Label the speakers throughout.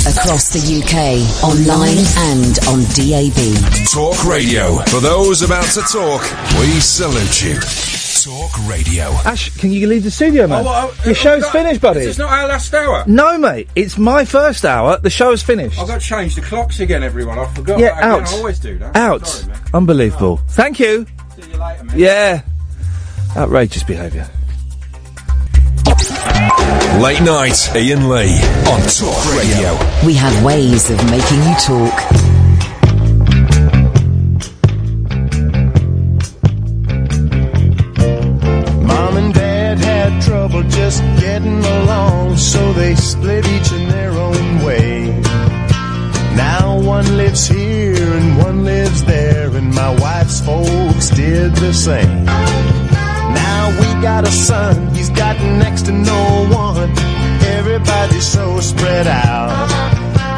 Speaker 1: across the UK, online and on DAB.
Speaker 2: Talk radio. For those about to talk, we salute you. Talk radio.
Speaker 3: Ash, can you leave the studio, man?
Speaker 2: Oh, well, I-
Speaker 3: Your show's finished, buddy.
Speaker 2: It's not our last hour.
Speaker 3: No, mate. It's my first hour. The show's finished.
Speaker 2: I've got to change the clocks again, everyone. Oh, I forgot.
Speaker 3: yeah,
Speaker 2: that again.
Speaker 3: out.
Speaker 2: I always do that.
Speaker 3: Out.
Speaker 2: Sorry, mate.
Speaker 3: Unbelievable. Thank you.
Speaker 2: See you later, mate.
Speaker 3: Yeah. Outrageous behaviour.
Speaker 2: Late night, Ian Lee on Talk Radio.
Speaker 1: We have ways of making you talk.
Speaker 4: Mom and Dad had trouble just getting along, so they split each in their own way. Now one lives here and one lives there, and my wife's folks did the same. Now we got a son, he's got next to no one. Everybody's so spread out.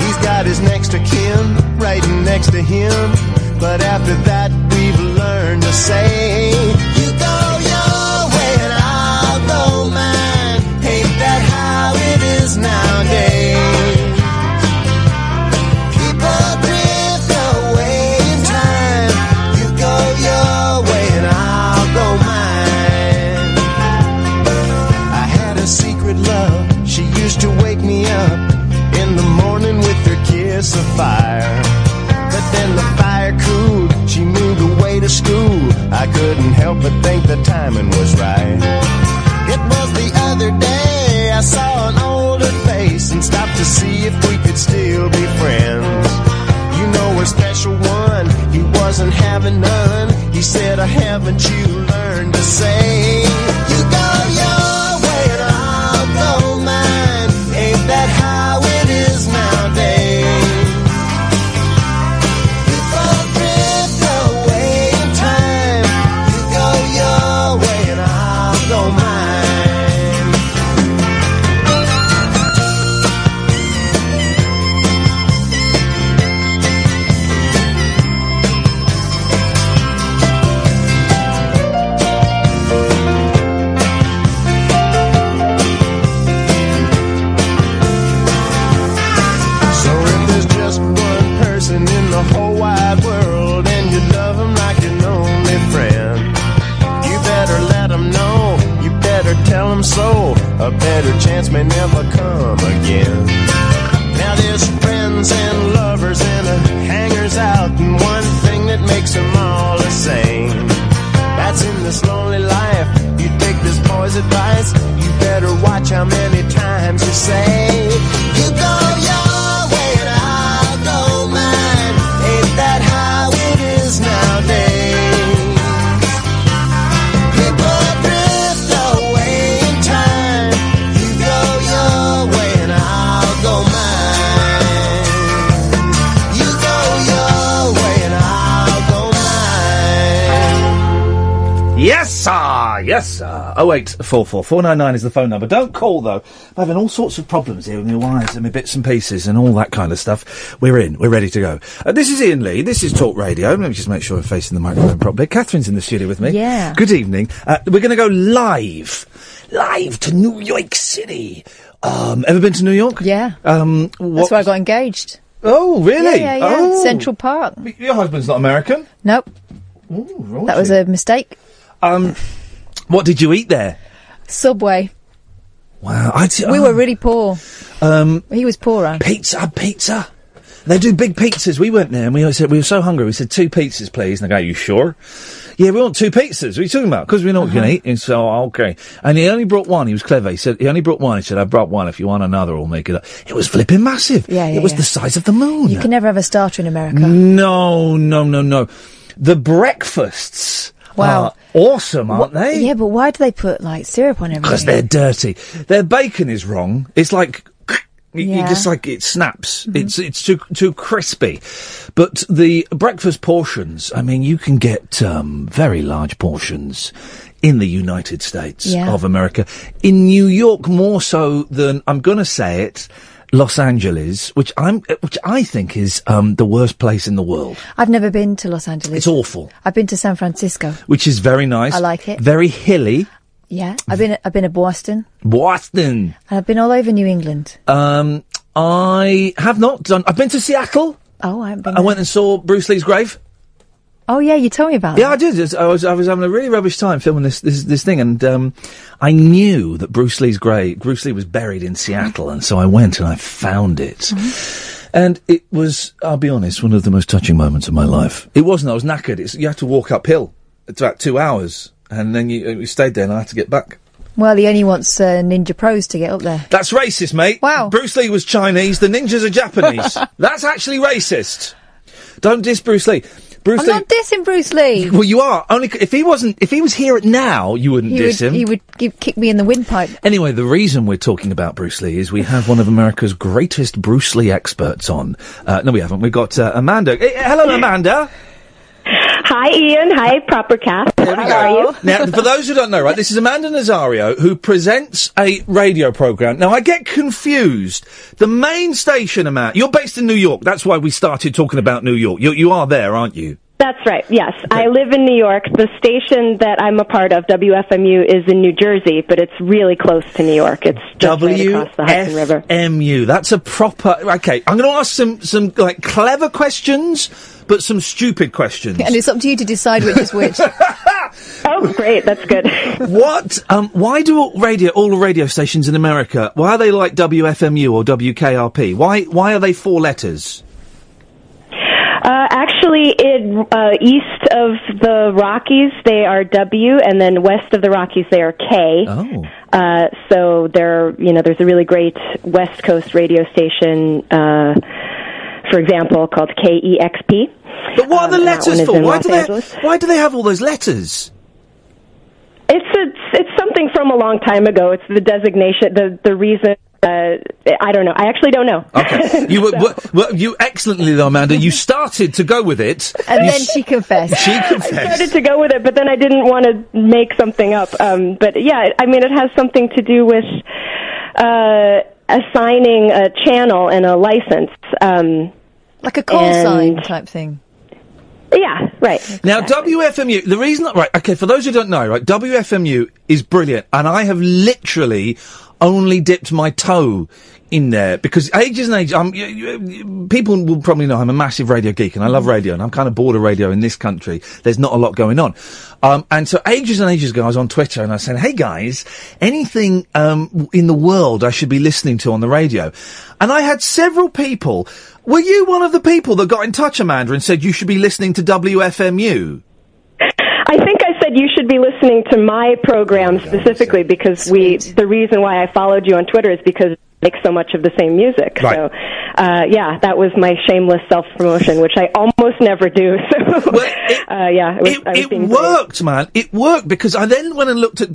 Speaker 4: He's got his next to kin right next to him, but after that we've learned to say, You go your way and I'll go mine. Ain't that how it is nowadays? People drift away in time. You go your way and I'll go mine. I had a secret love. She used to wake me up in the morning with her kiss of fire. But then the fire cooled. She moved away to school. I couldn't help but think the timing was right. It was the other day I saw an older face and stopped to see if we could still be friends. You know a special one, he wasn't having none. He said, I haven't you learned to say you go your way and I'll go mine. Ain't that how it is nowadays? People drift away in time. You go your way and I'll go mine. So if there's just one person in the whole wide world and you love him like an only friend, you better let him know, you better tell him so. A better chance may never come again. Now there's friends and lovers and a hangers out, and one thing that makes them all the same. That's in this lonely life. You take this boy's advice. You better watch how many times you say, You go your way and I'll go mine. Ain't that how it is nowadays? People drift away in time. You go your way and I'll go mine. You go your way and I'll go mine.
Speaker 3: Yes, sir. Yes, sir. Oh wait, four four four nine nine is the phone number. Don't call though. I'm having all sorts of problems here with my wires and my bits and pieces and all that kind of stuff. We're in. We're ready to go. Uh, this is Ian Lee. This is Talk Radio. Let me just make sure I'm facing the microphone properly. Catherine's in the studio with me.
Speaker 5: Yeah.
Speaker 3: Good evening. Uh, we're going to go live, live to New York City. Um, ever been to New York?
Speaker 5: Yeah.
Speaker 3: Um,
Speaker 5: That's
Speaker 3: what?
Speaker 5: where I got engaged.
Speaker 3: oh, really?
Speaker 5: Yeah, yeah, yeah.
Speaker 3: Oh.
Speaker 5: Central Park.
Speaker 3: Your husband's not American.
Speaker 5: Nope. That was a mistake.
Speaker 3: Um, what did you eat there?
Speaker 5: Subway.
Speaker 3: Wow. I t-
Speaker 5: We
Speaker 3: oh.
Speaker 5: were really poor. Um, he was poorer.
Speaker 3: pizza, pizza. They do big pizzas. We went there and we said we were so hungry. We said two pizzas, please. And the guy, you sure? Yeah, we want two pizzas. What are you talking about? Because we know what we
Speaker 5: Uh-huh.
Speaker 3: can eat. And so "Oh, okay. And he only brought one. He was clever. He said he only brought one. He said I brought one. If you want another, we'll make it up. It was flipping massive.
Speaker 5: Yeah, yeah,
Speaker 3: it was
Speaker 5: yeah.
Speaker 3: the size of the moon.
Speaker 5: You can never have a starter in America.
Speaker 3: no, no, no, no. The breakfasts
Speaker 5: Wow.
Speaker 3: are awesome, aren't they?
Speaker 5: Yeah, but why do they put like syrup on
Speaker 3: because
Speaker 5: everything?
Speaker 3: they're dirty. Their bacon is wrong. It's like you- you
Speaker 5: Yeah. Mm-hmm.
Speaker 3: just like it snaps. It's it's too too crispy. But the breakfast portions, I mean, you can get um, very large portions in the United States
Speaker 5: Yeah.
Speaker 3: of America. In New York, more so than I'm going to say it. Los Angeles, which I'm, which I think is um, the worst place in the world.
Speaker 5: I've never been to Los Angeles.
Speaker 3: It's awful,
Speaker 5: I've been to San Francisco.
Speaker 3: which is very nice.
Speaker 5: I like it.
Speaker 3: Very hilly. Mm.
Speaker 5: Yeah, I've been I've been to Boston
Speaker 3: Boston.
Speaker 5: and I've been all over New England.
Speaker 3: Um, I have not done. I've been to Seattle.
Speaker 5: Oh, I haven't been.
Speaker 3: I went and saw Bruce Lee's grave.
Speaker 5: Oh yeah, you told me about.
Speaker 3: Yeah, I did. It's- I was I was having a really rubbish time filming this this, this thing, and um, I knew that Bruce Lee's grave. Bruce Lee was buried in Seattle, and so I went and I found it.
Speaker 5: Mm-hmm.
Speaker 3: And it was, I'll be honest, one of the most touching moments of my life. It wasn't. I was knackered. It's, you had to walk uphill. It's about two hours, and then you, you stayed there, and I had to get back.
Speaker 5: Well, he only wants uh, ninja pros to get up there.
Speaker 3: That's racist, mate. Wow. Bruce Lee was Chinese. The ninjas are Japanese. That's actually racist. Don't diss Bruce Lee. Bruce
Speaker 5: I'm
Speaker 3: Lee.
Speaker 5: not dissing Bruce Lee.
Speaker 3: Well, you are only c- if he wasn't. If he was here at now, you wouldn't
Speaker 5: He
Speaker 3: diss
Speaker 5: would,
Speaker 3: him.
Speaker 5: he would give, kick me in the windpipe.
Speaker 3: Anyway, the reason we're talking about Bruce Lee is we have one of America's greatest Bruce Lee experts on. Uh, no, we haven't. We've got uh, Amanda. Eh, eh, hello, Amanda.
Speaker 6: Hi, Ian. Hi, proper cast. How are you?
Speaker 3: Now, for those who don't know, right, this is Amanda Nazario who presents a radio program. Now, I get confused. The main station, Amanda, you're based in New York. That's why we started talking about New York. You, you are there, aren't you?
Speaker 6: That's right. Yes, I live in New York. The station that I'm a part of, WFMU, is in New Jersey, but it's really close to New York. It's just right across the Hudson River.
Speaker 3: WFMU. That's a proper. Okay, I'm going to ask some some like clever questions, but some stupid questions.
Speaker 5: And it's up to you to decide which is which.
Speaker 6: oh, great. That's good.
Speaker 3: what? Um, why do all radio all radio stations in America? Why are they like WFMU or WKRP? Why why are they four letters?
Speaker 6: Uh, actually, in, uh, east of the Rockies, they are W, and then west of the Rockies, they are K.
Speaker 3: Oh.
Speaker 6: Uh, so there, you know, there's a really great West Coast radio station, uh, for example, called E KEXP.
Speaker 3: But what are the
Speaker 6: Um, and that one
Speaker 3: letters
Speaker 6: is
Speaker 3: for?
Speaker 6: in
Speaker 3: Why
Speaker 6: Los
Speaker 3: do they
Speaker 6: Angeles.
Speaker 3: why do they have all those letters?
Speaker 6: It's it's it's something from a long time ago. It's the designation, the the reason. Uh, I don't know. I actually don't know.
Speaker 3: Okay, you were, were, were- you excellently though, Amanda. You started to go with it,
Speaker 5: And
Speaker 3: You
Speaker 5: then
Speaker 3: s-
Speaker 5: she confessed.
Speaker 3: she
Speaker 6: I
Speaker 3: confessed.
Speaker 6: started to go with it, but then I didn't want to make something up. Um, but yeah, I mean, it has something to do with uh, assigning a channel and a license. Um,
Speaker 5: Like a call
Speaker 6: And-
Speaker 5: sign type thing.
Speaker 6: yeah, right.
Speaker 3: Now, WFMU, the reason, right, okay, for those who don't know, right, WFMU is brilliant, and I have literally only dipped my toe in there because ages and ages, um, y y- y- people will probably know I'm a massive radio geek and I
Speaker 5: Mm-hmm.
Speaker 3: love radio, and I'm kind of bored of radio in this country. There's not a lot going on. Um, and so ages and ages ago, I was on Twitter and I was saying, hey guys, anything um, w- in the world I should be listening to on the radio? And I had several people. Were you one of the people that got in touch, Amanda, and said you should be listening to WFMU?
Speaker 6: I think I said you should be listening to my program specifically because we. The reason why I followed you on Twitter is because I make so much of the same music.
Speaker 3: Right.
Speaker 6: So, uh, yeah, that was my shameless self promotion, which I almost never do. So, uh, yeah, it, was, I was
Speaker 3: It
Speaker 6: being
Speaker 3: worked, man. It worked because I then went and looked at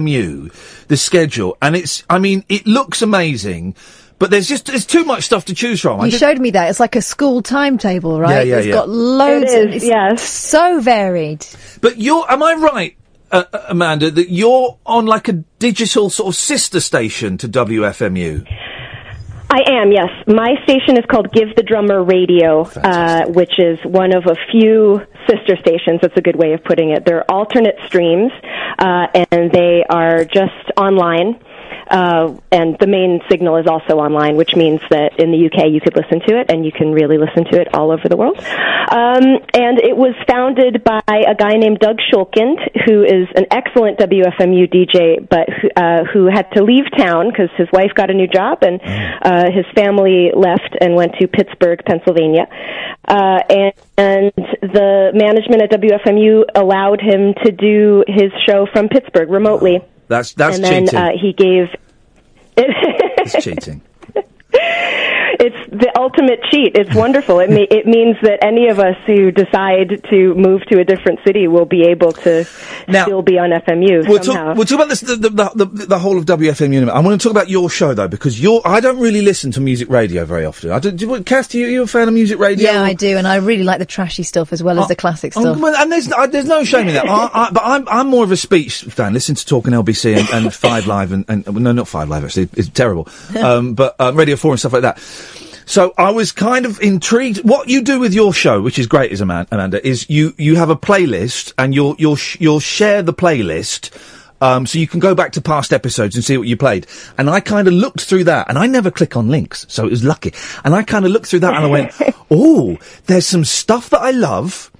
Speaker 3: WFMU, the schedule, and it's, I mean, it looks amazing, but there's just, there's too much stuff to choose from. Oh, I
Speaker 5: You
Speaker 3: just-
Speaker 5: showed me that. It's like a school timetable, right?
Speaker 3: yeah,
Speaker 5: It's
Speaker 3: yeah.
Speaker 5: got loads
Speaker 6: It
Speaker 5: of
Speaker 6: is,
Speaker 5: it's
Speaker 6: yes.
Speaker 5: so varied.
Speaker 3: But you're, am I right, uh, uh, Amanda, that you're on like a digital sort of sister station to WFMU?
Speaker 6: I am, yes. My station is called Give the Drummer Radio, uh, which is one of a few sister stations. That's a good way of putting it. They're alternate streams, uh, and they are just online. Uh, and the main signal is also online, which means that in the UK you could listen to it, and you can really listen to it all over the world. Um, and it was founded by a guy named Doug Shulkind, who is an excellent WFMU DJ, but who, uh, who had to leave town because his wife got a new job and
Speaker 3: Oh.
Speaker 6: uh, his family left and went to Pittsburgh, Pennsylvania. Uh, and, and the management at WFMU allowed him to do his show from Pittsburgh remotely.
Speaker 3: That's, that's
Speaker 6: and then
Speaker 3: cheating.
Speaker 6: uh, he gave.
Speaker 3: it's cheating.
Speaker 6: It's the ultimate cheat. It's wonderful. it, me- it means that any of us who decide to move to a different city will be able to
Speaker 3: Now-
Speaker 6: still be on FMU
Speaker 3: We'll
Speaker 6: somehow.
Speaker 3: talk, we'll talk about this, the, the, the, the, the whole of WFMU. in a minute. I want to talk about your show though, because you're, I don't really listen to music radio very often. I do, do, you- Cass, are you, you a fan of music radio?
Speaker 5: Yeah, I do, and I really like the trashy stuff as well as the classic
Speaker 3: Oh,
Speaker 5: stuff.
Speaker 3: well, and there's, uh, there's no shame in that. I, I, but I'm, I'm more of a speech fan. Listen to Talking LBC and, and Five Live and, and well, no, not Five Live actually. It's terrible. Um, but um, Radio Four and stuff like that. So I was kind of intrigued. What you do with your show, which is great, is Ama- Amanda, is you you have a playlist and you'll you'll sh- you'll share the playlist Um, so you can go back to past episodes and see what you played. And I kind of looked through that, and I never click on links, so it was lucky. And I kind of looked through that and I went, oh, there's some stuff that I love.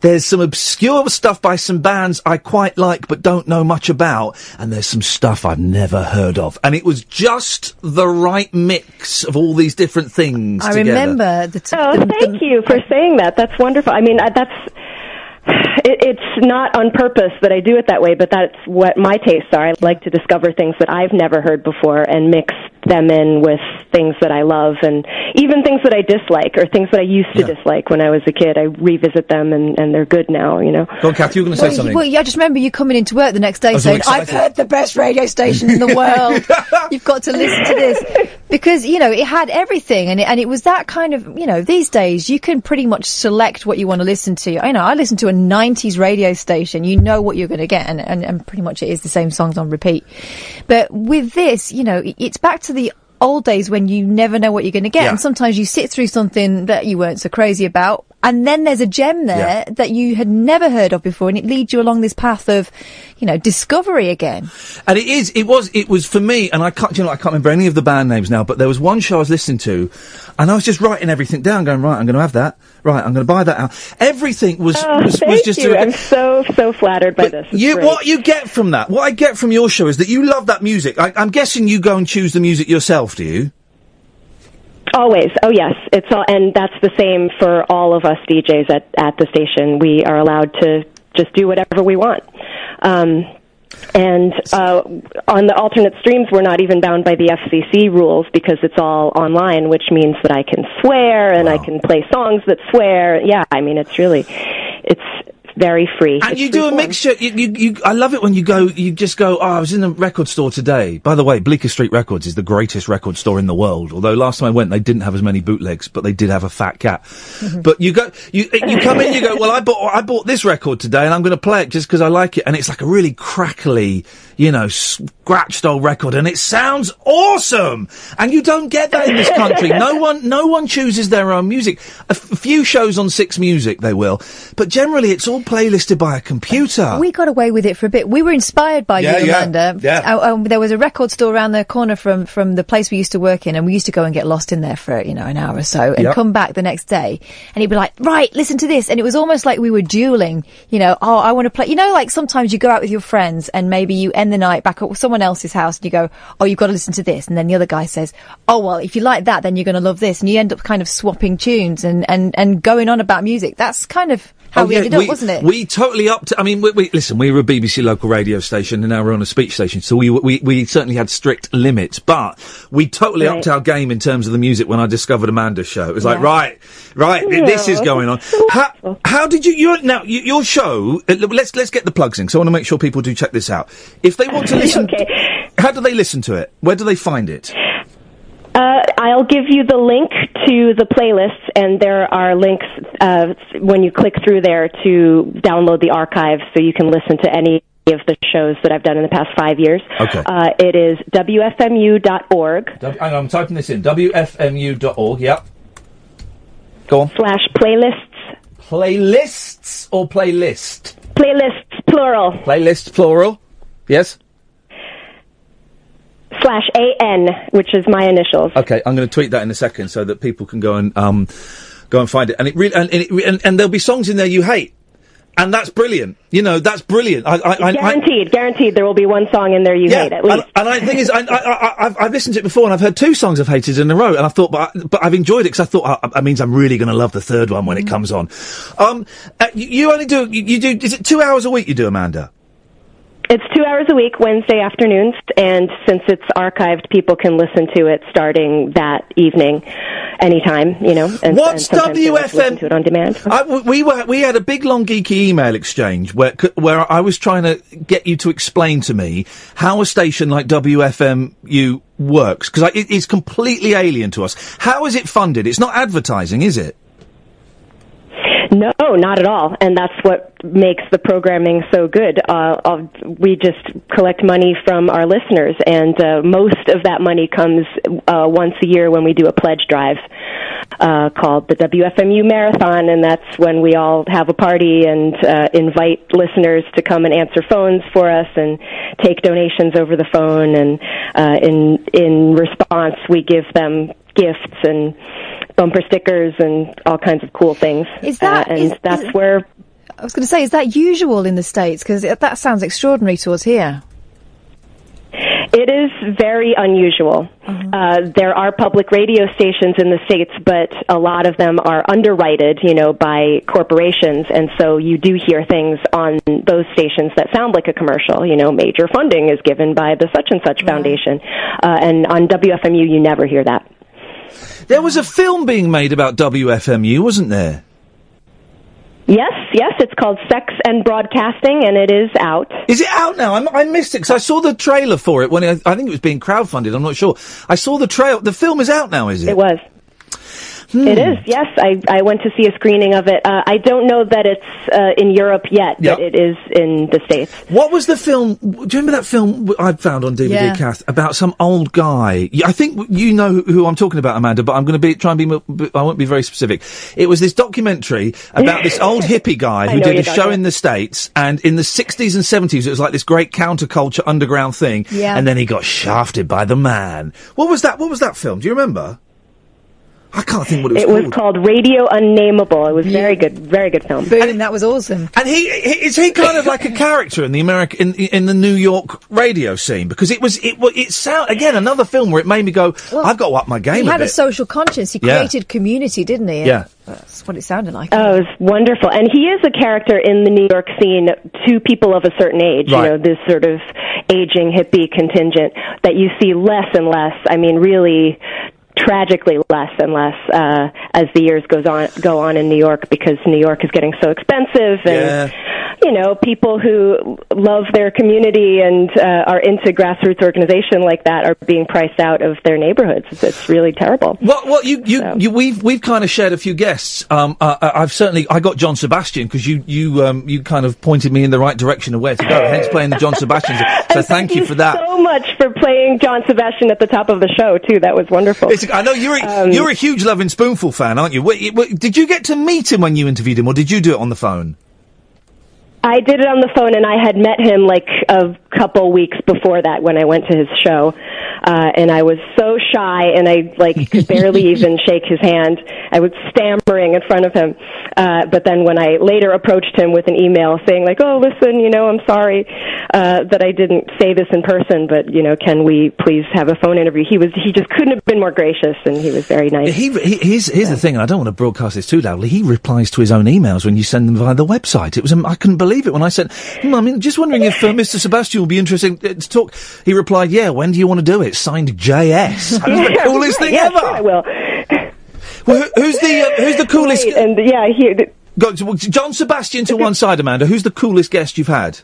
Speaker 3: There's some obscure stuff by some bands I quite like but don't know much about, and there's some stuff I've never heard of. And it was just the right mix of all these different things.
Speaker 5: I
Speaker 3: together.
Speaker 5: remember the. T-
Speaker 6: Oh, thank you for saying that. That's wonderful. I mean, I- that's it, it's not on purpose that I do it that way, but that's what my tastes are. I like to discover things that I've never heard before and mix them in with things that I love and even things that I dislike or things that I used to dislike when I was a kid. I revisit them and, and they're good now, you know.
Speaker 3: Go on, Kath, you were going to say something.
Speaker 5: Well, yeah, I just remember you coming into work the next day
Speaker 3: was all
Speaker 5: saying, "I've
Speaker 3: excited.
Speaker 5: heard the best radio station in the world. You've got to listen to this." Because you know it had everything, and it, and it was that kind of you know these days you can pretty much select what you want to listen to. I know I listened to a '90s radio station, you know what you're going to get, and, and and pretty much it is the same songs on repeat. But with this, you know, it- it's back to the old days when you never know what you're going to get,
Speaker 3: Yeah.
Speaker 5: and sometimes you sit through something that you weren't so crazy about, and then there's a gem there
Speaker 3: Yeah.
Speaker 5: that you had never heard of before, and it leads you along this path of, you know, discovery again.
Speaker 3: And it is, it was, it was for me, and I can't, you know, I can't remember any of the band names now, but there was one show I was listening to, and I was just writing everything down, going, right, I'm going to have that, right, I'm going to buy that out. Everything was,
Speaker 6: Oh,
Speaker 3: was,
Speaker 6: thank
Speaker 3: was just,
Speaker 6: you.
Speaker 3: a-
Speaker 6: I'm so, so flattered by this. It's
Speaker 3: you,
Speaker 6: great.
Speaker 3: what you get from that, what I get from your show is that you love that music. I, I'm guessing you go and choose the music yourself, do you?
Speaker 6: Always. Oh yes, it's all, and that's the same for all of us DJs at at the station. We are allowed to just do whatever we want. Um, and uh, on the alternate streams, we're not even bound by the FCC rules because it's all online, which means that I can swear and I can play songs that swear. Yeah, I mean it's really, it's very free.
Speaker 3: And
Speaker 6: It's
Speaker 3: you do a
Speaker 6: free form.
Speaker 3: mixture. You, you, you, I love it when you go. You just go. Oh, I was in the record store today. By the way, Bleecker Street Records is the greatest record store in the world. Although last time I went, they didn't have as many bootlegs, but they did have a fat cat. but you go. You you come in. You go. Well, I bought I bought this record today, and I'm going to play it just because I like it. And it's like a really crackly, you know, scratched old record, and it sounds awesome. And you don't get that in this country. No one, no one chooses their own music. A f- few shows on Six Music they will, but generally it's all playlisted by a computer.
Speaker 5: We got away with it for a bit. We were inspired by
Speaker 3: Yeah,
Speaker 5: you,
Speaker 3: yeah,
Speaker 5: Amanda.
Speaker 3: yeah.
Speaker 5: Uh, um, there was a record store around the corner from, from the place we used to work in, and we used to go and get lost in there for, you know, an hour or so and
Speaker 3: Yep.
Speaker 5: come back the next day. And he'd be like, right, listen to this. And it was almost like we were dueling, you know, oh, I want to play. You know, like sometimes you go out with your friends and maybe you end the night back at someone else's house and you go, oh, you've got to listen to this. And then the other guy says, oh, well, if you like that, then you're going to love this. And you end up kind of swapping tunes and, and, and going on about music. That's kind of how
Speaker 3: Oh,
Speaker 5: we
Speaker 3: yeah,
Speaker 5: ended up, wasn't it?
Speaker 3: We totally up to. I mean, we, we, listen, we were a BBC local radio station, and now we're on a speech station, so we we, we certainly had strict limits. But we totally
Speaker 6: Right.
Speaker 3: upped our game in terms of the music when I discovered Amanda's show. It was like,
Speaker 5: Yeah.
Speaker 3: right, right, th- this is
Speaker 6: Aw,
Speaker 3: going on.
Speaker 6: so
Speaker 3: How,
Speaker 6: wonderful.
Speaker 3: how did you? Your, now y- your show. uh, l- Let's let's get the plugs in. So I want to make sure people do check this out. If they want to listen,
Speaker 6: Okay.
Speaker 3: how do they listen to it? Where do they find it?
Speaker 6: Uh, I'll give you the link to the playlists, and there are links uh, when you click through there to download the archive so you can listen to any of the shows that I've done in the past five years.
Speaker 3: Okay.
Speaker 6: Uh, it is wfmu.org
Speaker 3: W- hang on, I'm typing this in. WFMU.org. Yep. Go on.
Speaker 6: slash playlists.
Speaker 3: Playlists or playlist?
Speaker 6: Playlists, plural,
Speaker 3: Playlist plural. Yes.
Speaker 6: slash AN, which is my initials.
Speaker 3: Okay, I'm going to tweet that in a second so that people can go and um, go and find it. And it really and, and, it re- and and there'll be songs in there you hate, and that's brilliant. You know, that's brilliant. I, I, I, I,
Speaker 6: guaranteed, guaranteed there will be one song in there you hate at least.
Speaker 3: And, and I think is I, I, I, I've, I've listened to it before, and I've heard two songs I've hated in a row, and I thought, but I, but I've enjoyed it because I thought oh, that means I'm really going to love the third one when
Speaker 6: Mm.
Speaker 3: it comes on. Um, uh, you, you only do you, you do is it two hours a week you do Amanda?
Speaker 6: It's two hours a week, Wednesday afternoons, and since it's archived, people can listen to it starting that evening, anytime, you know. And, and
Speaker 3: What's
Speaker 6: sometimes they like to
Speaker 3: WFM?
Speaker 6: Listen to it on demand.
Speaker 3: I, w- we were we had a big long geeky email exchange where c- where I was trying to get you to explain to me how a station like WFMU works because it, it's completely alien to us. How is it funded? It's not advertising, is it?
Speaker 6: No, not at all. And that's what makes the programming so good. Uh, of- we just collect money from our listeners, and uh, most of that money comes uh, once a year when we do a pledge drive. uh, called the WFMU Marathon, and that's when we all have a party and uh, invite listeners to come and answer phones for us and take donations over the phone. And uh, in in response, we give them gifts and bumper stickers and all kinds of cool things.
Speaker 5: Is that-
Speaker 6: uh, and
Speaker 5: is- is-
Speaker 6: that's where
Speaker 5: I was going to say, is that usual in the States? Because that sounds extraordinary to us here.
Speaker 6: It is very unusual.
Speaker 5: Mm-hmm.
Speaker 6: Uh, there are public radio stations in the states, but a lot of them are underwritten, you know, by corporations, and so you do hear things on those stations that sound like a commercial. You know, major funding is given by the such and such foundation, uh, and on WFMU you never hear that.
Speaker 3: There was a film being made about WFMU, wasn't there?
Speaker 6: Yes, yes, it's called Sex and Broadcasting, and it is out.
Speaker 3: Is it out now? I'm, I missed it because I saw the trailer for it when it, I think it was being crowdfunded. I'm not sure. I saw the trail. The film is out now, is it? Hmm.
Speaker 6: It was. It is, yes. I, I went to see a screening of it. Uh, I don't know that it's uh, in Europe yet,
Speaker 3: Yeah.
Speaker 6: but it is in the States.
Speaker 3: What was the film? Do you remember that film w- I found on DVD,
Speaker 6: Yeah.
Speaker 3: Kath, about some old guy? Yeah, I think w- you know who- who I'm talking about, Amanda, but I'm going to be try and be. mo- b- I won't be very specific. It was this documentary about this old hippie
Speaker 7: I
Speaker 3: guy who
Speaker 7: know
Speaker 3: did
Speaker 7: you're
Speaker 3: a show
Speaker 7: talking.
Speaker 3: in the states, and in the 60s and 70s, it was like this great counterculture underground thing.
Speaker 7: Yeah.
Speaker 3: And then he got shafted by the man. What was that? What was that film? Do you remember? I can't think what it was.
Speaker 6: It
Speaker 3: called.
Speaker 6: was called Radio Unnameable. It was very good, very good film.
Speaker 5: Boom, that was awesome.
Speaker 3: And he, he is he kind of like a character in the American in, in the New York radio scene because it was it wa- it sound again another film where it made me go I've got to up my game
Speaker 5: he
Speaker 3: a
Speaker 5: had
Speaker 3: bit.
Speaker 5: a social conscience. He
Speaker 3: Yeah.
Speaker 5: created community, didn't he?
Speaker 3: Yeah.
Speaker 5: That's what it sounded like.
Speaker 6: Oh, it was wonderful. And he is a character in the New York scene to people of a certain age,
Speaker 8: Right.
Speaker 6: you know, this sort of aging hippie contingent that you see less and less. I mean, really tragically less and less uh, as the years goes on go on in New York because New York is getting so expensive and you know people who love their community and uh, are into grassroots organization like that are being priced out of their neighborhoods. It's, it's really terrible.
Speaker 3: Well, well, you, you, you, we've we've kind of shared a few guests. Um, uh, uh, I've certainly I got John Sebastian because you you um, you kind of pointed me in the right direction of where to go. hence playing the John Sebastian. So thank you for that.
Speaker 6: so much for playing John Sebastian at the top of the show too. That was wonderful.
Speaker 3: It's- uh, I know you're a, you're a huge Loving Spoonful fan, aren't you? Wait, wait, did you get to meet him when you interviewed him, or did you do it on the phone?
Speaker 6: I did it on the phone, and I had met him like a couple weeks before that when I went to his show, uh, and I was so shy, and I like could barely even shake his hand. I was stammering in front of him, uh, but then when I later approached him with an email saying like, "Oh, listen, you know, I'm sorry uh, that I didn't say this in person, but you know, can we please have a phone interview?" He was he just couldn't have been more gracious, and he was very nice.
Speaker 3: He, he here's here's the thing, and I don't want to broadcast this too loudly. He replies to his own emails when you send them via the website. It was um, I couldn't believe it when I said, hmm, I mean, just wondering if uh, Mr. Sebastian would be interested uh, to talk. He replied, Yeah, when do you want to do it? Signed JS. That was the
Speaker 6: Yeah,
Speaker 3: coolest thing
Speaker 6: yeah,
Speaker 3: ever.
Speaker 6: sure I will.
Speaker 3: Well, who, who's the uh, who's the coolest?
Speaker 6: and yeah, he,
Speaker 3: Go, well, John Sebastian to one side, Amanda. Who's the coolest guest you've had?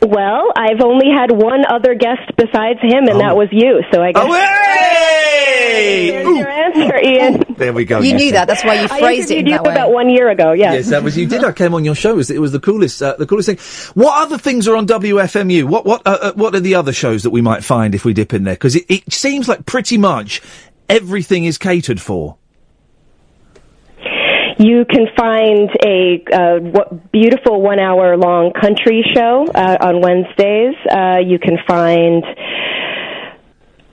Speaker 6: Well, I've only had one other guest besides him, and
Speaker 3: Oh.
Speaker 6: that was you. So I guess There's your answer, Ian.
Speaker 3: There we go.
Speaker 6: I interviewed you about one year ago. Yes.
Speaker 3: Yes, that was you did. I came on your show. It was, it was the coolest, uh, the coolest thing. What other things are on WFMU? What what uh, uh, what are the other shows that we might find if we dip in there? Because it, it seems like pretty much everything is catered for.
Speaker 6: You can find a uh, what, beautiful one hour long country show uh, on Wednesdays. Uh, you can find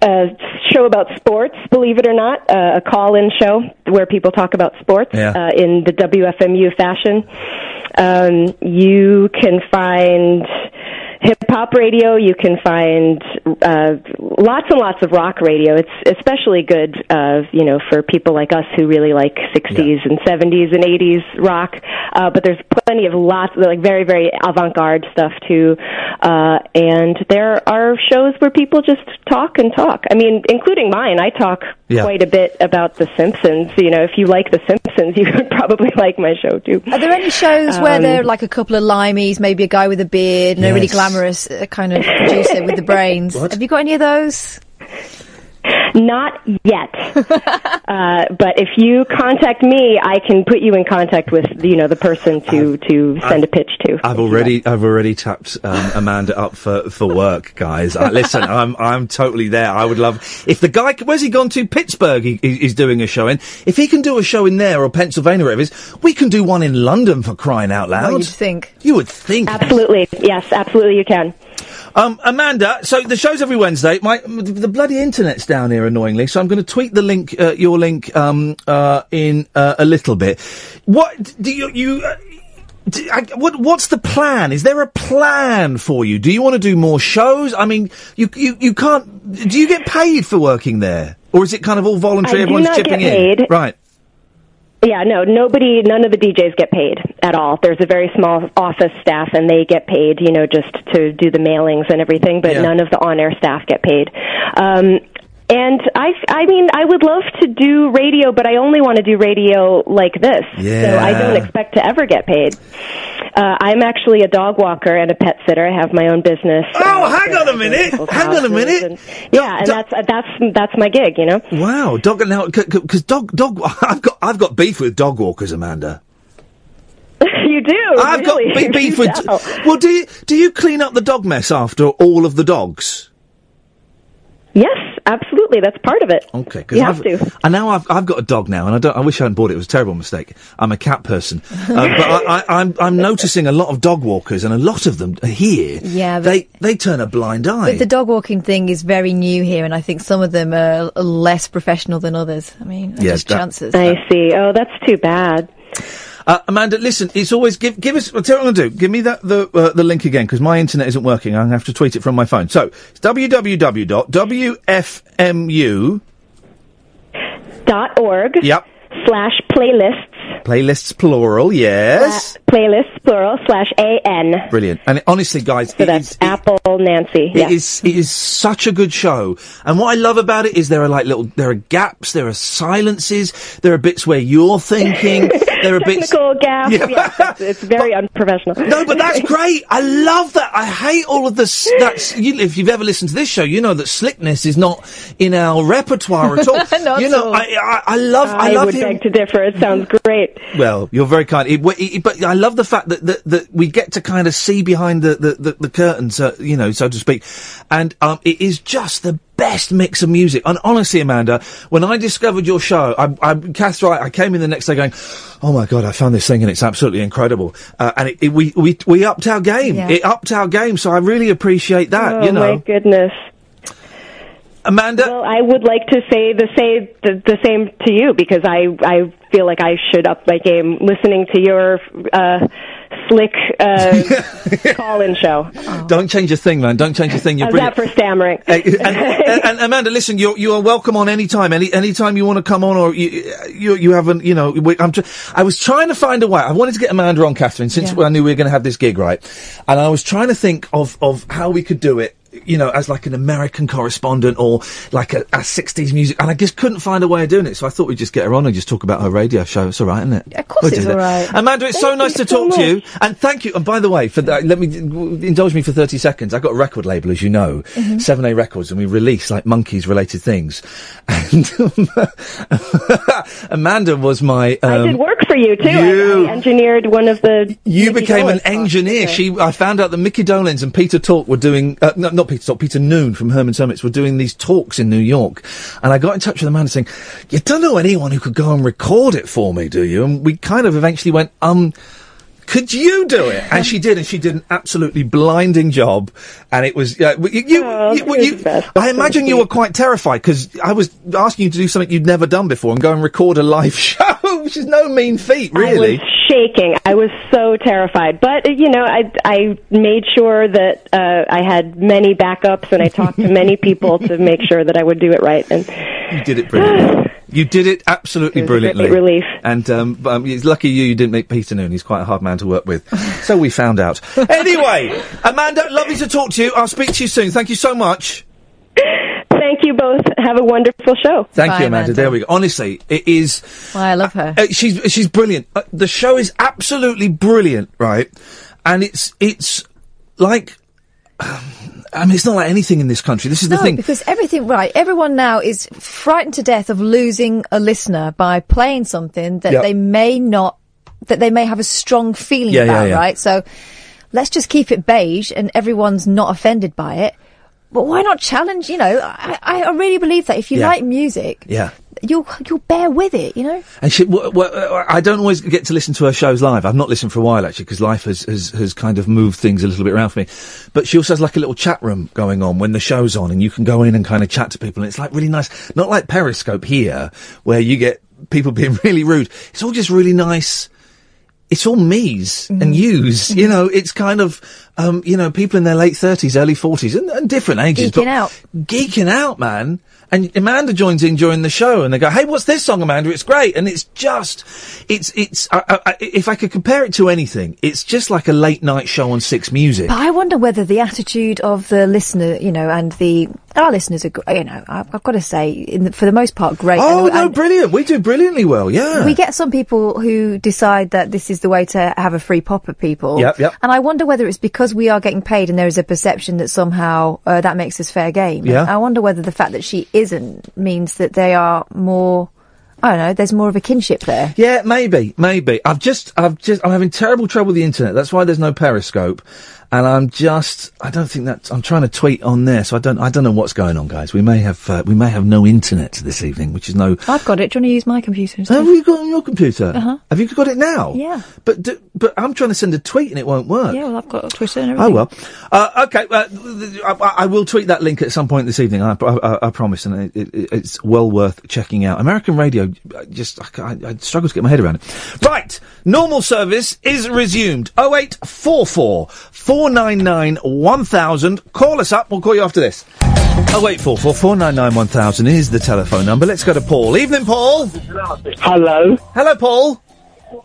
Speaker 6: a show about sports, believe it or not, uh, a call in show where people talk about sports
Speaker 9: Yeah.
Speaker 6: uh, in the WFMU fashion. Um, you can find hip hop radio. You can find uh, lots and lots of rock radio. It's especially good, uh, you know, for people like us who really like 60s and 70s and 80s rock. Uh, but there's plenty of lots, like very, very avant garde stuff too. Uh, and there are shows where people just talk and talk. I mean, including mine. I talk
Speaker 5: Yeah.
Speaker 6: quite a bit about The Simpsons. You know, if you like The Simpsons, you would probably like my show too.
Speaker 5: Are there any shows where
Speaker 6: Um,
Speaker 5: there are like a couple of limeys, maybe a guy with a beard and a really
Speaker 6: Yes.
Speaker 5: glamorous uh, kind of producer with the brains? Have you got any of those?
Speaker 6: Not yet. uh, but if you contact me, I can put you in contact with you know the person to to send a pitch to.
Speaker 3: I've already, I've already tapped um, Amanda up for, for work, guys. Uh, listen, I'm, I'm totally there. I would love if the guy, c- where's he gone to? Pittsburgh. He, he- he's doing a show in. If he can do a show in there or Pennsylvania, wherever it is, we can do one in London for crying out loud.
Speaker 5: Well, you'd think.
Speaker 3: You would think.
Speaker 6: Absolutely, yes, absolutely, you can.
Speaker 3: Um, Amanda, so the show's every Wednesday. My m- the bloody internet's down here annoyingly, so I'm going to tweet the link, uh, your link, um, uh, in uh, a little bit. What do you? you uh, d I what What's the plan? Is there a plan for you? Do you want to do more shows? I mean, you you you can't. Do you get paid for working there, or is it kind of all voluntary?
Speaker 6: I do
Speaker 3: Everyone's
Speaker 6: not get
Speaker 3: chipping in,
Speaker 6: paid.
Speaker 3: right?
Speaker 6: Yeah, no, nobody, none of the DJs get paid at all. There's a very small office staff, and they get paid, you know, just to do the mailings and everything. But
Speaker 7: Yeah.
Speaker 6: none of the on-air staff get paid. Um, and I, I mean, I would love to do radio, but I only want to do radio like this. So I
Speaker 7: Yeah.
Speaker 6: don't expect to ever get paid. Uh, I'm actually a dog walker and a pet sitter. I have my own business.
Speaker 3: Oh, hang on a minute! Hang on a minute!
Speaker 6: yeah, and that's that's that's my gig, you know.
Speaker 3: Wow, dog now because dog dog I've got I've got beef with dog walkers, Amanda.
Speaker 6: you do.
Speaker 3: I've
Speaker 6: really.
Speaker 3: got be- beef
Speaker 6: You
Speaker 3: with.
Speaker 6: know.
Speaker 3: Well, do you do you clean up the dog mess after all of the dogs?
Speaker 6: Yes, absolutely. That's part of it.
Speaker 7: Oh.
Speaker 3: Okay,
Speaker 6: You
Speaker 3: I've,
Speaker 6: have to.
Speaker 3: And now I've I've got a dog now, and I don't. I wish I hadn't bought it. It was a terrible mistake. I'm a cat person, um, but I, I, I'm I'm noticing a lot of dog walkers, and a lot of them here.
Speaker 5: Yeah, but-
Speaker 3: they they turn a blind eye.
Speaker 5: But the dog walking thing is very new here, and I think some of them are less professional than others. I mean,
Speaker 3: Yeah,
Speaker 5: just
Speaker 3: that-
Speaker 5: chances.
Speaker 6: I see. Oh, that's too bad.
Speaker 3: Uh, Amanda, listen, it's always give give us. I'll tell you what I'm going to do. Give me that the uh, the link again because my internet isn't working. I'm going to have to tweet it from my phone. So it's www.wfmu
Speaker 6: Dot org
Speaker 3: Yep.
Speaker 6: slash playlists
Speaker 3: Playlists plural. Yes.
Speaker 6: uh, playlists plural slash a n.
Speaker 3: Brilliant. And it- honestly, guys,
Speaker 6: So that's Apple Nancy. Uh, Yeah.
Speaker 3: It is it is such a good show. And what I love about it is there are like little there are gaps, there are silences, there are bits where you're thinking, there are bits
Speaker 6: Technical gap.
Speaker 3: Yeah.
Speaker 6: Yes, it's, it's very unprofessional.
Speaker 3: No, but that's great. I love that. I hate all of this. That's you, if you've ever listened to this show, you know that slickness is not in our repertoire at all.
Speaker 6: Not
Speaker 3: you know,
Speaker 6: at all.
Speaker 3: I, I, I love. I,
Speaker 6: I
Speaker 3: love
Speaker 6: would
Speaker 3: hearing-
Speaker 6: beg to differ. It sounds great.
Speaker 3: Well, you're very kind. It, it, it- but I love the fact that, that, that we get to kind of see behind the, the, the, the curtain, so, you know, so to speak. And um, it is just the best mix of music. And honestly, Amanda, when I discovered your show, I, I, Kath, right, I came in the next day going, oh my God, I found this thing and it's absolutely incredible. Uh, and it, it, we, we, we upped our game.
Speaker 6: Yeah.
Speaker 3: It upped our game. So I really appreciate that,
Speaker 6: oh
Speaker 3: you know.
Speaker 6: my goodness.
Speaker 3: Amanda.
Speaker 6: Well, I would like to say the say the, the same to you because I I feel like I should up my game listening to your uh, slick uh, call-in show.
Speaker 3: Don't change a thing, man. Don't change a thing. You're
Speaker 6: How's
Speaker 3: brilliant.
Speaker 6: that for stammering?
Speaker 3: Uh, and, and, and Amanda, listen, you you are welcome on any time, any any time you want to come on, or you you, you haven't, you know. We, I'm tr- I was trying to find a way. I wanted to get Amanda on, Catherine, since
Speaker 8: Yeah.
Speaker 3: I knew we were going to have this gig, right? And I was trying to think of of how we could do it. You know, as like an American correspondent or like a, a 60s music, and I just couldn't find a way of doing it. So I thought we'd just get her on and just talk about her radio show. It's all right, isn't it? Of
Speaker 5: course it's all right.
Speaker 3: Amanda, it's so
Speaker 5: Thank
Speaker 3: nice
Speaker 5: you
Speaker 3: to
Speaker 5: so
Speaker 3: talk to you.
Speaker 5: much.
Speaker 3: And thank you. And by the way, for that, let me indulge me for thirty seconds. I got a record label, as you know,
Speaker 6: Mm-hmm.
Speaker 9: Mhm.
Speaker 3: Seven A Records, and we release like monkeys related things. And Amanda was my. Um,
Speaker 6: I did work for you too. I-
Speaker 3: You-
Speaker 6: I, engineered one of the.
Speaker 3: you
Speaker 6: Mickey
Speaker 3: became an
Speaker 6: Dolenz songs.
Speaker 3: engineer. She, I found out that Mickey Dolans and Peter Talk were doing, uh, no, not Peter Talk, Peter Noon from Herman's Hermits were doing these talks in New York. And I got in touch with Amanda saying, you don't know anyone who could go and record it for me, do you? And we kind of eventually went, um, could you do it? And she did, and she did an absolutely blinding job. And it was, uh, you, you, you- well, you- I imagine you were quite terrified because I was asking you to do something you'd never done before and go and record a live show, which is no mean feat, really.
Speaker 6: I was shaking. I was so terrified. But uh, you know, I I made sure that uh, I had many backups, and I talked to many people to make sure that I would do it right. And
Speaker 3: You did it brilliantly. you did it absolutely
Speaker 6: It was a great
Speaker 3: brilliantly.
Speaker 6: relief.
Speaker 3: And um, but, um, it's lucky you, you didn't meet Peter Noon. He's quite a hard man to work with. so we found out. Anyway, Amanda, lovely to talk to you. I'll speak to you soon. Thank you so much.
Speaker 6: thank you both. Have a wonderful show.
Speaker 3: Thank you, Amanda. There we go. Honestly, it is.
Speaker 5: I love her.
Speaker 3: Uh, she's she's brilliant. Uh, the show is absolutely brilliant, right? And it's it's like um, I mean, it's not like anything in this country. This is the
Speaker 5: no,
Speaker 3: thing.
Speaker 5: because everything, right, everyone now is frightened to death of losing a listener by playing something that
Speaker 3: Yep.
Speaker 5: they may not, that they may have a strong feeling
Speaker 3: Yeah, yeah,
Speaker 5: about,
Speaker 3: yeah.
Speaker 5: right? So let's just keep it beige and everyone's not offended by it. But why not challenge, you know, I, I I really believe that if you
Speaker 3: Yeah.
Speaker 5: like music,
Speaker 3: yeah.
Speaker 5: you'll, you'll bear with it, you know?
Speaker 3: And she, wha- wha- uh, I don't always get to listen to her shows live. I've not listened for a while actually because life has, has, has kind of moved things a little bit around for me. But she also has like a little chat room going on when the show's on and you can go in and kind of chat to people and it's like really nice. Not like Periscope here where you get people being really rude. It's all just really nice. It's all me's and you's, you know, it's kind of, um, you know, people in their late thirties, early forties and, and different ages. but
Speaker 5: Geeking out.
Speaker 3: geeking out, man. And Amanda joins in during the show, and they go, "Hey, what's this song, Amanda? It's great." And it's just, it's, it's. I, I, I- if I could compare it to anything, it's just like a late night show on Six Music.
Speaker 5: But I wonder whether the attitude of the listener, you know, and the our listeners are, gr- you know, I- I've got to say, in the, for the most part, great.
Speaker 3: oh
Speaker 5: And-
Speaker 3: no,
Speaker 5: and
Speaker 3: brilliant! We do brilliantly well. Yeah,
Speaker 5: we get some people who decide that this is the way to have a free pop of people.
Speaker 3: Yep, yep.
Speaker 5: And I wonder whether it's because we are getting paid and there is a perception that somehow uh, that makes us fair game.
Speaker 3: Yeah.
Speaker 5: I wonder whether the fact that she isn't means that they are more. I don't know. There's more of a kinship there.
Speaker 3: Yeah, maybe, maybe. I've just, I've just, I'm having terrible trouble with the internet. That's why there's no Periscope, and I'm just, I don't think that I'm trying to tweet on there, so I don't, I don't know what's going on, guys. We may have, uh, we may have no internet this evening, which is no.
Speaker 5: I've got it. Do you want to use my computer instead?
Speaker 3: Have you got it on your computer?
Speaker 5: Uh-huh.
Speaker 3: Have you got it now?
Speaker 5: Yeah.
Speaker 3: But do, but I'm trying to send a tweet and it won't work.
Speaker 5: yeah, well, I've got Twitter and
Speaker 3: Oh
Speaker 5: everything.
Speaker 3: well. Uh, okay. Uh, th- th- I, I- I will tweet that link at some point this evening. I, pro- I, I promise, and it, it, it's well worth checking out. American radio. I Just I, ca- I, I struggle to get my head around it. Right. Normal service is resumed. 0844 499 1000. Call us up. We'll call you after this. 0844 499 1000 is the telephone number. Let's go to Paul. Evening, Paul.
Speaker 7: Hello.
Speaker 3: Hello, Paul.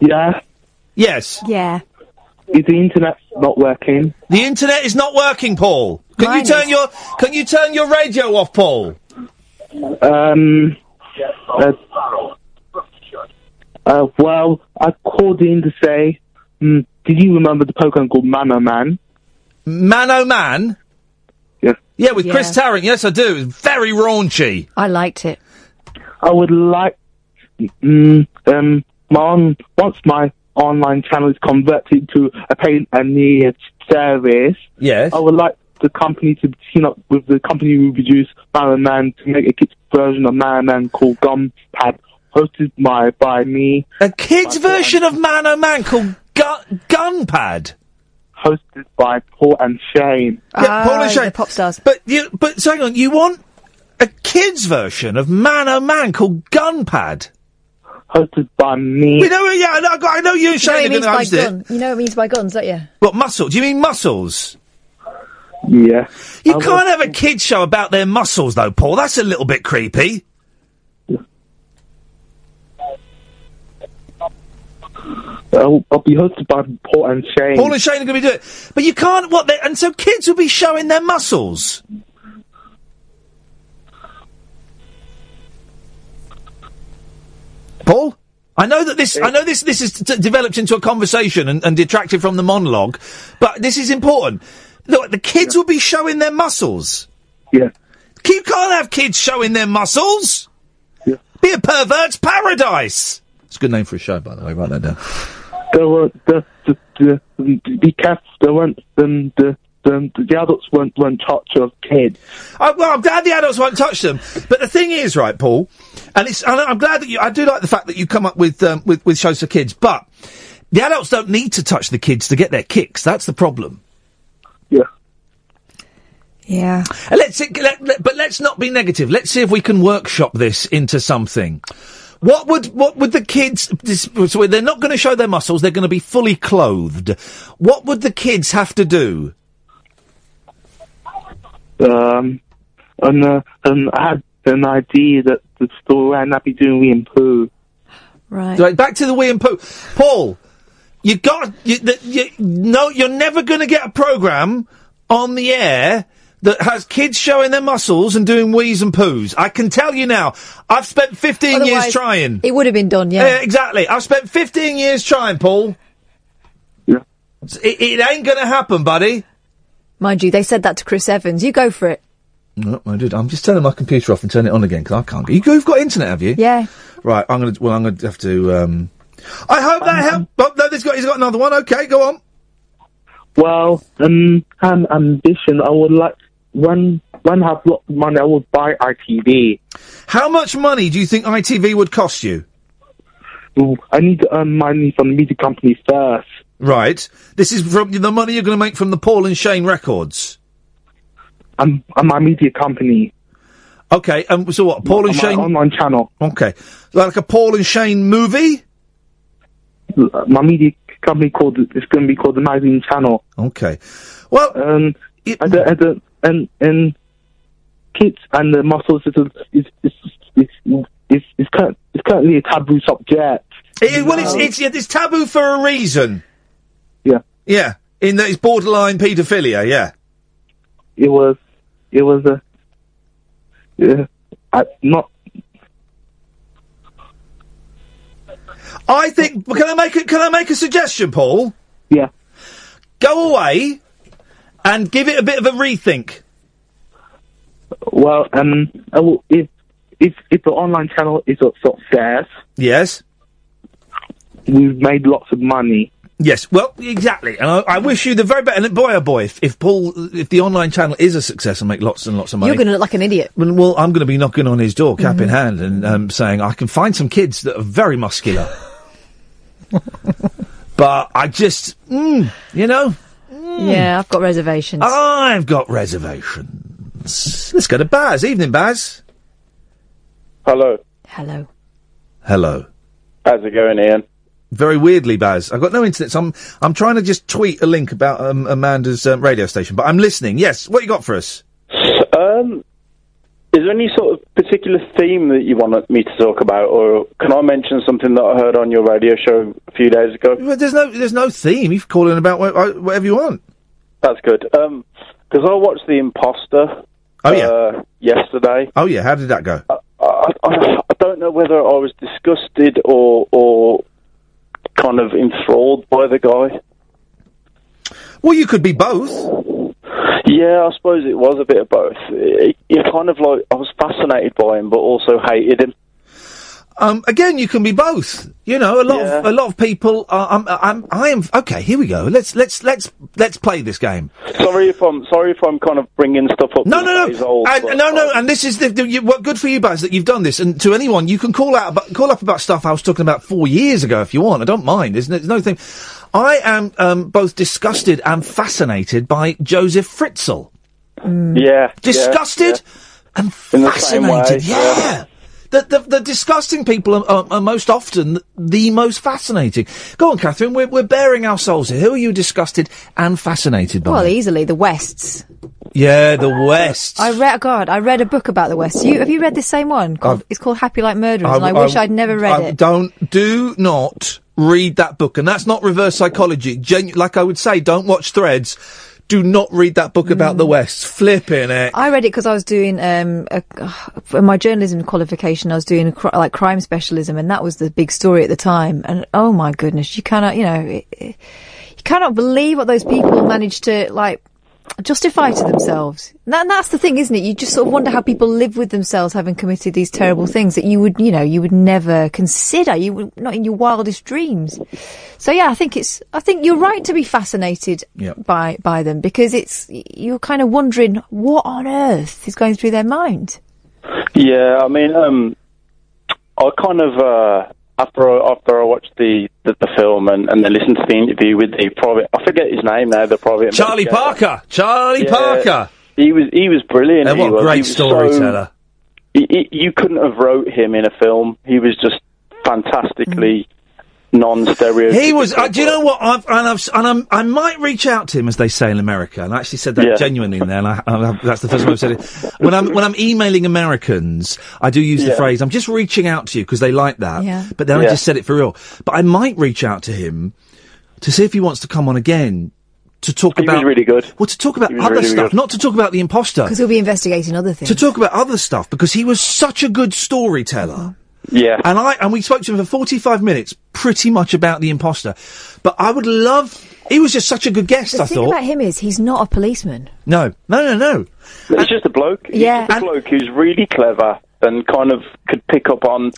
Speaker 7: Yeah.
Speaker 3: Yes.
Speaker 5: Yeah.
Speaker 7: Is the internet not working?
Speaker 3: The internet is not working, Paul. Can
Speaker 5: Mine
Speaker 3: you turn
Speaker 5: is.
Speaker 3: your Can you turn your radio off, Paul?
Speaker 7: Um. Uh, uh, well, I called in to say, mm, did you remember the program called Mano Man?
Speaker 3: Man oh man.
Speaker 7: Yeah.
Speaker 3: Yeah, with Chris
Speaker 5: Yeah.
Speaker 3: Tarrant. Yes, I do. It was very raunchy.
Speaker 5: I liked it.
Speaker 7: I would like. Mm, um. My on, once my online channel is converted to a paid and near service,
Speaker 3: Yes.
Speaker 7: I would like the company to team up with the company who produced Mario Man to make a kids version of Mario Man called Gumpad, hosted by, by me,
Speaker 3: A kids'
Speaker 7: My God.
Speaker 3: version of Man oh man called Gun Gunpad.
Speaker 7: hosted by Paul and Shane.
Speaker 3: Yeah, Paul and
Speaker 5: Ah,
Speaker 3: Shane.
Speaker 5: the pop stars.
Speaker 3: But you, but so hang on. You want a kids' version of Man oh man called Gunpad?
Speaker 7: Hosted by
Speaker 3: We
Speaker 7: me.
Speaker 3: know. Yeah, I know, I know you and
Speaker 5: You know what
Speaker 3: Shane
Speaker 5: it
Speaker 3: are going
Speaker 5: means
Speaker 3: to
Speaker 5: by
Speaker 3: host it.
Speaker 5: gun. You know what it means by guns, don't you?
Speaker 3: What muscle? Do you mean muscles?
Speaker 7: Yeah.
Speaker 3: You
Speaker 7: I was-
Speaker 3: can't have a kids' show about their muscles, though, Paul. That's a little bit creepy.
Speaker 7: uh, I'll, I'll be hosted by Paul and Shane.
Speaker 3: Paul and Shane are going to be doing it. But you can't, what, they, and so kids will be showing their muscles. Paul? I know that this, I know this, this is t- developed into a conversation and, and detracted from the monologue, but this is important. Look, the kids will be showing their muscles.
Speaker 7: yeah.
Speaker 3: You can't have kids showing their muscles.
Speaker 7: Yeah.
Speaker 3: Be a pervert's paradise. It's a good name for a show, by the way. Write that down.
Speaker 7: There were, the, the, the, the, be careful, there weren't, the, the, the, the adults weren't, weren't torture of kids.
Speaker 3: I, well, I'm glad the adults won't touch them. But the thing is, right, Paul, and it's, and I'm glad that you, I do like the fact that you come up with, um, with, with shows for kids, but the adults don't need to touch the kids to get their kicks. That's the problem.
Speaker 7: Yeah.
Speaker 5: Yeah.
Speaker 3: And let's, let, let- but let's not be negative. Let's see if we can workshop this into something. What would, what would the kids, this, so they're not going to show their muscles, they're going to be fully clothed. What would the kids have to do?
Speaker 7: um, and uh, and I had an idea that the store ran up be doing we and poo.
Speaker 5: Right.
Speaker 3: Right, back to the wee and poo. Paul, you got you, the, you, no. You're never going to get a program on the air that has kids showing their muscles and doing wheeze and poos. I can tell you now. I've spent 15 years
Speaker 5: Otherwise,
Speaker 3: trying. Eh.
Speaker 5: It would have been done, yeah.
Speaker 3: Yeah, exactly. I've spent 15 years trying, Paul.
Speaker 7: Yeah.
Speaker 3: It, it ain't going to happen, buddy.
Speaker 5: Mind you, they said that to Chris Evans. You go for it.
Speaker 3: No, I did. I'm just turning my computer off and turn it on again because I can't. You, you've got internet, have you?
Speaker 5: Yeah.
Speaker 3: Right. I'm gonna. Well, I'm gonna have to. Um, I hope that helped. Oh, no, this got, he's got another one. Okay, go on.
Speaker 7: Well, um, an ambition. I would like when when I have lots of money, I would buy ITV.
Speaker 3: How much money do you think ITV would cost you?
Speaker 7: Ooh, I need to earn money from the music company first.
Speaker 3: Right. This is from the money you're going to make from the Paul and Shane records.
Speaker 7: I'm, I'm my media company.
Speaker 3: Okay. Um, so what? Paul and
Speaker 7: uh, On my
Speaker 3: Shane.
Speaker 7: online channel.
Speaker 3: Okay. Like a Paul and Shane movie.
Speaker 7: Uh, My media company called it's going to be called the Magazine Channel.
Speaker 3: Okay. Well,
Speaker 7: um, and the, and, the, and and kids and the muscles is is is is is, is, cur- is currently a taboo subject. Um,
Speaker 3: It- it- well, it's it's yeah, it's taboo for a reason.
Speaker 7: Yeah.
Speaker 3: Yeah. In that it's borderline paedophilia. Yeah.
Speaker 7: It was it was a yeah, I, not
Speaker 3: I think. Can I make a, Can I make a suggestion, Paul?
Speaker 7: Yeah.
Speaker 3: Go away and give it a bit of a rethink.
Speaker 7: well. Um, I will, if if if the online channel is a success,
Speaker 3: Yes.
Speaker 7: we've made lots of money.
Speaker 3: Yes, well, exactly, and I, I wish you the very best. And boy, oh boy, if, if Paul, if the online channel is a success and make lots and lots of money,
Speaker 5: You're going to look like an idiot.
Speaker 3: Well, well, I'm going to be knocking on his door, cap in hand, and um, saying, I can find some kids that are very muscular. but I just, mm, you know,
Speaker 5: Yeah, I've got reservations.
Speaker 3: I've got reservations. Let's go to Baz. Evening, Baz.
Speaker 8: Hello.
Speaker 5: Hello.
Speaker 3: Hello.
Speaker 8: How's it going, Ian?
Speaker 3: Very weirdly, Baz. I've got no internet, so I'm, I'm trying to just tweet a link about um, Amanda's um, radio station, but I'm listening. Yes, what you got for us?
Speaker 8: Um, is there any sort of particular theme that you want me to talk about, or can I mention something that I heard on your radio show a few days ago?
Speaker 3: Well, there's no, there's no theme. You can call in about wha- uh, whatever you want.
Speaker 8: That's good. Because I watched The Imposter.
Speaker 3: Oh, yeah.
Speaker 8: Uh, yesterday,
Speaker 3: Oh yeah, how did that go?
Speaker 8: I, I, I don't know whether I was disgusted or or kind of enthralled by the guy.
Speaker 3: Well, you could be both.
Speaker 8: Yeah, I suppose it was a bit of both. It, it kind of like I was fascinated by him, but also hated him.
Speaker 3: Um, again, you can be both. You know, a lot of
Speaker 8: Yeah.
Speaker 3: a lot of people. Are, I'm, I'm, I am. Okay, here we go. Let's let's let's let's play this game.
Speaker 8: Sorry if I'm sorry if I'm kind of bringing stuff up.
Speaker 3: No,
Speaker 8: that
Speaker 3: no,
Speaker 8: is
Speaker 3: no,
Speaker 8: old, but
Speaker 3: and, no, no.
Speaker 8: I-
Speaker 3: And this is the, the you, what good for you, Baz, that you've done this. And to anyone, you can call out about, call up about stuff I was talking about four years ago if you want. I don't mind. There's no, there's no thing. I am um, both disgusted and fascinated by Joseph Fritzl.
Speaker 8: yeah,
Speaker 3: disgusted and
Speaker 8: In the same
Speaker 3: fascinated.
Speaker 8: way,
Speaker 3: yeah.
Speaker 8: yeah.
Speaker 3: The, the, the disgusting people are, are, are most often the most fascinating. Go on, Catherine. We're, we're bearing our souls here. Who are you disgusted and fascinated by?
Speaker 5: Well, easily the Wests.
Speaker 3: yeah, the West.
Speaker 5: I read. God, I read a book about the Wests. You have you read the same one? Called,
Speaker 3: I've-
Speaker 5: it's called Happy Like Murderers, and I, wish I'd never read
Speaker 3: I
Speaker 5: it.
Speaker 3: Don't do not read that book, and that's not reverse psychology. Genu- like I would say, don't watch Threads. Do not read that book about
Speaker 5: Mm.
Speaker 3: the West. Flipping it.
Speaker 5: I read it because I was doing um, a, for my journalism qualification. I was doing a cri- like crime specialism, and that was the big story at the time. And oh my goodness, you cannot, you know, it, it- you cannot believe what those people managed to like justify to themselves. And that- and that's the thing, isn't it? You just sort of wonder how people live with themselves having committed these terrible things that you would, you know, you would never consider. You would not in your wildest dreams. So yeah, I think it's. I think you're right to be fascinated
Speaker 3: Yeah.
Speaker 5: by by them because it's you're kind of wondering what on earth is going through their mind.
Speaker 8: Yeah, I mean, um, I kind of uh, after I, after I watched the, the the film and and then listened to the interview with the private, I forget his name now, the private
Speaker 3: Charlie
Speaker 8: investigator.
Speaker 3: Parker. Charlie
Speaker 8: Yeah.
Speaker 3: Parker.
Speaker 8: He was he was brilliant.
Speaker 3: And
Speaker 8: he
Speaker 3: what a
Speaker 8: was. He
Speaker 3: great
Speaker 8: was so-
Speaker 3: storyteller.
Speaker 8: he- he- you couldn't have wrote him in a film. He was just fantastically non-stereotypical.
Speaker 3: Mm. He was. Uh, do you know what? I've, and I've, s- and I'm, I might reach out to him, as they say in America. And I actually said that
Speaker 8: Yeah.
Speaker 3: genuinely in there. And I, I, I- that's the first time I've said it. When I'm when I'm emailing Americans, I do use the
Speaker 8: Yeah.
Speaker 3: phrase. I'm just reaching out to you because they like that.
Speaker 5: Yeah.
Speaker 3: But then I
Speaker 8: Yeah.
Speaker 3: just said it for real. But I might reach out to him to see if he wants to come on again to talk
Speaker 8: He was
Speaker 3: about
Speaker 8: really good.
Speaker 3: Well, to talk about
Speaker 8: He was
Speaker 3: other
Speaker 8: really
Speaker 3: stuff,
Speaker 8: good.
Speaker 3: not to talk about the imposter.
Speaker 5: Because we'll be investigating other things.
Speaker 3: Uh. To talk about other stuff because he was such a good storyteller.
Speaker 5: Uh-huh.
Speaker 8: Yeah,
Speaker 3: And I and we spoke to him for 45 minutes, pretty much about the imposter. But I would love He was just such a good guest,
Speaker 5: The
Speaker 3: I
Speaker 5: thing
Speaker 3: thought.
Speaker 5: about him is he's not a policeman.
Speaker 3: No, Oh, no, no, no.
Speaker 8: It's just a bloke. He's
Speaker 5: Yeah.
Speaker 8: just a bloke who's really clever and kind of could pick up on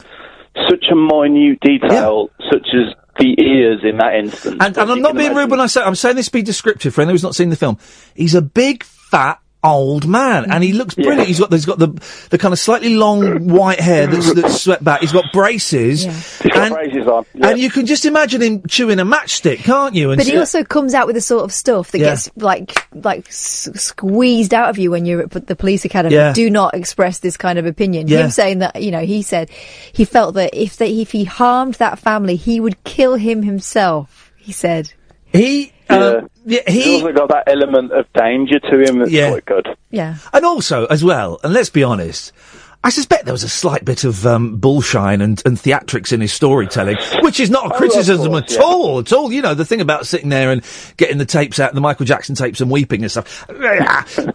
Speaker 8: such a minute detail, such as the ears in that instance.
Speaker 3: And, and I'm not being rude when I say I'm saying this to be descriptive for anyone who's not seen the film. He's a big fat old man, and he looks brilliant. He's got he's got the the kind of slightly long white hair that's, that's swept back. He's got braces,
Speaker 8: He's got
Speaker 3: and,
Speaker 8: braces on.
Speaker 3: and you can just imagine him chewing a matchstick, can't you? And
Speaker 5: But he
Speaker 3: s-
Speaker 5: also comes out with the sort of stuff that
Speaker 3: Yeah.
Speaker 5: gets like like s- squeezed out of you when you're at p- the police academy.
Speaker 3: Yeah.
Speaker 5: Do not express this kind of opinion.
Speaker 3: Yeah.
Speaker 5: Him saying that you know he said he felt that if they, if he harmed that family, he would kill him himself. He said,
Speaker 3: he uh, yeah,
Speaker 8: He's
Speaker 3: he
Speaker 8: also got that element of danger to him that's
Speaker 3: Yeah.
Speaker 8: quite good.
Speaker 5: yeah.
Speaker 3: And also, as well, and let's be honest, I suspect there was a slight bit of um, bullshine and, and theatrics in his storytelling, which is not a criticism
Speaker 8: Oh, course,
Speaker 3: at
Speaker 8: yeah.
Speaker 3: all, at all. You know, the thing about sitting there and getting the tapes out, the Michael Jackson tapes and weeping and stuff.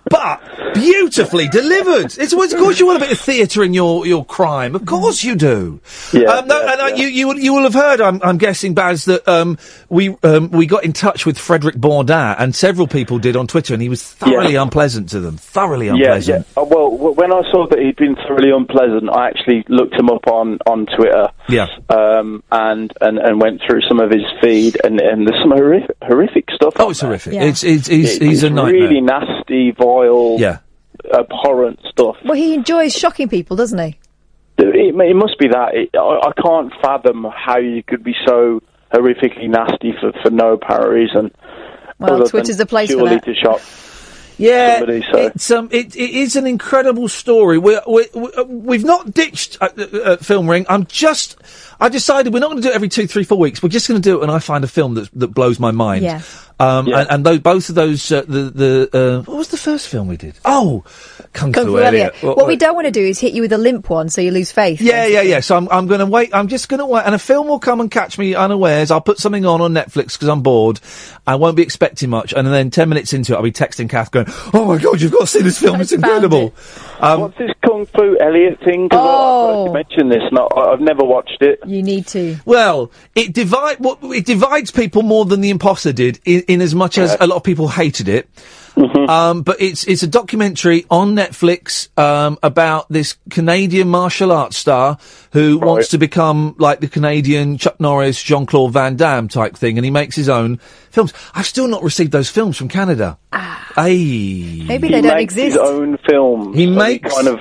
Speaker 3: but beautifully delivered. It's, well, of course you want a bit of theatre in your, your crime. Of course you do.
Speaker 8: Yeah,
Speaker 3: um, no,
Speaker 8: yeah,
Speaker 3: and uh,
Speaker 8: yeah.
Speaker 3: you, you, will- you will have heard, I'm, I'm guessing, Baz, that um, we, um, we got in touch with Frederick Bourdin and several people did on Twitter and he was thoroughly unpleasant to them. Thoroughly
Speaker 8: Yeah,
Speaker 3: unpleasant.
Speaker 8: yeah. Uh, well, w- when I saw that he'd been thoroughly unpleasant, I actually looked him up on, on Twitter.
Speaker 3: Yeah.
Speaker 8: Um, and, and, and went through some of his feed, and, and there's some horrific, horrific stuff.
Speaker 3: Oh,
Speaker 8: on
Speaker 3: it's
Speaker 8: there.
Speaker 3: horrific.
Speaker 5: Yeah.
Speaker 3: It's, it's, he's,
Speaker 8: It-
Speaker 3: he's
Speaker 8: it's
Speaker 3: a nightmare.
Speaker 8: Really nasty, vile,
Speaker 3: Yeah.
Speaker 8: abhorrent stuff.
Speaker 5: Well, he enjoys shocking people, doesn't he?
Speaker 8: It, it must be that. It, I, I can't fathom how you could be so horrifically nasty for, for no apparent reason.
Speaker 5: Well,
Speaker 8: other
Speaker 5: Twitter's
Speaker 8: than
Speaker 5: the place for
Speaker 8: purely
Speaker 5: that.
Speaker 8: to shock.
Speaker 3: Yeah,
Speaker 8: somebody, so-
Speaker 3: it's um, it, it is an incredible story. We we uh, we've not ditched uh, uh, uh, film ring. I'm just, I decided we're not going to do it every two, three, four weeks. We're just going to do it when I find a film that that blows my mind.
Speaker 5: Yeah.
Speaker 3: Um,
Speaker 8: Yeah.
Speaker 3: and, and tho- both of those, uh, the the uh, what was the first film we did? Oh, Kung,
Speaker 5: Kung
Speaker 3: Fu,
Speaker 5: Fu
Speaker 3: Elliot.
Speaker 5: Elliot. What, we don't want to do is hit you with a limp one so you lose faith.
Speaker 3: Yeah, yeah, yeah. So I'm, I'm going to wait. I'm just going to wait, and a film will come and catch me unawares. I'll put something on on Netflix because I'm bored. I won't be expecting much, and then ten minutes into it, I'll be texting Kath going, "Oh my god, you've got to see this film! It's
Speaker 5: I found
Speaker 3: incredible." Um,
Speaker 8: What's this Kung Fu Elliot thing? 'Cause I-
Speaker 5: Oh.
Speaker 8: I, I mentioned this. Not, I, I've never watched it.
Speaker 5: You need to.
Speaker 3: well, it divide what it divides people more than The Imposter did, in, in as much as a lot of people hated it.
Speaker 5: Mm-hmm.
Speaker 3: Um, but it's it's a documentary on Netflix um, about this Canadian martial arts star who wants to become like the Canadian Chuck Norris, Jean Claude Van Damme type thing, and he makes his own films. I've still not received those films from Canada. Ay.
Speaker 5: Ah. Maybe
Speaker 8: he
Speaker 5: they don't
Speaker 8: makes his
Speaker 5: exist.
Speaker 8: own film.
Speaker 3: He makes
Speaker 8: kind of.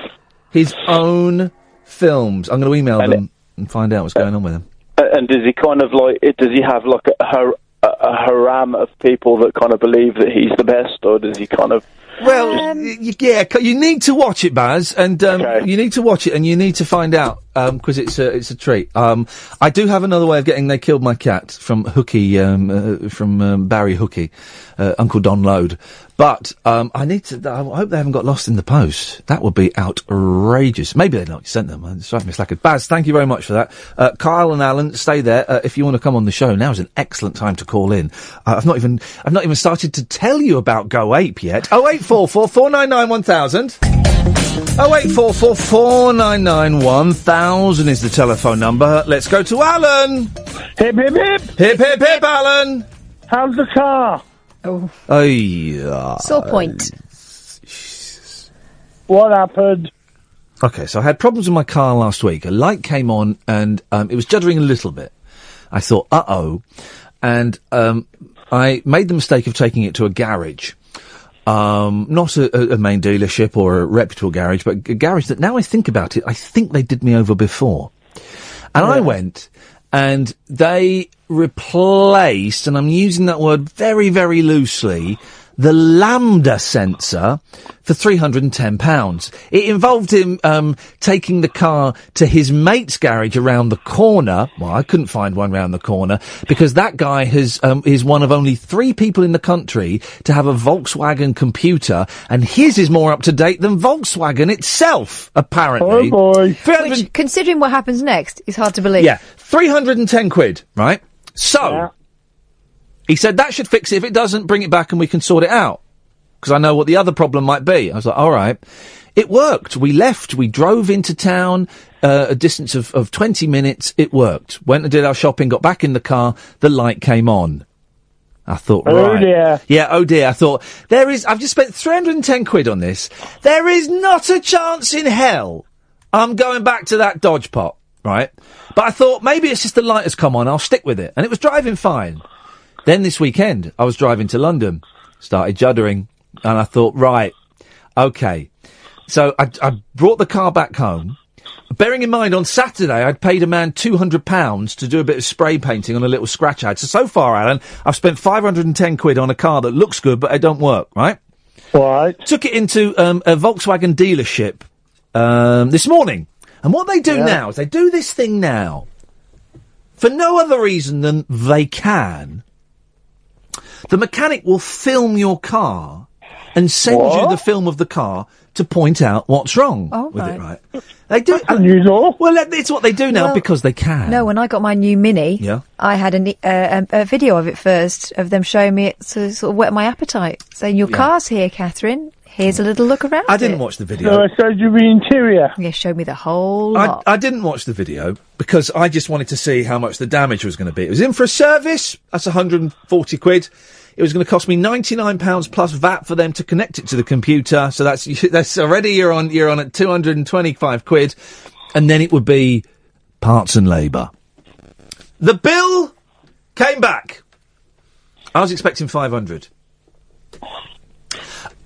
Speaker 3: his own films. I'm going to email
Speaker 8: And
Speaker 3: them and find out what's going on with them.
Speaker 8: And does he kind of like? it- Does he have like a, har- a, a haram of people that kind of believe that he's the best, or does he kind of?
Speaker 3: Well, y- y- yeah, c- you need to watch it, Baz, and um,
Speaker 8: Okay.
Speaker 3: you need to watch it, and you need to find out because it's a it's a treat. Um, I do have another way of getting "They Killed My Cat" from Hooky, um, uh, from um, Barry Hooky, uh, Uncle Don Lode, but um, I need to. I hope they haven't got lost in the post. That would be outrageous. Maybe they not sent them. It's driving me slackers. Baz, thank you very much for that. Uh, Kyle and Alan, stay there. Uh, if you want to come on the show, now is an excellent time to call in. Uh, I've not even I've not even started to tell you about Go Ape yet. Oh eight four four four nine nine one thousand. Oh eight four four four nine nine one thousand is the telephone number. Let's go to Alan.
Speaker 7: Hip, hip, hip!
Speaker 3: Hip hip hip, Alan.
Speaker 7: How's the car?
Speaker 5: Oh,
Speaker 3: Oh yeah.
Speaker 5: sore point.
Speaker 7: What happened?
Speaker 3: Okay, so I had problems with my car last week. A light came on and um, it was juddering a little bit. I thought, uh oh. And um, I made the mistake of taking it to a garage. Um, not a, a- a main dealership or a reputable garage, but a garage that now I think about it, I think they did me over before. And I went and they replaced, and I'm using that word very, very loosely, the lambda sensor for £310. It involved him um, taking the car to his mate's garage around the corner. Well, I couldn't find one round the corner because that guy has um, is one of only three people in the country to have a Volkswagen computer, and his is more up to date than Volkswagen itself, apparently.
Speaker 7: Oh, boy.
Speaker 3: 300
Speaker 5: Which, considering what happens next, is hard to believe.
Speaker 3: yeah, 310 quid, right? So,
Speaker 7: Yeah.
Speaker 3: he said that should fix it. If it doesn't, bring it back and we can sort it out. Because I know what the other problem might be. I was like, all right. It worked. We left. We drove into town uh, a distance of, of 20 minutes. It worked. Went and did our shopping, got back in the car. The light came on. I thought,
Speaker 9: Oh,
Speaker 3: right.
Speaker 9: dear.
Speaker 3: Yeah, oh dear. I thought, there is, I've just spent 310 quid on this. There is not a chance in hell I'm going back to that dodge pot, right? But I thought, maybe it's just the light has come on, I'll stick with it. And it was driving fine. Then this weekend, I was driving to London, started juddering, and I thought, right, okay. So I, I brought the car back home. Bearing in mind, on Saturday, I'd paid a man £200 to do a bit of spray painting on a little scratch I had. So, so far, Alan, I've spent 510 quid on a car that looks good, but it don't work, right?
Speaker 9: Right.
Speaker 3: Took it into um, a Volkswagen dealership um, this morning. And what they do
Speaker 9: Yeah.
Speaker 3: now is they do this thing now for no other reason than they can. The mechanic will film your car and send you the film of the car to point out what's wrong
Speaker 5: Oh,
Speaker 3: with it, right? They do.
Speaker 9: unusual.
Speaker 3: Well, that- it's what they do now
Speaker 5: Well-
Speaker 3: because they can.
Speaker 5: No, when I got my new Mini,
Speaker 3: Yeah.
Speaker 5: I had an, e- uh, a, a video of it first of them showing me it to sort of whet my appetite, saying, "Your
Speaker 3: Yeah.
Speaker 5: car's here, Catherine. Here's a little look around."
Speaker 3: I didn't
Speaker 5: it."
Speaker 3: watch the video.
Speaker 9: showed you the interior.
Speaker 5: They showed me the whole
Speaker 3: I,
Speaker 5: lot.
Speaker 3: I didn't watch the video because I just wanted to see how much the damage was going to be. It was in for a service. That's 140 quid. It was going to cost me 99 pounds plus VAT for them to connect it to the computer. So that's that's already you're on you're on at 225 quid, and then it would be parts and labour. The bill came back. I was expecting 500.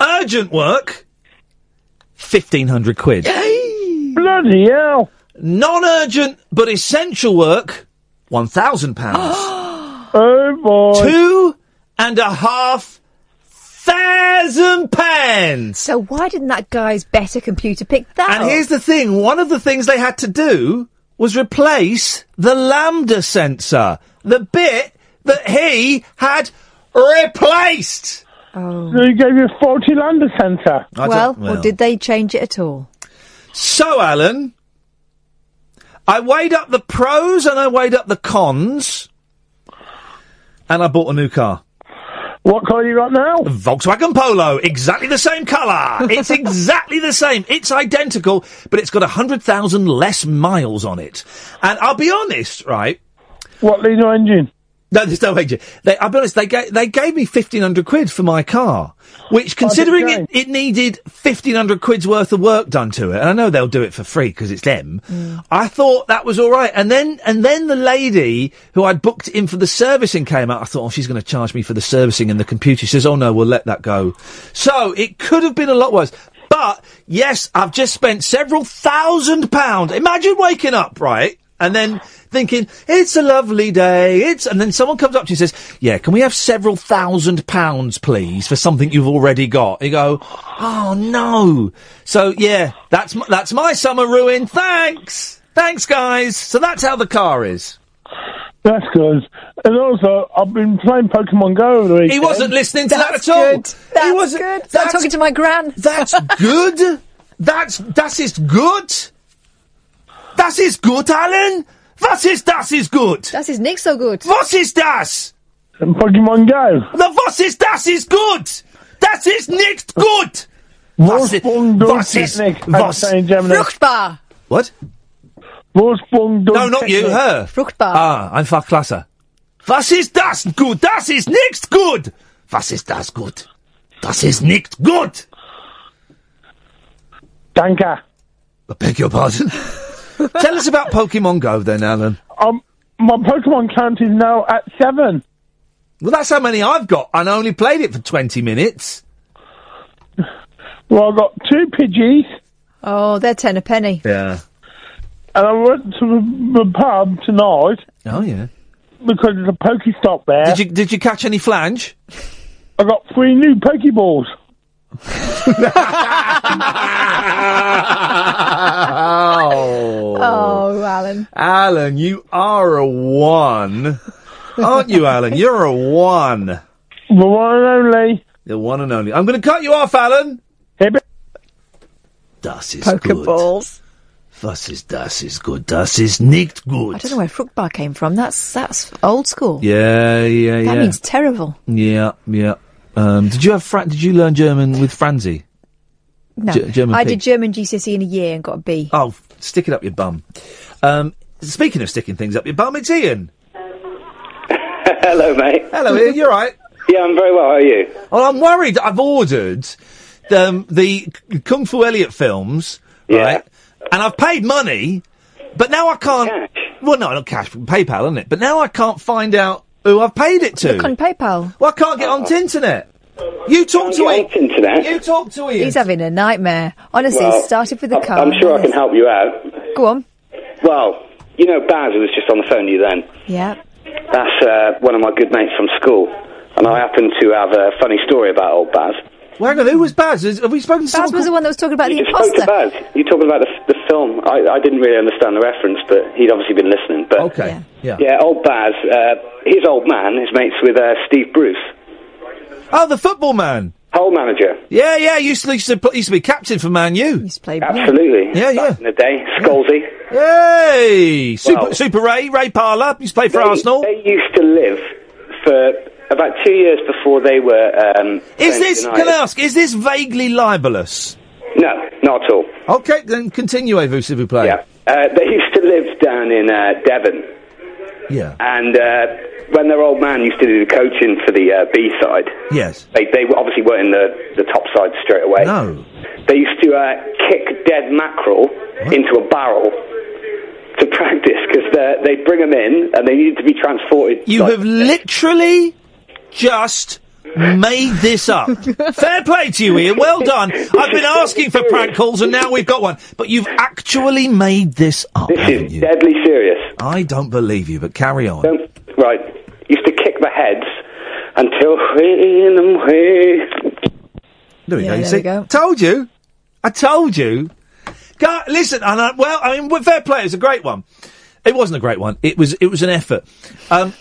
Speaker 3: Urgent work, 1500 quid.
Speaker 9: Bloody hell.
Speaker 3: Non-urgent but essential work, one thousand pounds. Um,
Speaker 9: Oh, boy.
Speaker 3: Two and a half thousand pounds.
Speaker 5: so why didn't that guy's better computer pick that?
Speaker 3: And
Speaker 5: up?
Speaker 3: here's the thing: one of the things they had to do was replace the lambda sensor, the bit that he had replaced.
Speaker 9: So you gave you 40 Lander Centre.
Speaker 3: I don't-
Speaker 5: Oh. well, well, did they change it at all?
Speaker 3: So, Alan, I weighed up the pros and I weighed up the cons, and I bought a new car.
Speaker 9: What car you got now?
Speaker 3: Volkswagen Polo, exactly the same colour. It's exactly the same. It's identical, but it's got 100,000 less miles on it. And I'll be honest, right?
Speaker 9: What leader engine?
Speaker 3: No, there's no engine. They, I'll be honest, they, ga- they gave me 1,500 quid for my car, which considering it, it needed 1,500 quid's worth of work done to it, and I know they'll do it for free because it's them, I thought that was all right. And then, and then the lady who I'd booked in for the servicing came out. I thought, oh, she's going to charge me for the servicing and the computer. She says, oh no, we'll let that go. So it could have been a lot worse. But yes, I've just spent several thousand pounds. Imagine waking up, right? And then thinking, it's a lovely day. It's, and then someone comes up to you and says, yeah, can we have several thousand pounds, please, for something you've already got? You go, oh no. So yeah, that's, m- that's my summer ruin. Thanks. Thanks guys. So that's how the car is.
Speaker 9: That's good. And also, I've been playing Pokemon Go over the weekend.
Speaker 3: He wasn't listening to
Speaker 5: That's
Speaker 3: that at all.
Speaker 5: good. That's
Speaker 3: he wasn't,
Speaker 5: good. Start talking to my gran.
Speaker 3: That's good. That's das ist gut. Das ist gut, Alan. Was ist das ist gut?
Speaker 5: That's his Nick so good.
Speaker 3: Was ist das?
Speaker 9: Pokemon Go.
Speaker 3: Na, was ist das ist gut? Das ist nicht gut. Was, i-
Speaker 9: Wolfsburg durch
Speaker 3: was ist
Speaker 9: Technik.
Speaker 3: was?
Speaker 9: I'm saying Germany.
Speaker 5: Fruchtbar.
Speaker 3: What?
Speaker 9: Wolfsburg durch
Speaker 3: No, not you.
Speaker 9: Technik.
Speaker 3: Her.
Speaker 5: Fruchtbar.
Speaker 3: Ah, einfach klasse. Was ist das gut? Das ist nicht gut. Was ist das gut? Das ist nicht gut.
Speaker 9: Danke.
Speaker 3: I beg your pardon. Tell us about Pokemon Go then, Alan.
Speaker 9: Um, my Pokemon count is now at seven.
Speaker 3: Well, that's how many I've got, and I only played it for 20 minutes.
Speaker 9: Well, I've got two Pidgeys,
Speaker 5: Oh, they're ten a penny.
Speaker 3: Yeah.
Speaker 9: and I went to the, the pub tonight
Speaker 3: Oh, yeah.
Speaker 9: because there's a Pokestop there.
Speaker 3: Did you, did you catch any flange?
Speaker 9: I got three new Pokeballs.
Speaker 3: oh.
Speaker 5: Oh, Alan.
Speaker 3: Alan, you are a one. Aren't you, Alan? You're a one.
Speaker 9: The one and only.
Speaker 3: The one and only. I'm going to cut you off, Alan.
Speaker 9: Hib-
Speaker 3: Das ist gut.
Speaker 5: Pokeballs.
Speaker 3: Was ist das ist gut? Das ist nicht gut.
Speaker 5: I don't know where Fruchtbar came from. That's that's old school.
Speaker 3: Yeah, yeah,
Speaker 5: That
Speaker 3: yeah.
Speaker 5: means terrible.
Speaker 3: Yeah, yeah. Um, did you have Fran- did you learn German with Franzi?
Speaker 5: No,
Speaker 3: Ge- German
Speaker 5: I
Speaker 3: pig.
Speaker 5: did German GCSE E in a year and got a B.
Speaker 3: Oh, f- stick it up your bum. Um, speaking of sticking things up your bum, it's Ian.
Speaker 10: Hello, mate.
Speaker 3: Hello, Ian. You're right.
Speaker 11: Yeah, I'm very well. How are you?
Speaker 3: Well, I'm worried. that I've ordered the, um, the K- Kung Fu Elliot films, right? And I've paid money, but now I can't. Well, no, not cash, PayPal, isn't it? But now I can't find out who I've paid it to.
Speaker 5: Look on PayPal.
Speaker 3: Well, I can't get onto internet. You talk to it. You talk to it.
Speaker 5: He's having a nightmare. Honestly,
Speaker 11: Well,
Speaker 5: it started with the car.
Speaker 11: I'm sure I can help you out.
Speaker 5: Go on.
Speaker 11: Well, you know, Baz was just on the phone to you then.
Speaker 5: Yeah.
Speaker 11: That's uh, one of my good mates from school. And I happen to have a funny story about old Baz.
Speaker 3: Well, hang on, who was Baz? Is- Have we spoken to
Speaker 5: Baz was the one that was talking about the
Speaker 11: you just spoke to
Speaker 5: imposter.
Speaker 11: Baz. You're talking about the, the film. I, I didn't really understand the reference, but he'd obviously been listening. But
Speaker 3: okay, yeah.
Speaker 11: old Baz, uh, his old man is mates with uh, Steve Bruce,
Speaker 3: Oh, the football man.
Speaker 11: whole manager.
Speaker 3: Yeah, yeah. Used to, used to, pl- used to be captain for Man U. Used
Speaker 5: to play.
Speaker 11: Absolutely.
Speaker 3: Yeah, yeah.
Speaker 11: Back in the day, Scalzi.
Speaker 3: Yay! Super, Super Ray, Ray Parler. Used to play for
Speaker 11: they,
Speaker 3: Arsenal.
Speaker 11: They used to live for about two years before they were. Um,
Speaker 3: Is
Speaker 11: Friends
Speaker 3: this? Can
Speaker 11: United.
Speaker 3: I ask? Is this vaguely libelous?
Speaker 11: No, not at all.
Speaker 3: Okay, then continue, Evu, s'il vous plaît. Yeah.
Speaker 11: Uh, they used to live down in uh, Devon.
Speaker 3: Yeah.
Speaker 11: And uh, when their old man used to do the coaching for the uh, B side,
Speaker 3: Yes.
Speaker 11: they, they obviously weren't in the, the top side straight away.
Speaker 3: No.
Speaker 11: They used to uh, kick dead mackerel into a barrel to practice because they'd bring them in and they needed to be transported.
Speaker 3: You have literally just made this up. Fair play to you, Ian. Well done. I've been asking for prank calls, and now we've got one. But you've actually made this up. This is
Speaker 11: deadly serious.
Speaker 3: I don't believe you, but carry on.
Speaker 11: Don't, right. Used to kick the heads until in them way.
Speaker 3: There we
Speaker 11: Yeah,
Speaker 3: go. You
Speaker 11: there
Speaker 3: see,
Speaker 11: we go.
Speaker 3: told you. I told you. Go, listen, and I, well, I mean, well, fair play. It was a great one. It wasn't a great one. It was. It was an effort. Um,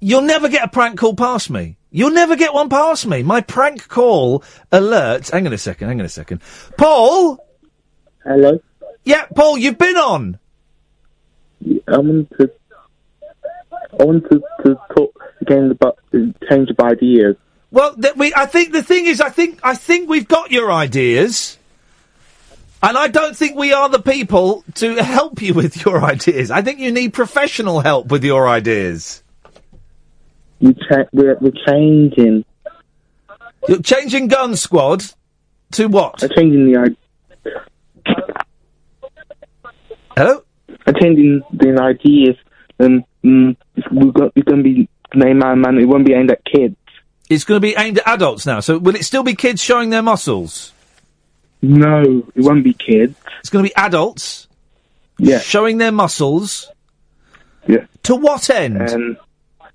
Speaker 3: you'll never get a prank call past me. You'll never get one past me. My prank call alert. Hang on a second. Hang on a second. Paul.
Speaker 7: Hello.
Speaker 3: Yeah, Paul, you've been on.
Speaker 7: I wanted to, I wanted to, to talk again about the change of ideas.
Speaker 3: Well, th- we. I think the thing is, I think I think we've got your ideas, and I don't think we are the people to help you with your ideas. I think you need professional help with your ideas.
Speaker 7: We cha- we're, we're changing.
Speaker 3: You're changing gun squad to what?
Speaker 7: I'm changing the idea.
Speaker 3: Hello?
Speaker 7: I'm changing the ideas. Um, mm, it's, we're going to be named Man Man. It won't be aimed at kids.
Speaker 3: It's going to be aimed at adults now. So will it still be kids showing their muscles?
Speaker 7: No, it won't be kids.
Speaker 3: It's going to be adults.
Speaker 7: Yeah.
Speaker 3: Showing their muscles.
Speaker 7: Yeah.
Speaker 3: To what end?
Speaker 7: Um,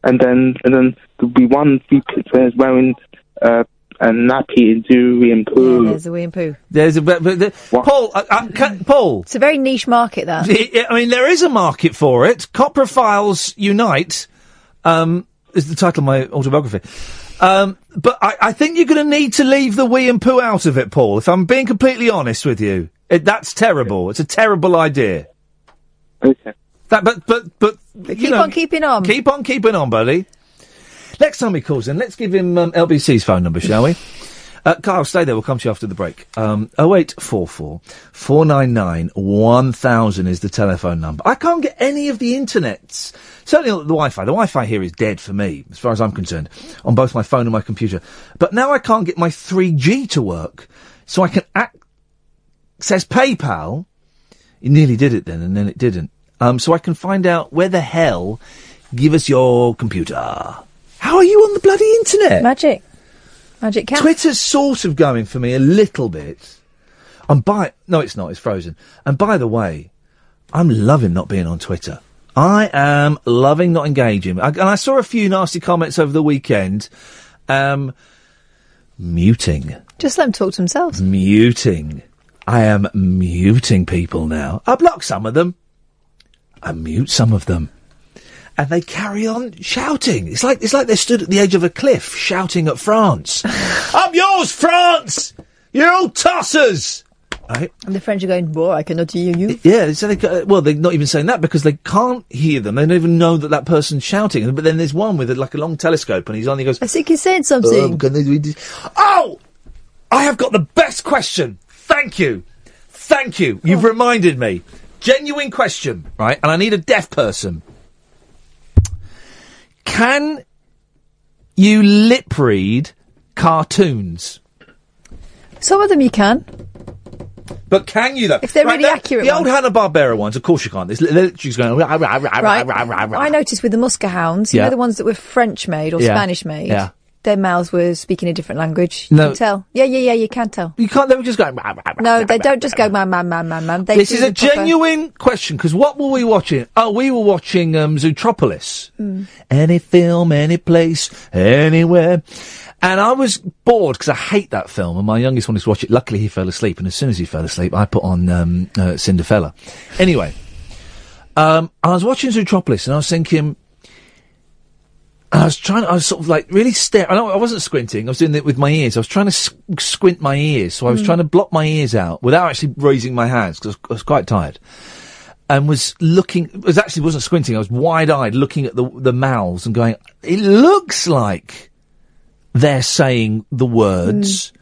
Speaker 7: and then and then there'll be one few kids that's wearing uh, a nappy and doing and poo.
Speaker 5: There's the wee and poo.
Speaker 3: There's a but- but the- Paul. Uh, uh, can, Paul.
Speaker 5: It's a very niche market, that.
Speaker 3: I I mean, there is a market for it. Coprophiles Unite um, is the title of my autobiography. Um, but I, I think you're going to need to leave the wee and poo out of it, Paul. If I'm being completely honest with you, it, that's terrible. It's a terrible idea.
Speaker 7: Okay.
Speaker 3: That, but but but,
Speaker 5: keep on keeping on.
Speaker 3: Keep on keeping on, buddy. Next time he calls in, let's give him um, LBC's phone number, shall we? Uh, Carl, stay there. We'll come to you after the break. Um, 0844 499 1000 is the telephone number. I can't get any of the internets. Certainly not the Wi-Fi. The Wi-Fi here is dead for me, as far as I'm concerned, on both my phone and my computer. But now I can't get my 3G to work, so I can access PayPal. It nearly did it then, and then it didn't. Um, so I can find out where the hell. Give us your computer. How are you on the bloody internet?
Speaker 5: Magic. Magic cat.
Speaker 3: Twitter's sort of going for me a little bit. And by no, it's not. It's frozen. And by the way, I'm loving not being on Twitter. I am loving not engaging. I, and I saw a few nasty comments over the weekend. Um, muting,
Speaker 5: Just let them talk to themselves.
Speaker 3: muting. I am muting people now. I block some of them. I mute some of them. And they carry on shouting. It's like it's like they stood at the edge of a cliff shouting at France. I'm yours, France! You're all tossers! Right?
Speaker 5: And the French are going, boy, I cannot hear you.
Speaker 3: Yeah, so they, ca- well, they're not even saying that because they can't hear them. They don't even know that that person's shouting. But then there's one with a, like a long telescope and he's on, he goes,
Speaker 5: I think he's saying something.
Speaker 3: Oh, can they do this? Oh! I have got the best question. Thank you. Thank you. You've
Speaker 5: Oh.
Speaker 3: reminded me. Genuine question, right? And I need a deaf person. Can you lip read cartoons.
Speaker 5: Some of them you can.
Speaker 3: But can you though?
Speaker 5: If they're really accurate
Speaker 3: the old
Speaker 5: ones.
Speaker 3: Hanna Barbera ones, of course you can't. It's li- they're literally just going. Rah, rah, rah,
Speaker 5: Right.
Speaker 3: rah, rah, rah.
Speaker 5: I noticed with the Musker hounds, you
Speaker 3: Yeah.
Speaker 5: know the ones that were French made or
Speaker 3: Yeah.
Speaker 5: Spanish made.
Speaker 3: Yeah.
Speaker 5: Their mouths were speaking a different language. You
Speaker 3: No.
Speaker 5: can tell. Yeah, yeah, yeah. You can tell.
Speaker 3: You can't. They were just going. Rah, rah, rah,
Speaker 5: No, they don't just go man, man, man, man, man. They
Speaker 3: this
Speaker 5: do
Speaker 3: is
Speaker 5: the
Speaker 3: a
Speaker 5: proper-
Speaker 3: genuine question because what were we watching? Oh, we were watching um, Zootropolis.
Speaker 5: Mm.
Speaker 3: Any film, any place, anywhere. And I was bored because I hate that film, and my youngest wanted to watch it. Luckily, he fell asleep, and as soon as he fell asleep, I put on um, uh, Cinderfella. Anyway, um, I was watching Zootropolis, and I was thinking, and I was trying. I was sort of like really stare. I, know I wasn't squinting. I was doing it with my ears. I was trying to s- squint my ears, so I was
Speaker 12: Mm.
Speaker 3: trying to block my ears out without actually raising my hands because I was quite tired. And was looking. Was actually wasn't squinting. I was wide eyed, looking at the the mouths and going. It looks like they're saying the words.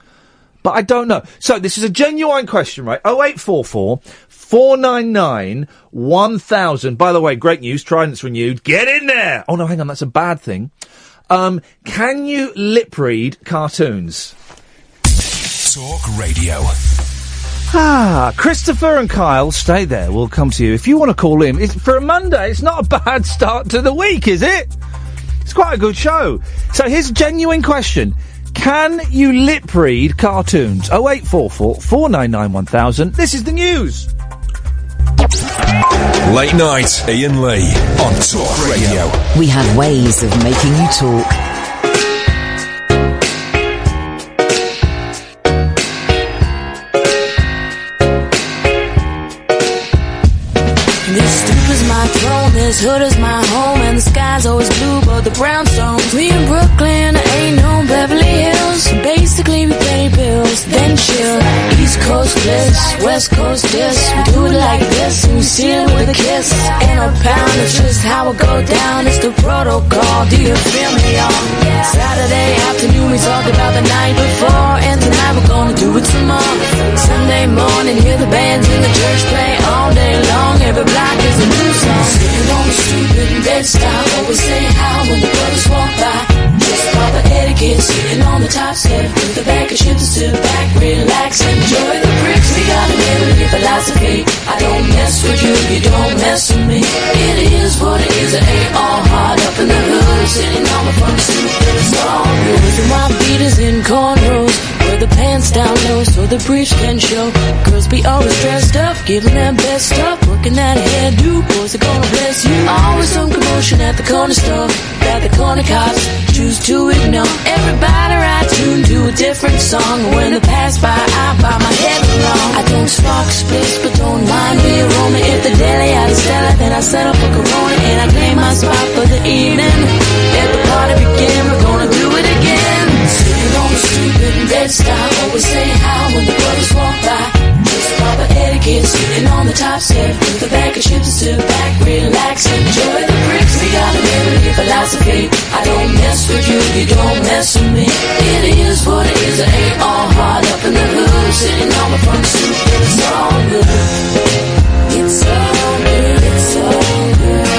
Speaker 3: But I don't know. So this is a genuine question, right? 0844 499 1000. By the way, great news. Trident's renewed. Get in there. Oh no, hang on. That's a bad thing. Um, can you lip read cartoons?
Speaker 2: Talk radio.
Speaker 3: Ah, Christopher and Kyle, stay there. We'll come to you if you want to call in. It's, for a Monday, it's not a bad start to the week, is it? It's quite a good show. So here's a genuine question: Can you lip read cartoons? 0844 499 1000. This is the news.
Speaker 2: Late night, Ian Lee on Talk Radio.
Speaker 1: We have ways of making you talk.
Speaker 13: This stoop is my throne, this hood is my home, and the sky's always blue, but the brownstones. We in Brooklyn, ain't no Beverly Hills. Basically, we pay bills, then chill. East Coast bliss, West Coast diss. We do it like this, and you seal it with a kiss. In a pound, it's just how it go down. It's the protocol. Do you feel me, y'all? Saturday afternoon, we talk about the night before, and tonight we're gonna do it some more. Sunday morning, hear the bands in the church play all day long. Every block is a new song. Sitting on the stoop in bed style, always say hi when the brothers walk by. Just proper etiquette, sitting on the top step with the back of shit to sit back, relax, enjoy the bricks. We got a liberty philosophy. I don't mess with you, you don't mess with me. It is what it is. It ain't all hard up in the hood, sitting on the front stoop. It's all good. With my beaters in cornrows, wear the pants down low so the briefs can show. Girls be always dressed up, giving their best stuff, working that hairdo. Boys are gonna bless you. Always some commotion at the corner store, that the corner cops choose to ignore. Everybody I tune to a different song. When they pass by, I bow my head along. I don't spark splits, but don't mind me roaming. If the deli out of Stella, then I set up a Corona and I claim my spot for the evening. Let the party begin, we're gonna do it again. Sitting on the stupid bed style, always say hi when the brothers walk by. Just proper etiquette, sitting on the top step with the bag of chips, sit back, relax, enjoy the bricks. We got a liberty philosophy. I don't mess with you, you don't mess with me. It is what it is, it ain't all hard up in the hood, sitting on the front stoop. It's all good. It's all good. It's all good.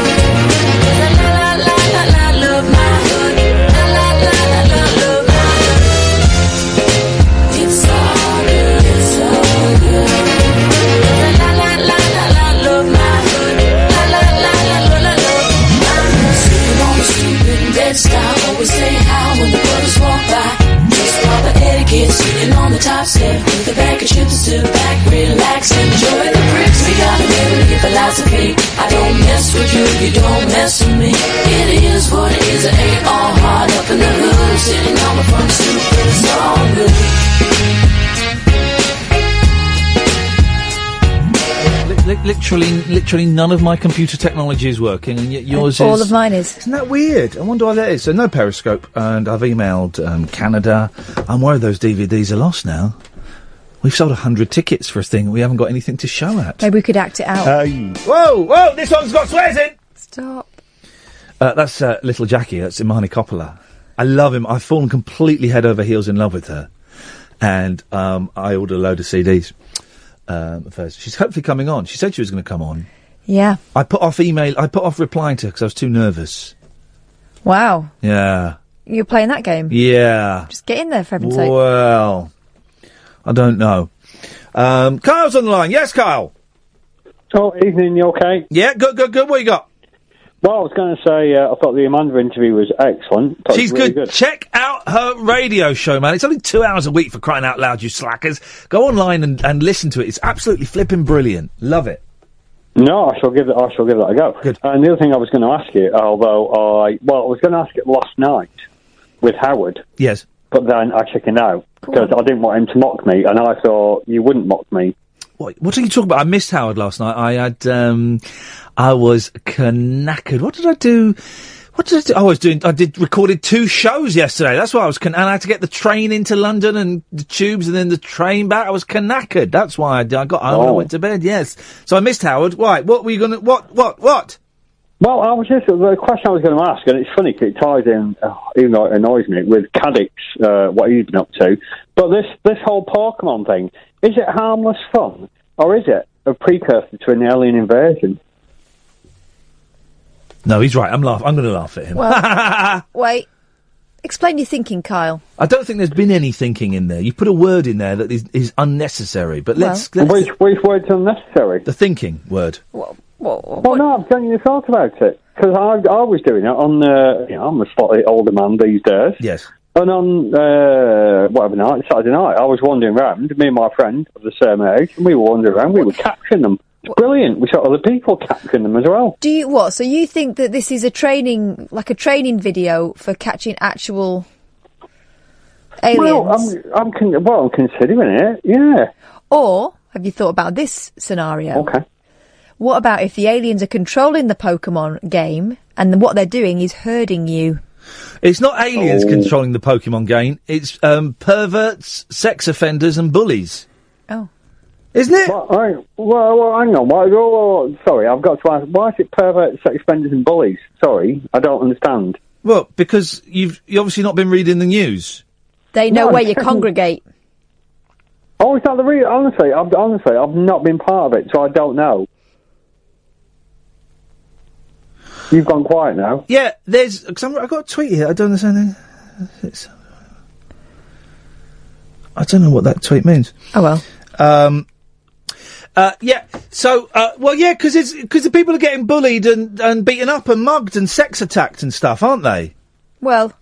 Speaker 13: La la la la la, love my hood. La la la la la, love my hood. It's all good. It's all good. La la la la la, love my hood. La la la la la la, love my hood. Sitting on the stupid bed style, always say hi when the brothers walk by. Just proper etiquette, sitting on the top step with a bag of chips, sit back, relax, enjoy the bricks. We got a liberty philosophy. I don't mess with you, you don't mess with me. It is what it is. It ain't all hard up in the hood, sitting on the front stoop. It's all good.
Speaker 3: Li- li- literally, literally none of my computer technology is working, and yet yours
Speaker 5: All
Speaker 3: is.
Speaker 5: of mine is.
Speaker 3: Isn't that weird? I wonder why that is. So no Periscope, and I've emailed um, Canada. I'm worried those DVDs are lost now. We've sold hundred tickets for a thing. We haven't got anything to show at.
Speaker 5: Maybe we could act it out.
Speaker 3: Hey. Uh, whoa, whoa! This one's got swears in.
Speaker 5: Stop.
Speaker 3: Uh, that's uh, Little Jackie. That's Imani Coppola. I love him. I've fallen completely head over heels in love with her, and um, I ordered a load of CDs. Um, first, she's hopefully coming on. She said she was going to come on.
Speaker 5: Yeah.
Speaker 3: I put off email. I put off replying to her because I was too nervous.
Speaker 5: Wow.
Speaker 3: Yeah.
Speaker 5: You're playing that game.
Speaker 3: Yeah.
Speaker 5: Just get in there for heaven's sake.
Speaker 3: Well, I don't know. Um, Kyle's on the line. Yes, Kyle.
Speaker 12: Oh, evening. You okay?
Speaker 3: Yeah, good, good, good. What you got?
Speaker 12: Well, I was going to say uh, I thought the Amanda interview was excellent. Thought it
Speaker 3: She's
Speaker 12: was really
Speaker 3: good. Check out her radio show, man. It's only two hours a week for crying out loud, you slackers. Go online and, and listen to it. It's absolutely flipping brilliant. Love it.
Speaker 12: No, I shall give that. I shall give that a go. Good. And the other thing I was going to ask you, although I well, I was going to ask it last night with Howard,
Speaker 3: Yes.
Speaker 12: but then I chickened out because I didn't want him to mock me, and I thought you wouldn't mock me.
Speaker 3: What, what are you talking about? I missed Howard last night. I had, um, I was knackered. What did I do? What did I do? I was doing, I did, recorded two shows yesterday. That's why I was, can- and I had to get the train into London and the tubes and then the train back. I was knackered. That's why I, did- I got home and I
Speaker 12: Oh.
Speaker 3: went to bed. Yes. So I missed Howard. Why? What were you gonna, what, what, what?
Speaker 12: Well, I was just the question I was going to ask, and it's funny 'cause it ties in, oh, even though it annoys me, with Cadix, uh, what he's been up to. But this this whole Pokemon thing is it harmless fun, or is it a precursor to an alien invasion?
Speaker 3: No, he's right. I'm laugh. I'm going to laugh at him.
Speaker 5: Well, wait. Explain your thinking, Kyle.
Speaker 3: I don't think there's been any thinking in there. You put a word in there that is, is unnecessary, but let's,
Speaker 12: Well-
Speaker 3: let's.
Speaker 12: Which, which word's unnecessary?
Speaker 3: The thinking word.
Speaker 5: Well, well,
Speaker 12: no, I'm telling you the thought about it because I, I was doing it on the. You know, I'm a slightly older man these days.
Speaker 3: Yes.
Speaker 12: And on uh, whatever night, Saturday night, I was wandering around. Me and my friend of the same age, and we were wandering around. We were capturing them. It's brilliant. We saw other people capturing them as well.
Speaker 5: Do you what? So you think that this is a training, like a training video for catching actual aliens?
Speaker 12: Well, um, I'm, I'm con- well, I'm considering it. Yeah.
Speaker 5: Or have you thought about this scenario?
Speaker 12: Okay.
Speaker 5: What about if the aliens are controlling the Pokemon game and what they're doing is herding you?
Speaker 3: It's not aliens
Speaker 5: Oh.
Speaker 3: controlling the Pokemon game. It's um, perverts, sex offenders, and bullies.
Speaker 5: Oh.
Speaker 3: Isn't it?
Speaker 12: Well, I, well, well, hang on. Why, whoa, whoa, whoa, sorry, I've got to ask. Why is it perverts, sex offenders, and bullies? Sorry, I don't understand.
Speaker 3: Well, because you've you obviously not been reading the news.
Speaker 5: They
Speaker 12: No,
Speaker 5: know where
Speaker 12: I'm
Speaker 5: you
Speaker 12: saying-
Speaker 5: congregate.
Speaker 12: Oh, is that the real? Honestly, I've honestly I've not been part of it, so I don't know. You've gone quiet now.
Speaker 3: Yeah, there's. Cause I'm, I got a tweet here. I don't understand. it. It's, I don't know what that tweet means.
Speaker 5: Oh well.
Speaker 3: Um. Uh, yeah. So, uh, well, yeah, because it's because the people are getting bullied and and beaten up and mugged and sex attacked and stuff, aren't they?
Speaker 5: Well,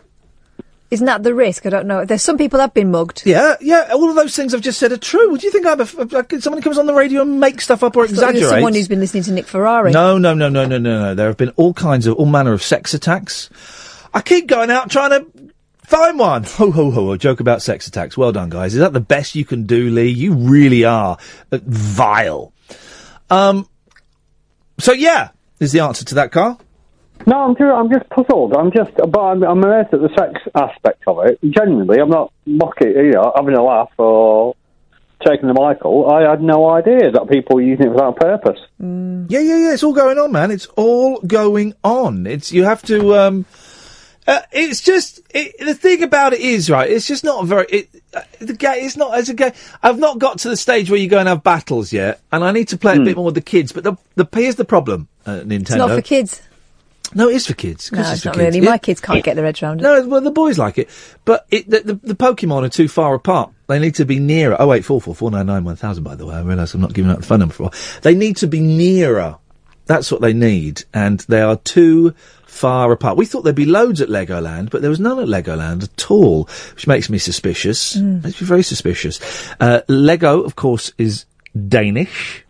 Speaker 5: isn't that the risk? I don't know. There's some people have been mugged.
Speaker 3: Yeah, yeah. All of those things I've just said are true. Would you think I'm a, f- like someone comes on the radio and makes stuff up or
Speaker 5: I thought you were
Speaker 3: exaggerates?
Speaker 5: someone who's been listening to Nick Ferrari.
Speaker 3: No, no, no, no, no, no, no. There have been all kinds of all manner of sex attacks. I keep going out trying to find one. Ho ho ho! A joke about sex attacks. Well done, guys. Is that the best you can do, Lee? You really are uh, vile. Um. So yeah, is the answer to that, Carl?
Speaker 12: No, I'm ju- I'm just puzzled. I'm just, but I'm, I'm amazed at the sex aspect of it. Genuinely, I'm not mocking, you know, having a laugh or taking the Michael. I had no idea that people were using it for that purpose.
Speaker 3: Yeah, yeah, yeah. It's all going on, man. It's all going on. It's you have to. um uh, It's just it, the thing about it is right. It's just not very. It, uh, the game It's not as a game. I've not got to the stage where you go and have battles yet, and I need to play it a bit more with the kids. But the the here's the problem, uh, Nintendo.
Speaker 5: Hmm. it's not for kids.
Speaker 3: No, it is for kids. Of
Speaker 5: No,
Speaker 3: course
Speaker 5: it's,
Speaker 3: it's for
Speaker 5: not
Speaker 3: kids.
Speaker 5: really.
Speaker 3: It-
Speaker 5: My kids can't get their heads around it.
Speaker 3: no, well, the boys like it, but it, the, the the Pokemon are too far apart. They need to be nearer. Oh wait, four four four nine nine one thousand. By the way, I realise I'm not giving out the phone number for. a while. They need to be nearer. That's what they need, and they are too far apart. We thought there'd be loads at Legoland, but there was none at Legoland at all, which makes me suspicious.
Speaker 14: Mm.
Speaker 3: Makes me very suspicious. Uh, Lego, of course, is Danish.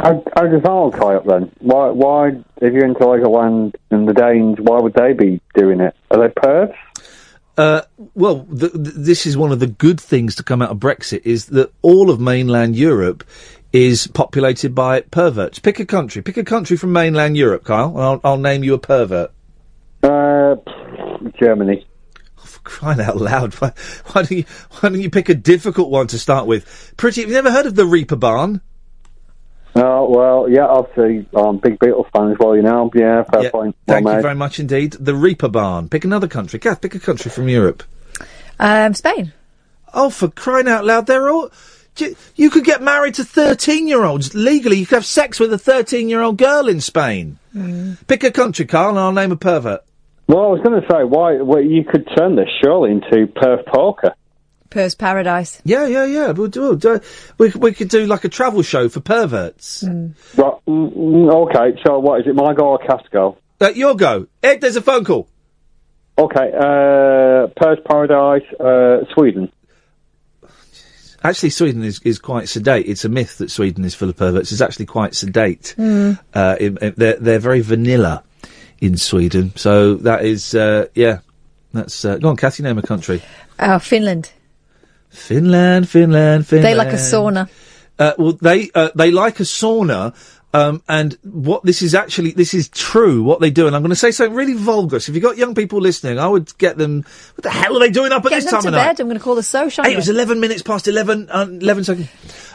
Speaker 12: How, how does that all tie up then? Why, why, if you're into Legoland and the Danes, why would they be doing it? Are they pervs?
Speaker 3: Uh, well, th th this is one of the good things to come out of Brexit is that all of mainland Europe is populated by perverts. Pick a country. Pick a country from mainland Europe, Kyle, and I'll, I'll name you a pervert.
Speaker 12: Uh, Germany.
Speaker 3: For crying out loud! Why, why don't you Why don't you pick a difficult one to start with? Pretty. Have you never heard of the Reaper Barn?
Speaker 12: Oh, well, yeah, obviously, I'm a big Beatles fan as well, you know. Yeah, fair point.
Speaker 3: Thank
Speaker 12: well,
Speaker 3: you
Speaker 12: made.
Speaker 3: very much indeed. The Reaper Barn. Pick another country. Kath, pick a country from Europe.
Speaker 5: Um, Spain.
Speaker 3: Oh, for crying out loud! They're all. J- You could get married to thirteen-year-olds legally. You could have sex with a thirteen-year-old girl in Spain. Pick a country, Carl, and I'll name a pervert.
Speaker 12: Well, I was going to say, why? Well, you could turn this surely into Perth Poker.
Speaker 5: Perth's paradise.
Speaker 3: Yeah, yeah, yeah. We'll do, we'll do- we, we could do like a travel show for perverts.
Speaker 12: Right. mm, mm, Okay. So, what is it? My go or cast go?
Speaker 3: Uh, your go. Ed, there's a phone call.
Speaker 12: Okay. Uh, Perth Paradise, uh, Sweden.
Speaker 3: Actually, Sweden is, is quite sedate. It's a myth that Sweden is full of perverts. It's actually quite sedate.
Speaker 5: hmm.
Speaker 14: Mm.
Speaker 3: Uh, in- in- they're, they're very vanilla in Sweden. So that is, uh, yeah. That's, uh, go on, Kathy, name a country.
Speaker 5: Oh, Finland.
Speaker 3: Finland, Finland, Finland.
Speaker 5: They like a sauna.
Speaker 3: Uh, well, they uh, they like a sauna, um, and what this is actually this is true. What they do, and I'm going to say something really vulgar. So if you've got young people listening, I would get them. What the hell are they doing up at
Speaker 5: Get
Speaker 3: this
Speaker 5: them
Speaker 3: time
Speaker 5: to
Speaker 3: of
Speaker 5: bed.
Speaker 3: night?
Speaker 5: I'm going to call the social.
Speaker 3: Hey, it was 11 minutes past 11, uh, 11 seconds.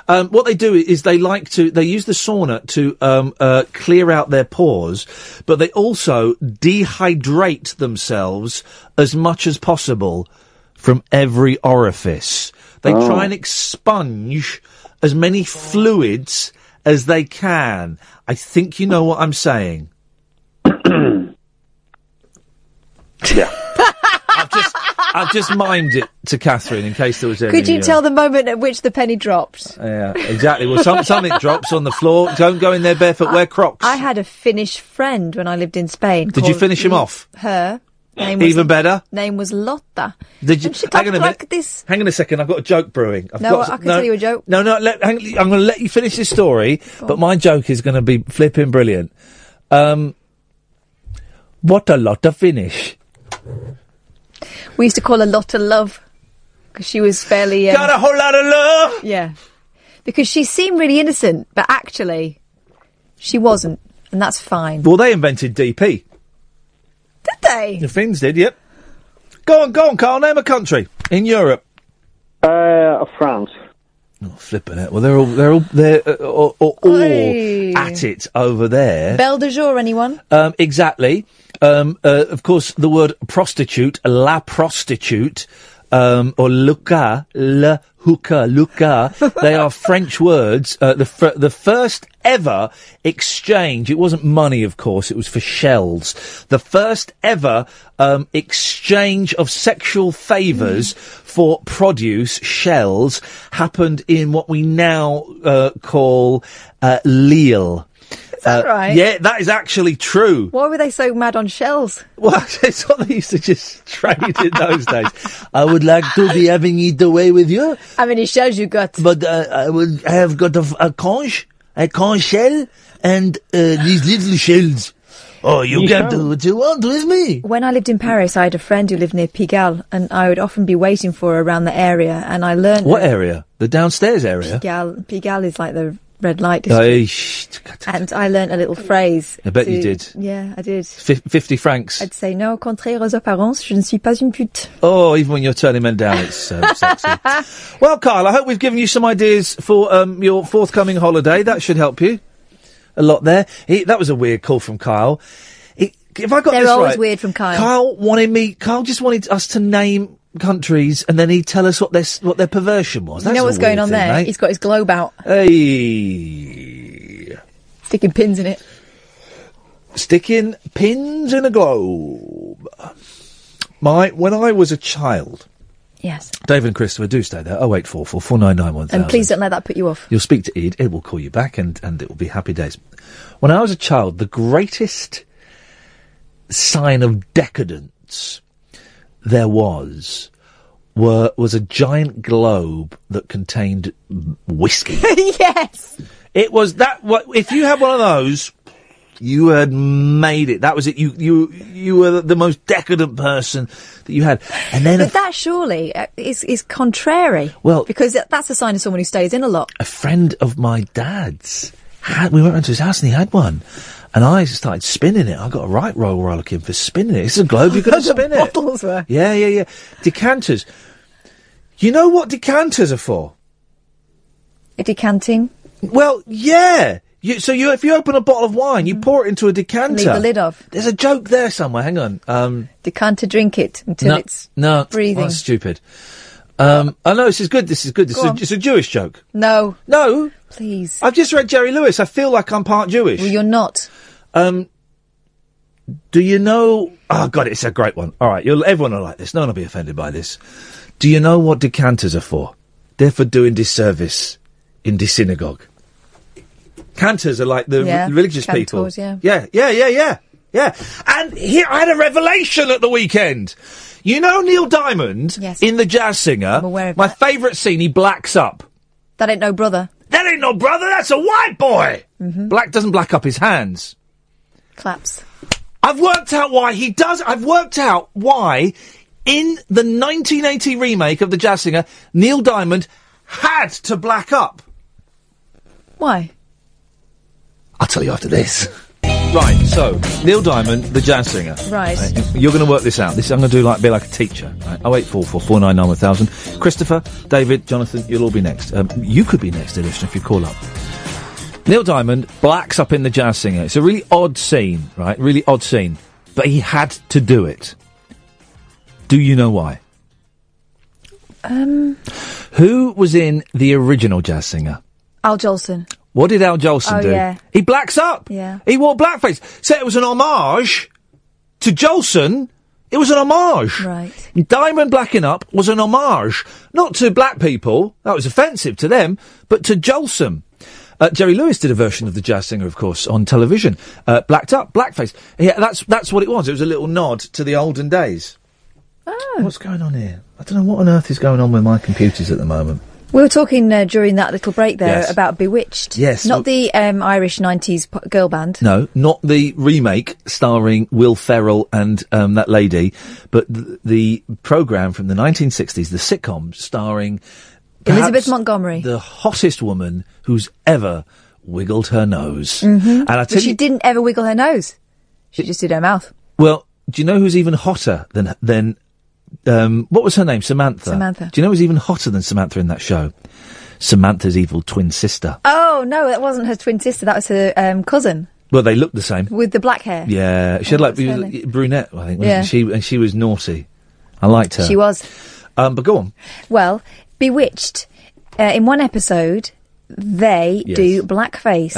Speaker 3: Um, what they do is they like to, they use the sauna to um, uh, clear out their pores, but they also dehydrate themselves as much as possible from every orifice. They
Speaker 14: Oh.
Speaker 3: try and expunge as many fluids as they can. I think you know what I'm saying. yeah. I've just, I've just mimed it to Catherine in case there was any.
Speaker 5: Could you
Speaker 3: uh,
Speaker 5: tell the moment at which the penny dropped?
Speaker 3: yeah, exactly. Well, some, something drops on the floor. Don't go in there barefoot. Wear Crocs.
Speaker 5: I had a Finnish friend when I lived in Spain.
Speaker 3: Did you
Speaker 5: called
Speaker 3: finish him
Speaker 5: L-
Speaker 3: off?
Speaker 5: Her name was,
Speaker 3: Even better.
Speaker 5: Name was Lotta.
Speaker 3: Did you?
Speaker 5: And she
Speaker 3: hang
Speaker 5: talked
Speaker 3: on a
Speaker 5: like
Speaker 3: minute.
Speaker 5: this.
Speaker 3: Hang on a second. I've got a joke brewing. I've
Speaker 5: No,
Speaker 3: got,
Speaker 5: I can tell you a joke.
Speaker 3: No, no. Let, hang, I'm going to let you finish this story, but my joke is going to be flipping brilliant. Um, what a lot of finish.
Speaker 5: We used to call her Lotta Love because she was fairly. Um,
Speaker 3: Got a whole lot of love.
Speaker 5: Yeah, because she seemed really innocent, but actually, she wasn't, and that's fine.
Speaker 3: Well, they invented DP.
Speaker 5: Did they?
Speaker 3: The Finns did. Yep. Go on, go on, Carl. Name a country in Europe.
Speaker 12: Uh, France.
Speaker 3: Oh, flipping it. Well, they're all they're all they're uh, all, all
Speaker 5: Oi.
Speaker 3: at it over there.
Speaker 5: Belle de jour, anyone?
Speaker 3: Um, exactly. Um, uh, of course, the word prostitute, la prostitute, um, or luca, la hookah, luca, they are French words. Uh, the, fir- the first ever exchange, it wasn't money, of course, it was for shells. The first ever um, exchange of sexual
Speaker 5: Hmm.
Speaker 3: favours for produce, shells, happened in what we now uh, call uh, Lille. Is
Speaker 5: that right?
Speaker 3: Yeah, that is actually true.
Speaker 5: Why were they so mad on shells?
Speaker 3: Well, it's what they used to just trade in those days. I would like to be having it away with you.
Speaker 5: How many shells you got?
Speaker 3: But uh, I would I have got a, f- a conch, a conch shell, and uh, these little shells. Oh, you,
Speaker 5: You
Speaker 3: can
Speaker 5: shall-
Speaker 3: do what you want with me.
Speaker 5: When I lived in Paris, I had a friend who lived near Pigalle, and I would often be waiting for her around the area. And I learned
Speaker 3: What
Speaker 5: that
Speaker 3: area? The downstairs area?
Speaker 5: Pigalle, Pigalle is like the red light district.
Speaker 3: Oh, sh-
Speaker 5: and I learned a little phrase.
Speaker 3: I bet you
Speaker 5: to-
Speaker 3: did.
Speaker 5: Yeah, I did.
Speaker 3: fif- 50 francs.
Speaker 5: I'd say, no, au contraire aux apparences, je ne suis pas une pute.
Speaker 3: Oh, even when you're turning men down, it's uh, sexy. Well, Kyle, I hope we've given you some ideas for um, your forthcoming holiday. That should help you a lot there. He, that was a weird call from Kyle. He, if I got
Speaker 5: They're
Speaker 3: this
Speaker 5: always
Speaker 3: right,
Speaker 5: weird from Kyle.
Speaker 3: Kyle wanted me. Kyle just wanted us to name countries, and then he'd tell us what their s- what their perversion was.
Speaker 5: you
Speaker 3: That's
Speaker 5: know
Speaker 3: a
Speaker 5: what's going
Speaker 3: weird
Speaker 5: on
Speaker 3: thing,
Speaker 5: there?
Speaker 3: mate.
Speaker 5: He's got his globe out,
Speaker 3: Hey,
Speaker 5: sticking pins in it.
Speaker 3: sticking pins in a globe. My when I was a child,
Speaker 5: Yes.
Speaker 3: David and Christopher do stay there. Oh eight four four four nine nine one
Speaker 5: And
Speaker 3: thousand.
Speaker 5: please don't let that put you off.
Speaker 3: You'll speak to Ed. Ed will call you back, and, and it will be happy days. When I was a child, the greatest sign of decadence there was were was a giant globe that contained whiskey.
Speaker 5: yes.
Speaker 3: It was that. What if you had one of those? You had made it. That was it. You you you were the most decadent person that you had. And then a
Speaker 5: But that surely uh, is, is contrary.
Speaker 3: Well-
Speaker 5: because that- that's a sign of someone who stays in a lot.
Speaker 3: a friend of my dad's had, we went round to his house and he had one. And I started spinning it. I got a right roll while looking for spinning it. It's a globe, you've got to
Speaker 5: The
Speaker 3: spin it.
Speaker 5: bottles were.
Speaker 3: Yeah, yeah, yeah. Decanters. You know what decanters are for?
Speaker 5: A decanting.
Speaker 3: Well, yeah. You, so you, if you open a bottle of wine, you pour it into a decanter.
Speaker 5: Mm. Leave the lid off.
Speaker 3: There's a joke there somewhere. Hang on. Um,
Speaker 5: Decanter, drink it until
Speaker 3: no,
Speaker 5: it's
Speaker 3: no,
Speaker 5: breathing.
Speaker 3: That's stupid. Um, oh no, this is good. This is good. This
Speaker 5: Go
Speaker 3: is a,
Speaker 5: on.
Speaker 3: it's a Jewish joke.
Speaker 5: No.
Speaker 3: No.
Speaker 5: Please.
Speaker 3: I've just read Jerry Lewis. I feel like I'm part Jewish.
Speaker 5: Well, you're not.
Speaker 3: Um, do you know? Oh god, it's a great one. All right, you'll, everyone will like this. No one will be offended by this. Do you know what decanters are for? They're for doing disservice in the synagogue. Cantors are like the
Speaker 5: Yeah,
Speaker 3: r- religious
Speaker 5: cantors, yeah.
Speaker 3: people. Yeah, yeah, yeah, yeah, yeah. And here I had a revelation at the weekend. You know Neil Diamond in the Jazz Singer. my favourite scene, he blacks up.
Speaker 5: That ain't no brother.
Speaker 3: That ain't no brother. That's a white boy. Black doesn't black up his hands.
Speaker 5: Claps.
Speaker 3: I've worked out why he does. I've worked out why in the 1980 remake of the Jazz Singer, Neil Diamond had to black up.
Speaker 5: Why?
Speaker 3: I'll tell you after this. Right, so Neil Diamond, the jazz singer.
Speaker 5: Right.
Speaker 3: You're going to work this out. This I'm going to do like be like a teacher. Right? Oh eight four four four nine nine one thousand. Christopher, David, Jonathan, you'll all be next. Um, you could be next, dear listener, if you call up. Neil Diamond blacks up in the jazz singer. It's a really odd scene, right? Really odd scene, but he had to do it. Do you know why?
Speaker 5: Um,
Speaker 3: Who was in the original jazz singer?
Speaker 5: Al Jolson.
Speaker 3: What did Al Jolson
Speaker 5: Oh,
Speaker 3: do?
Speaker 5: yeah.
Speaker 3: He blacks up.
Speaker 5: Yeah.
Speaker 3: He wore blackface. So it was an homage to Jolson. It was an homage.
Speaker 5: Right.
Speaker 3: Diamond blacking up was an homage, not to black people. That was offensive to them, but to Jolson. Uh, Jerry Lewis did a version of the jazz singer, of course, on television. Uh, blacked up, blackface. Yeah, that's that's what it was. It was a little nod to the olden days.
Speaker 5: Oh.
Speaker 3: What's going on here? I don't know what on earth is going on with my computers at the moment.
Speaker 5: We were talking uh, during that little break there
Speaker 3: Yes.
Speaker 5: about Bewitched.
Speaker 3: Yes.
Speaker 5: Not the um, Irish 90s p- girl band.
Speaker 3: No, not the remake starring Will Ferrell and um, that lady, but th- the program from the 1960s, the sitcom starring perhaps
Speaker 5: Elizabeth Montgomery.
Speaker 3: the hottest woman who's ever wiggled her nose.
Speaker 5: Mhm.
Speaker 3: And I
Speaker 5: But
Speaker 3: tell
Speaker 5: she
Speaker 3: you,
Speaker 5: didn't ever wiggle her nose. She just did her mouth.
Speaker 3: well, do you know who's even hotter than than um, what was her name? Samantha.
Speaker 5: Samantha.
Speaker 3: Do you know who's even hotter than Samantha in that show? Samantha's evil twin sister.
Speaker 5: Oh, no, that wasn't her twin sister. That was her um, cousin
Speaker 3: Well, they look the same.
Speaker 5: with the black hair.
Speaker 3: Yeah, she had like
Speaker 5: was her
Speaker 3: br- brunette, I think. Wasn't
Speaker 5: Oh, Yeah.
Speaker 3: she and she was naughty. I liked her.
Speaker 5: She was.
Speaker 3: Um, but go on.
Speaker 5: Well, Bewitched, uh, in one episode, they
Speaker 3: Yes.
Speaker 5: do blackface.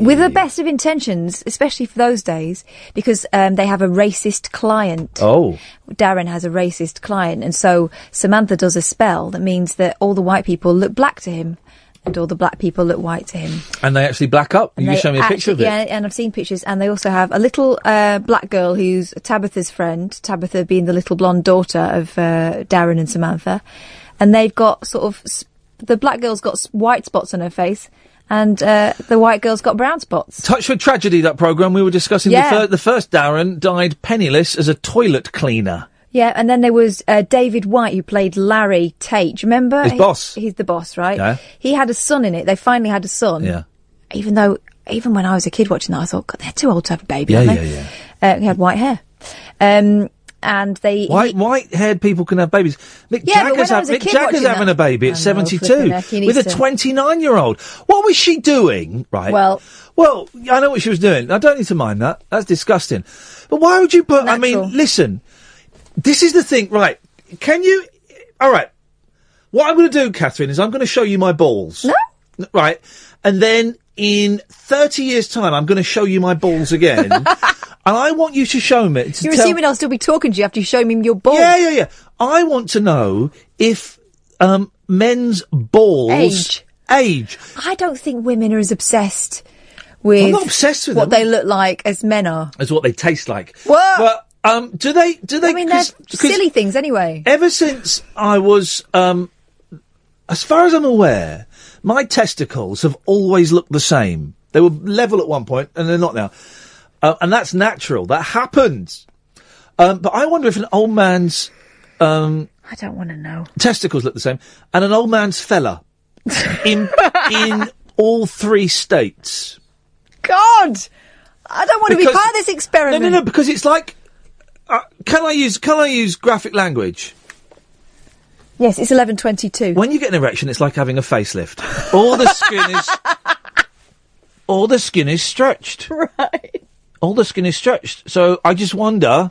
Speaker 5: With the best of intentions, especially for those days, because um, they have a racist client.
Speaker 3: Oh,
Speaker 5: Darren has a racist client, and so Samantha does a spell that means that all the white people look black to him, and all the black people look white to him.
Speaker 3: and they actually black up.
Speaker 5: And
Speaker 3: you
Speaker 5: they
Speaker 3: show me a picture of it.
Speaker 5: actually- Yeah, and I've seen pictures, and they also have a little uh, black girl who's Tabitha's friend, Tabitha being the little blonde daughter of uh, Darren and Samantha, and they've got sort of s- the black girl's got s- white spots on her face, and uh, the white girl's got brown spots.
Speaker 3: Touch with tragedy. That program we were discussing.
Speaker 5: Yeah.
Speaker 3: The, fir- the first Darren died penniless as a toilet cleaner.
Speaker 5: Yeah, and then there was uh, David White who played Larry Tate. Do you remember?
Speaker 3: His
Speaker 5: He-
Speaker 3: boss.
Speaker 5: He's the boss, right?
Speaker 3: Yeah.
Speaker 5: He had a son in it. They finally had a son.
Speaker 3: Yeah.
Speaker 5: Even though, even when I was a kid watching that, I thought, God, they're too old to have a baby.
Speaker 3: Yeah,
Speaker 5: aren't
Speaker 3: yeah,
Speaker 5: they?
Speaker 3: yeah.
Speaker 5: Uh, he had white hair, um, and they.
Speaker 3: White, white-haired people can have babies. Mick
Speaker 5: Yeah, but
Speaker 3: Jagger's,
Speaker 5: when I
Speaker 3: ha-
Speaker 5: was a
Speaker 3: Mick
Speaker 5: kid
Speaker 3: Jagger's
Speaker 5: watching
Speaker 3: having
Speaker 5: that-
Speaker 3: a baby
Speaker 5: I
Speaker 3: at
Speaker 5: know,
Speaker 3: seventy-two
Speaker 5: flipping heck, he
Speaker 3: with
Speaker 5: needs
Speaker 3: a
Speaker 5: to-
Speaker 3: twenty-nine-year-old. What was she doing? Right.
Speaker 5: Well-
Speaker 3: well, I know what she was doing. I don't need to mind that. That's disgusting. But why would you put? I mean, listen. This is the thing, right? Can you? All right. What I'm going to do, Catherine, is I'm going to show you my balls. No. Right. And then in 30 years' time, I'm going to show you my balls again. and I want you to show me. To
Speaker 5: You're
Speaker 3: tell-
Speaker 5: assuming I'll still be talking to you after you show me your balls.
Speaker 3: Yeah, yeah, yeah. I want to know if um, men's balls.
Speaker 5: Age.
Speaker 3: Age.
Speaker 5: I don't think women are as obsessed with.
Speaker 3: not obsessed with
Speaker 5: what
Speaker 3: them.
Speaker 5: they look like as men are.
Speaker 3: Is what they taste like.
Speaker 5: What?
Speaker 3: But um, do they. Do they
Speaker 5: I mean, they're silly things anyway.
Speaker 3: Ever since I was, um, as far as I'm aware, my testicles have always looked the same. They were level at one point, and they're not now. Uh, and that's natural. That happens. Um, but I wonder if an old man's um,
Speaker 5: I don't want to know.
Speaker 3: testicles look the same and an old man's fella in in all three states.
Speaker 5: God, I don't want to be
Speaker 3: Because-
Speaker 5: part of this experiment.
Speaker 3: No, no, no, because it's like, uh, can I use can I use graphic language?
Speaker 5: Yes, it's eleven twenty-two.
Speaker 3: When you get an erection, it's like having a facelift. All the skin is, all the skin is stretched.
Speaker 5: Right.
Speaker 3: All the skin is stretched. So I just wonder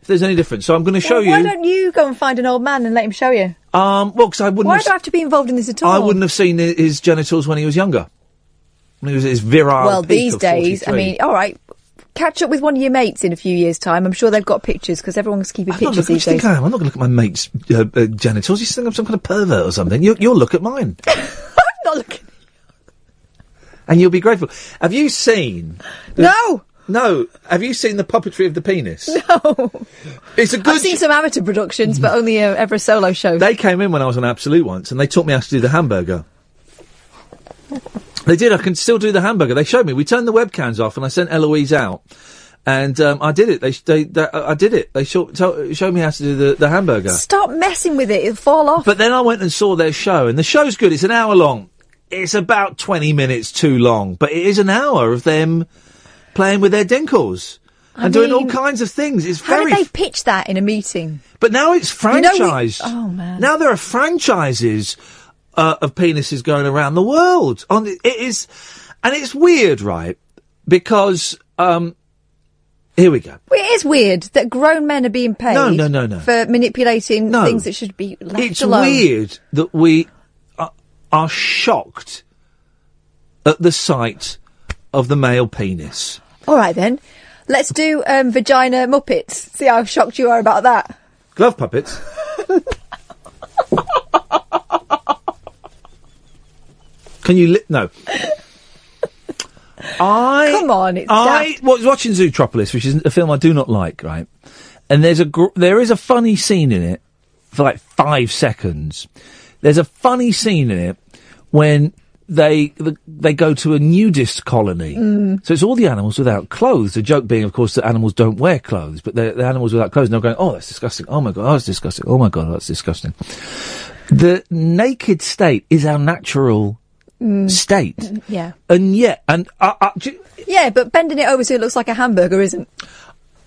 Speaker 3: if there's any difference. So I'm going to show
Speaker 5: Well, Why
Speaker 3: you.
Speaker 5: don't you go and find an old man and let him show you?
Speaker 3: Um, well, because I wouldn't.
Speaker 5: Why
Speaker 3: have,
Speaker 5: do I have to be involved in this at all?
Speaker 3: I wouldn't have seen hi- his genitals when he was younger. When he was at his virile.
Speaker 5: Well,
Speaker 3: peak
Speaker 5: these
Speaker 3: of
Speaker 5: days, I
Speaker 3: 43.
Speaker 5: mean, all right, catch up with one of your mates in a few years' time? I'm sure they've got pictures because everyone's keeping
Speaker 3: I'm not
Speaker 5: pictures
Speaker 3: looking, what
Speaker 5: these
Speaker 3: do you
Speaker 5: days.
Speaker 3: think I am? I'm not going to look at my mate's uh, uh, genitals. You think I'm some kind of pervert or something? You, you'll look at mine.
Speaker 5: not looking.
Speaker 3: And you'll be grateful. Have you seen?
Speaker 5: no.
Speaker 3: No. Have you seen the puppetry of the penis?
Speaker 5: No.
Speaker 3: It's a good.
Speaker 5: I've seen some amateur productions, but only uh, ever a solo show.
Speaker 3: They came in when I was on Absolute once, and they taught me how to do the hamburger. They did. I can still do the hamburger. They showed me. We turned the webcams off, and I sent Eloise out, and um, I did it. They, they, they uh, I did it. They show, to, showed me how to do the, the hamburger.
Speaker 5: Stop messing with it; it'll fall off.
Speaker 3: But then I went and saw their show, and the show's good. It's an hour long. It's about 20 minutes too long, but it is an hour of them playing with their dinkles
Speaker 5: I
Speaker 3: and doing all
Speaker 5: mean,
Speaker 3: kinds of things. It's
Speaker 5: How
Speaker 3: very.
Speaker 5: did they pitch that in a meeting?
Speaker 3: But now it's
Speaker 5: You know we-
Speaker 3: franchised.
Speaker 5: oh man!
Speaker 3: Now there are franchises uh, of penises going around the world. On the, it is, and it's weird, right? Because um, here we go.
Speaker 5: Well, It is weird that grown men are being paid.
Speaker 3: No, no, no, no.
Speaker 5: For manipulating
Speaker 3: No.
Speaker 5: things that should be left
Speaker 3: It's
Speaker 5: alone.
Speaker 3: weird that we are, are shocked at the sight of the male penis.
Speaker 5: All right then, let's do um, vagina muppets. See how shocked you are about that.
Speaker 3: Glove puppets. Can you li- no? I
Speaker 5: come on. It's
Speaker 3: I was watching Zootropolis, which is a film I do not like, right? And there's a gr- there is a funny scene in it for like five seconds. There's a funny scene in it when they the, they go to a nudist colony.
Speaker 14: Mm.
Speaker 3: So it's all the animals without clothes. The joke being, of course, that animals don't wear clothes, but they're, they're animals without clothes. And they're going, oh, that's disgusting. Oh my god, oh, that's disgusting. Oh my god, that's disgusting. The naked state is our natural
Speaker 5: Mm.
Speaker 3: state,
Speaker 5: Mm, Yeah.
Speaker 3: and yet, and I, I, do you-
Speaker 5: Yeah, but bending it over so it looks like a hamburger isn't.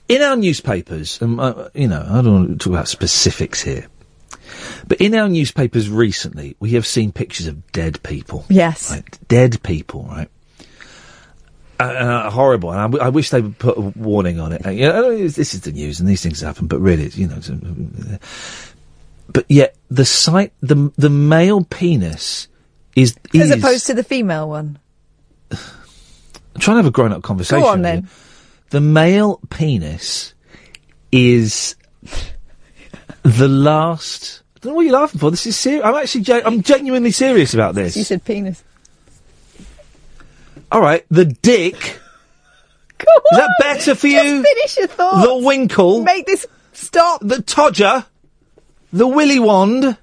Speaker 3: in our newspapers, um, uh, you know, I don't want to talk about specifics here, but in our newspapers recently, we have seen pictures of dead people.
Speaker 5: Yes.
Speaker 3: Right? Dead people, right? Uh, uh, horrible, and I, w- I wish they would put a warning on it. Uh, you know, this is the news, and these things happen. But really, it's, you know. It's, uh, but yet, the sight, the the male penis is is.
Speaker 5: As opposed to the female one.
Speaker 3: I'm trying to have a grown up conversation.
Speaker 5: Go on
Speaker 3: with you.
Speaker 5: then.
Speaker 3: The male penis is the last. I don't know what you're laughing for. This is serious. I'm actually, gen- I'm genuinely serious about
Speaker 5: You
Speaker 3: this.
Speaker 5: said penis.
Speaker 3: All right, the dick. Is that better for you?
Speaker 5: Finish your thought.
Speaker 3: The winkle.
Speaker 5: Make this stop.
Speaker 3: The todger. The willy wand.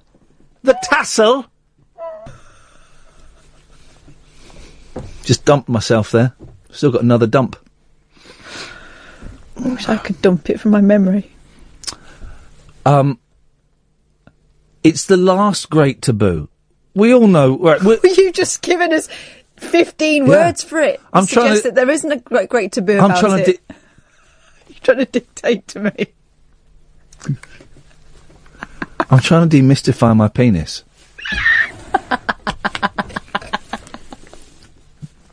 Speaker 3: The tassel. Just dumped myself there. Still got another dump.
Speaker 5: I wish I could dump it from my memory.
Speaker 3: Um, it's the last great taboo. We all know. Right, we-
Speaker 5: You've just given us 15
Speaker 3: Yeah.
Speaker 5: words for it.
Speaker 3: I'm trying
Speaker 5: Suggests
Speaker 3: to-
Speaker 5: that there isn't a great, great taboo
Speaker 3: I'm
Speaker 5: about
Speaker 3: trying to
Speaker 5: it. You're trying to dictate to me.
Speaker 3: I'm trying to demystify my penis.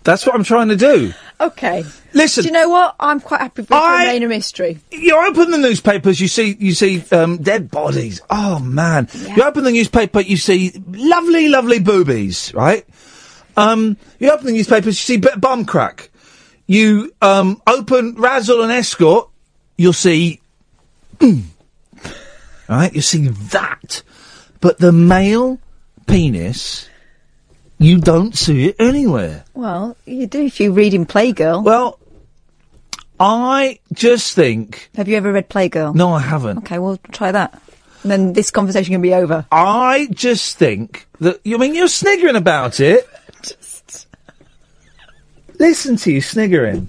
Speaker 3: That's what I'm trying to do.
Speaker 5: Okay.
Speaker 3: Listen.
Speaker 5: Do you know what? I'm quite happy with I... remain a mystery.
Speaker 3: You open the newspapers, you see you see um, dead bodies. Oh man! You open the newspaper, you see lovely, lovely boobies, right? Um, you open the newspapers, you see bit bum crack. You um, open Razzle and Escort, you'll see, mm, right? You see that, but the male penis, you don't see it anywhere.
Speaker 5: Well, you do if you read in Playgirl.
Speaker 3: Well, I just think.
Speaker 5: Have you ever read Playgirl?
Speaker 3: No, I haven't.
Speaker 5: Okay, well, try that. And then this conversation can be over.
Speaker 3: I just think that you I mean you're sniggering about it. Listen to you sniggering.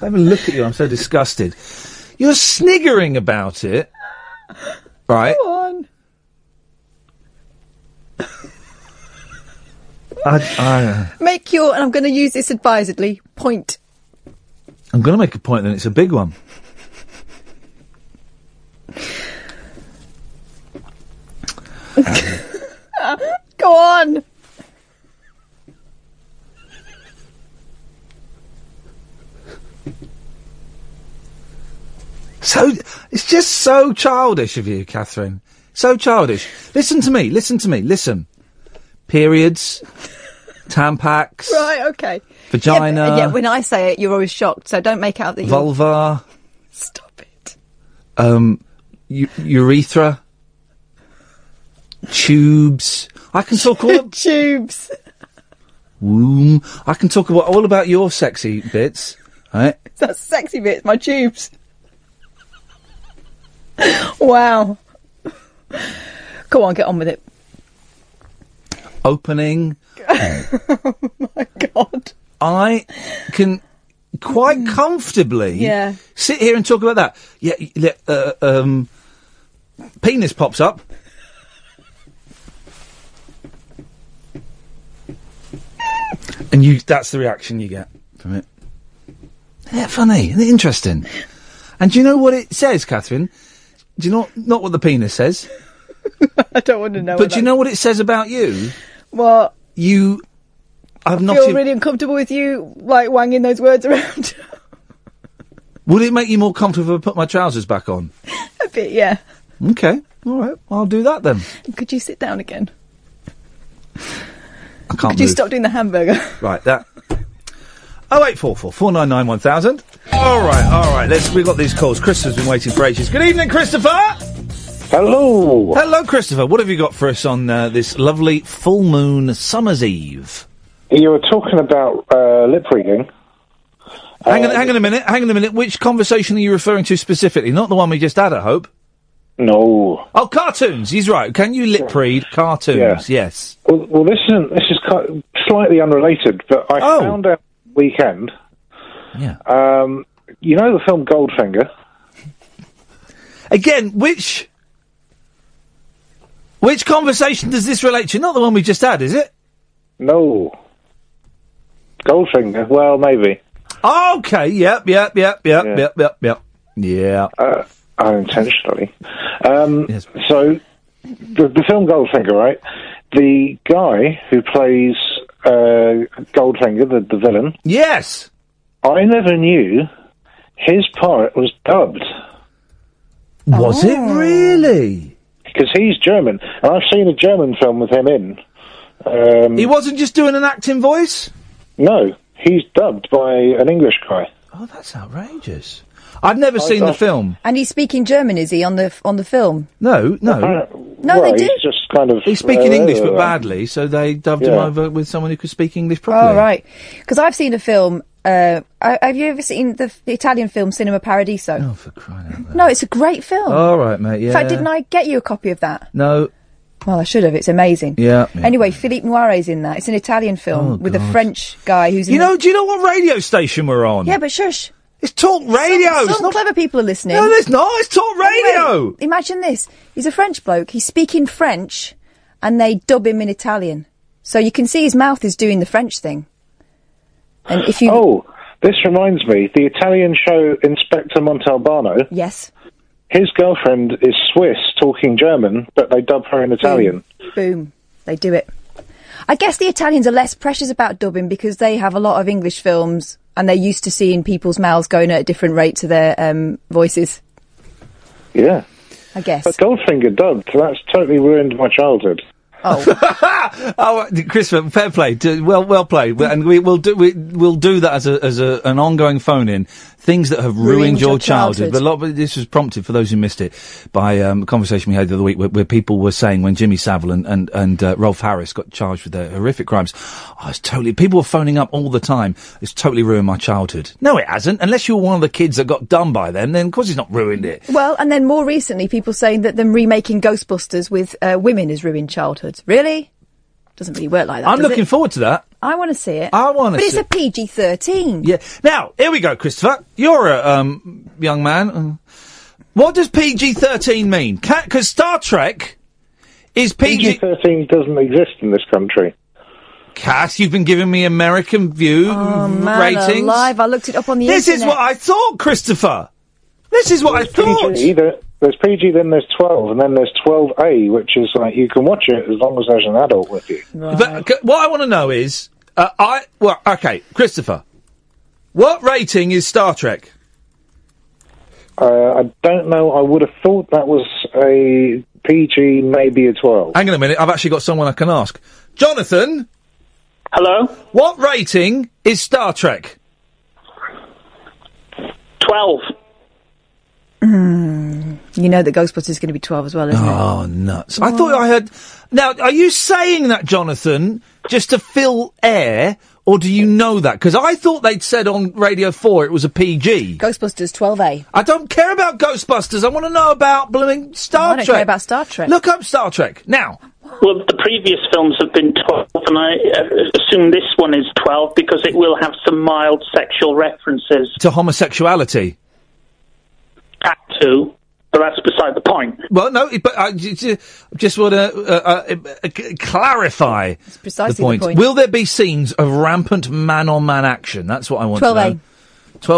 Speaker 3: I have a look at you. I'm so disgusted. You're sniggering about it, right?
Speaker 5: Go on.
Speaker 3: I, I,
Speaker 5: Make your, and I'm going to use this advisedly, point.
Speaker 3: I'm going to make a point, then it's a big one.
Speaker 5: Ah, Go on.
Speaker 3: So it's just so childish of you, Catherine. So childish. Listen to me. Listen to me. Listen. Periods. Tampax,
Speaker 5: Right, okay.
Speaker 3: Vagina.
Speaker 5: Yeah, but- yeah, when I say it, you're always shocked, so don't make out that you're...
Speaker 3: vulva.
Speaker 5: Stop
Speaker 3: it. Um, u- urethra. Tubes. I can talk all
Speaker 5: tubes.
Speaker 3: Womb. I can talk about all about your sexy bits, right?
Speaker 5: That's sexy bits, my tubes. wow. Go on, get on with it.
Speaker 3: Opening. oh my god! I can quite comfortably
Speaker 5: Yeah.
Speaker 3: sit here and talk about that. Yeah, y- le- uh, um, penis pops up. And you, that's the reaction you get from it. Isn't it funny? Isn't it interesting? And do you know what it says, Catherine? Do you know, not what the penis says?
Speaker 5: I don't want to know.
Speaker 3: But do you know what it says about you?
Speaker 5: Well,
Speaker 3: You, I've
Speaker 5: I
Speaker 3: not.
Speaker 5: feel
Speaker 3: ev-
Speaker 5: really uncomfortable with you, like, wanging those words around
Speaker 3: Would it make you more comfortable if I put my trousers back on?
Speaker 5: a bit, yeah.
Speaker 3: Okay, all right, I'll do that then.
Speaker 5: Could you sit down again?
Speaker 3: I can't.
Speaker 5: Could you
Speaker 3: move.
Speaker 5: stop doing the hamburger?
Speaker 3: Right, that. Oh eight four four four nine nine one thousand. All right, all right. Let's. We've got these calls. Christopher's been waiting for ages. Good evening, Christopher.
Speaker 14: Hello.
Speaker 3: Hello, Christopher. What have you got for us on uh, this lovely full moon summer's eve?
Speaker 14: You were talking about uh, lip reading.
Speaker 3: Hang
Speaker 14: Uh,
Speaker 3: on, hang on a minute. Hang on a minute. Which conversation are you referring to specifically? Not the one we just had, I hope.
Speaker 14: No.
Speaker 3: Oh, cartoons. He's right. Can you lip read cartoons? Yes.
Speaker 14: Well, well this isn't. This is ki slightly unrelated, but I found out weekend.
Speaker 3: Oh. Yeah.
Speaker 14: Um, you know the film Goldfinger.
Speaker 3: Again, which which conversation does this relate to? Not the one we just had, is it?
Speaker 14: No. Goldfinger. Well, maybe.
Speaker 3: Okay. Yep. Yep. Yep. Yep.
Speaker 14: Yeah.
Speaker 3: Yep. Yep. Yep. Yeah.
Speaker 14: Uh, unintentionally. Um, So, the, the film Goldfinger, right? The guy who plays uh, Goldfinger, the, the villain.
Speaker 3: Yes.
Speaker 14: I never knew his part was dubbed.
Speaker 3: Was it really?
Speaker 14: Because he's German, and I've seen a German film with him in. Um,
Speaker 3: he wasn't just doing an acting voice.
Speaker 14: No, he's dubbed by an English guy.
Speaker 3: Oh, that's outrageous. I've never
Speaker 14: I-
Speaker 3: seen
Speaker 14: I-
Speaker 3: the film.
Speaker 5: Oh, And he's speaking German, is he, on the on the film?
Speaker 3: No. No.
Speaker 5: No, they
Speaker 14: Well,
Speaker 5: do.
Speaker 14: He's just kind of.
Speaker 3: He's speaking
Speaker 14: uh,
Speaker 3: English but badly, so they dubbed him
Speaker 14: Yeah.
Speaker 3: over with someone who could speak English properly.
Speaker 5: Oh, right. Because I've seen a film. Uh, I, have you ever seen the, the Italian film Cinema Paradiso? No,
Speaker 3: Oh, for crying out
Speaker 5: loud. No, it's a great film.
Speaker 3: All right, mate. Yeah.
Speaker 5: In fact, didn't I get you a copy of that?
Speaker 3: No.
Speaker 5: Well, I should have. It's amazing.
Speaker 3: Yeah. yeah.
Speaker 5: Anyway, Philippe Noiret's in that. It's an Italian film
Speaker 3: Oh,
Speaker 5: with
Speaker 3: God.
Speaker 5: a French guy who's.
Speaker 3: You
Speaker 5: in
Speaker 3: know? Do you know what radio station we're on?
Speaker 5: Yeah, but shush.
Speaker 3: It's talk radio.
Speaker 5: Some,
Speaker 3: It's not-
Speaker 5: clever people are listening.
Speaker 3: No, there's not. It's talk radio.
Speaker 5: Anyway, imagine this. He's a French bloke. He's speaking French, and they dub him in Italian. So you can see his mouth is doing the French thing. And if you
Speaker 14: Oh, this reminds me. The Italian show Inspector Montalbano.
Speaker 5: Yes.
Speaker 14: His girlfriend is Swiss, talking German, but they dub her in Italian.
Speaker 5: Mm. Boom. They do it. I guess the Italians are less precious about dubbing because they have a lot of English films and they're used to seeing people's mouths going at a different rate to their um, voices,
Speaker 14: Yeah.
Speaker 5: I guess.
Speaker 14: But Goldfinger dubbed. That's totally ruined my childhood.
Speaker 3: Oh, uh, Christopher, fair play. D- Well, well played. We- And we, we'll do we, we'll do that as a as a, an ongoing phone in things that have ruined,
Speaker 15: Ruined
Speaker 3: your,
Speaker 15: your
Speaker 3: childhood.
Speaker 15: childhood.
Speaker 3: But a lot of this was prompted for those who missed it by um, a conversation we had the other week where, where people were saying when Jimmy Savile and and, and uh, Rolf Harris got charged with their horrific crimes, I was totally people were phoning up all the time. It's totally ruined my childhood. No, it hasn't. Unless you were one of the kids that got done by them, then of course it's not ruined it.
Speaker 5: Well, and then more recently, people saying that them remaking Ghostbusters with uh, women has ruined childhoods. Really? Doesn't really work like that.
Speaker 3: I'm
Speaker 5: does
Speaker 3: looking
Speaker 5: it?
Speaker 3: forward to that.
Speaker 5: I want to see it.
Speaker 3: I wanna
Speaker 5: But it's
Speaker 3: see-
Speaker 5: a PG 13.
Speaker 3: Yeah. Now, here we go, Christopher. You're a um, young man. Uh, What does PG 13 mean? Because Star Trek is PG.
Speaker 14: PG-13 doesn't exist in this country.
Speaker 3: Cass, you've been giving me American View
Speaker 5: Oh, Man
Speaker 3: ratings.
Speaker 5: alive, I looked it up on the
Speaker 3: This
Speaker 5: internet.
Speaker 3: is what I thought, Christopher. This is what I thought.
Speaker 14: PG, there- there's PG, then there's 12, and then there's 12A, which is like you can watch it as long as there's an adult with you.
Speaker 3: But c- what I want to know is, uh, I well, okay, Christopher, what rating is Star Trek?
Speaker 14: Uh, I don't know. I would have thought that was a PG, maybe a 12.
Speaker 3: Hang on a minute, I've actually got someone I can ask. Jonathan, Hello? What rating is Star Trek?
Speaker 5: 12. Mm. You know that Ghostbusters is going to be 12 as well, isn't
Speaker 3: Oh, nuts. I thought I heard. Now, are you saying that, Jonathan, just to fill air, or do you know that? Because I thought they'd said on Radio 4 it was a PG.
Speaker 5: it? Mm. Ghostbusters 12A.
Speaker 3: I don't care about Ghostbusters. I want to know about blooming Star
Speaker 5: I don't
Speaker 3: Trek.
Speaker 5: care about Star Trek.
Speaker 3: Look up Star Trek. Now.
Speaker 15: Well, the previous films have been 12, and I uh, assume this one is 12 because it will have some mild sexual references
Speaker 3: To homosexuality.
Speaker 15: at two, but that's beside the point.
Speaker 3: Well, no, it- but I j- j- just want to uh, uh, uh, c- clarify
Speaker 5: precisely
Speaker 3: the, point.
Speaker 5: the point.
Speaker 3: Will there be scenes of rampant man-on-man action? That's what I want
Speaker 5: 12A.
Speaker 3: to know.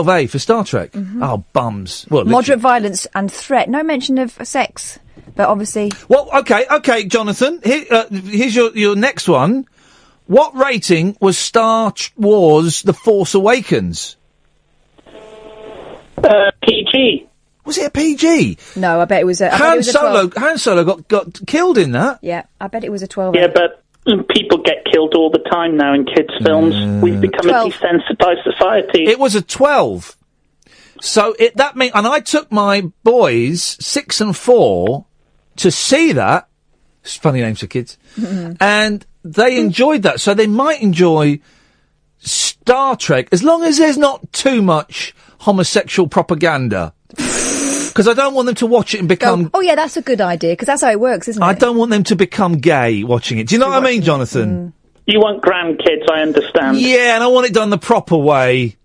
Speaker 3: 12A for Star Trek.
Speaker 5: Mhm.
Speaker 3: Oh, bums. Well, literally-
Speaker 5: Moderate violence and threat. No mention of sex, but obviously.
Speaker 3: Well, okay, okay, Jonathan. Here, uh, here's your, your next one. What rating was Star Ch- Wars The Force Awakens?
Speaker 15: Uh, PG.
Speaker 3: Was it a PG?
Speaker 5: No, I bet it was a. I bet it
Speaker 3: Han
Speaker 5: was a
Speaker 3: Solo,
Speaker 5: 12.
Speaker 3: Han Solo got, got killed in that.
Speaker 5: Yeah, I bet it was a 12.
Speaker 15: Yeah, but people get killed all the time now in kids' films. We've become a desensitized society.
Speaker 3: It was a 12. So it, that mean, and I took my boys, six and four, to see that. It's funny names for kids. and they enjoyed that. So they might enjoy Star Trek as long as there's not too much homosexual propaganda. Because I don't want them to watch it and become.
Speaker 5: Oh, yeah, that's a good idea, because that's how it works, isn't it?
Speaker 3: I don't want them to become gay watching it. Do you know what I mean,
Speaker 5: Mm.
Speaker 3: Jonathan?
Speaker 15: You want grandkids, I understand.
Speaker 3: Yeah, and I want it done the proper way.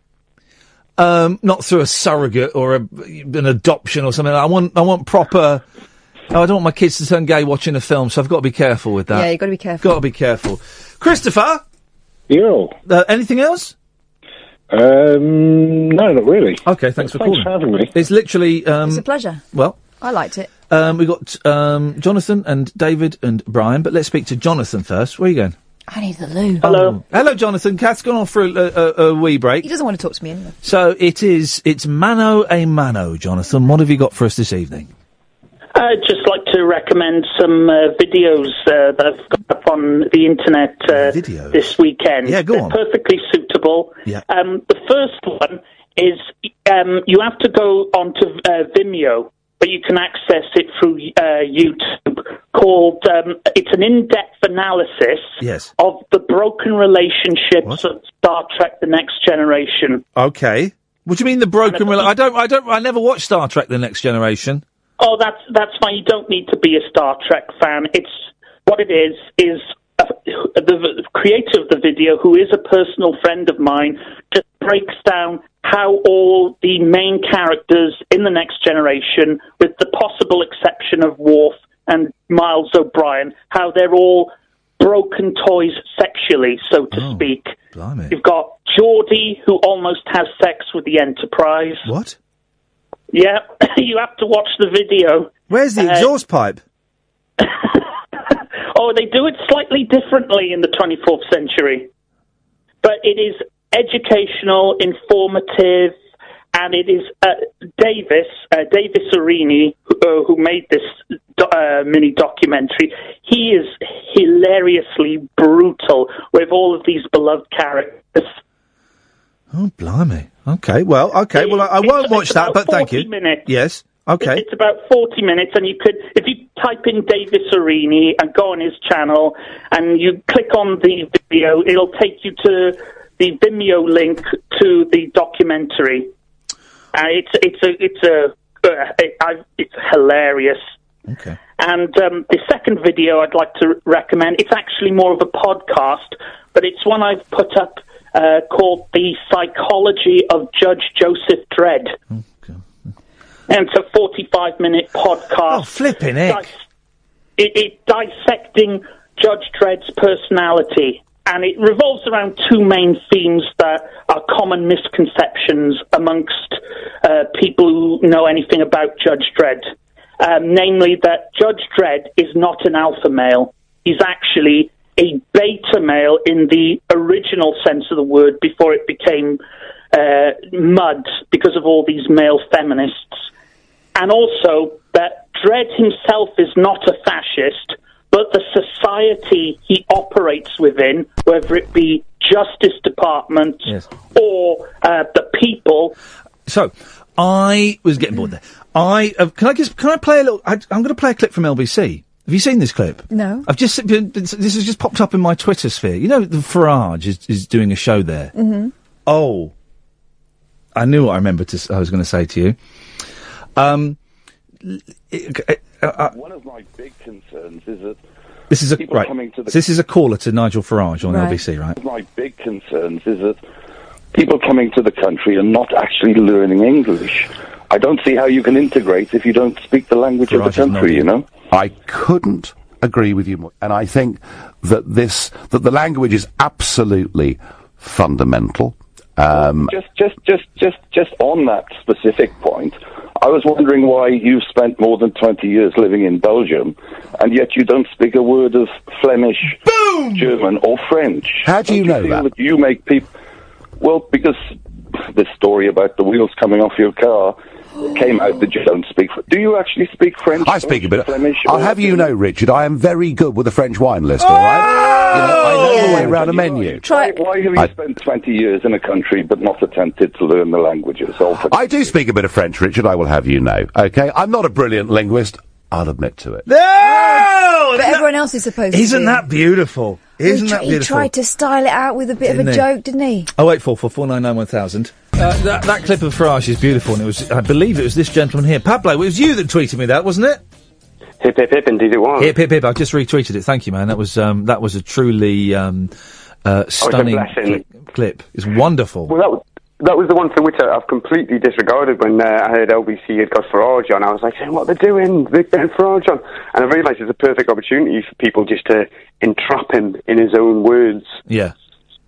Speaker 3: Um, not through a surrogate or a, an adoption or something. I want, I want proper. Oh, I don't want my kids to turn gay watching a film, so I've got to be careful with that.
Speaker 5: Yeah, you've got to be careful.
Speaker 3: Got to be careful. Christopher?
Speaker 14: Yo.
Speaker 3: Uh, anything else?
Speaker 14: Um, no, not really.
Speaker 3: Okay, thanks for
Speaker 14: Thanks
Speaker 3: calling.
Speaker 14: for having me.
Speaker 3: It's literally. Um,
Speaker 5: It's a pleasure.
Speaker 3: Well,
Speaker 5: I liked it.
Speaker 3: um, we've got um, Jonathan and David and Brian, but let's speak to Jonathan first. Where are you going?
Speaker 5: I need the loo.
Speaker 3: Hello. hello, Jonathan. Kath's gone off for a, a, a, a wee break.
Speaker 5: He doesn't want to talk to me anyway.
Speaker 3: So it is. It's mano a mano, Jonathan. What have you got for us this evening?
Speaker 15: I'd just like to recommend some uh, videos uh, that I've got up on the internet uh, this weekend. Yeah, go They're
Speaker 3: on.
Speaker 15: perfectly suitable.
Speaker 3: Yeah.
Speaker 15: Um, the first one is um, you have to go onto uh, Vimeo, but you can access it through uh, YouTube. Called um, it's an in-depth analysis
Speaker 3: Yes.
Speaker 15: of the broken relationships of Star Trek: The Next Generation.
Speaker 3: Okay. What do you mean the broken? Rela- I don't. I don't. I never watched Star Trek: The Next Generation.
Speaker 15: Oh, that's that's fine. You don't need to be a Star Trek fan. It's what it is is uh, the v- creator of the video, who is a personal friend of mine, just breaks down how all the main characters in the Next Generation, with the possible exception of Worf and Miles O'Brien, how they're all broken toys sexually, so to speak. You've got Geordie, who almost has sex with the Enterprise.
Speaker 3: What?
Speaker 15: Yeah, you have to watch the video. Uh,
Speaker 3: Where's the exhaust pipe?
Speaker 15: Oh, they do it slightly differently in the 24th century. But it is educational, informative, and it is uh, Davis, uh, Davis Arini, who, uh, who made this do- uh, mini documentary. He is hilariously brutal with all of these beloved characters.
Speaker 3: Oh blimey. Okay. Well. Okay. Well, I, I won't watch that. But thank you.
Speaker 15: minutes.
Speaker 3: Yes. Okay.
Speaker 15: It's about 40 minutes, and you could, if you type in Davis Arini and go on his channel and you click on the video, it'll take you to the Vimeo link to the documentary. Uh, it's, it's a, it's a, uh, it, I, it's hilarious.
Speaker 3: Okay.
Speaker 15: And um, the second video I'd like to recommend, it's actually more of a podcast, but it's one I've put up uh, called The Psychology of Judge Joseph Dredd. And it's a 45 minute podcast. Oh,
Speaker 3: flipping heck.
Speaker 15: it, it dissecting Judge Dredd's personality. And it revolves around two main themes that are common misconceptions amongst uh, people who know anything about Judge Dredd. Um, namely, that Judge Dredd is not an alpha male. He's actually a beta male in the original sense of the word before it became uh, mud because of all these male feminists and also that Dredd himself is not a fascist, but the society he operates within, whether it be Justice Department or uh, the people.
Speaker 3: So, I was getting bored there. I uh, can I just can I play a little? I, I'm going to play a clip from LBC. Have you seen this clip?
Speaker 5: No.
Speaker 3: I've just been, been- this has just popped up in my Twitter sphere. You know, the Farage is, is doing a show there.
Speaker 5: Mm-hmm.
Speaker 3: Oh, I knew what I remembered. To, s- I was going to say to you. Um, l- it- uh, uh,
Speaker 16: One of my big concerns is that
Speaker 3: this is a
Speaker 16: people
Speaker 3: right.
Speaker 16: coming to the
Speaker 3: so this is a caller to Nigel Farage on
Speaker 16: Right.
Speaker 3: LBC, right?
Speaker 16: My big concerns is that people coming to the country are not actually learning English. I don't see how you can integrate if you don't speak the language of the country. You know.
Speaker 17: I couldn't agree with you more. And I think that this, that the language is absolutely fundamental. Um,
Speaker 16: Just, just, just, just, just on that specific point, I was wondering why you've spent more than twenty years living in Belgium, and yet you don't speak a word of Flemish, German, or French.
Speaker 17: How do you know that?
Speaker 16: You make people. Well, because this story about the wheels coming off your car came out that you don't speak. Do you actually speak French?
Speaker 17: I speak a bit.
Speaker 16: Flemish.
Speaker 17: I'll have you know, Richard, I am very good with the French wine list, all right? You know, I know the way around a menu.
Speaker 16: Try. Why, why have you spent 20 years in a country but not attempted to learn the languages? All for-
Speaker 17: I do speak a bit of French, Richard, I will have you know. Okay? I'm not a brilliant linguist. I'll admit to it.
Speaker 5: Oh, But everyone else is supposed to.
Speaker 3: Isn't
Speaker 5: be.
Speaker 3: that beautiful? Isn't
Speaker 5: he, tr-
Speaker 3: that
Speaker 5: he
Speaker 3: beautiful?
Speaker 5: tried to style it out with a bit of
Speaker 3: Didn't
Speaker 5: a
Speaker 3: he?
Speaker 5: joke, didn't he?
Speaker 3: Oh wait, four four four nine nine one thousand. Uh, that, that clip of Farage is beautiful, and it was—I believe it was this gentleman here, Pablo. It was you that tweeted me that, wasn't it?
Speaker 18: Hip hip hip, indeed it was.
Speaker 3: Hip hip hip. I've just retweeted it. Thank you, man. That was um, that was a truly um, uh,
Speaker 18: Oh, a
Speaker 3: stunning
Speaker 18: blessing.
Speaker 3: cli- clip. It's wonderful.
Speaker 18: Well, that was, that was the one for which I, I've completely disregarded when uh, I heard LBC had got Farage on. I was like, saying, what they're doing, they're getting Farage on. And I realised it's a perfect opportunity for people just to entrap him in his own words.
Speaker 3: Yeah,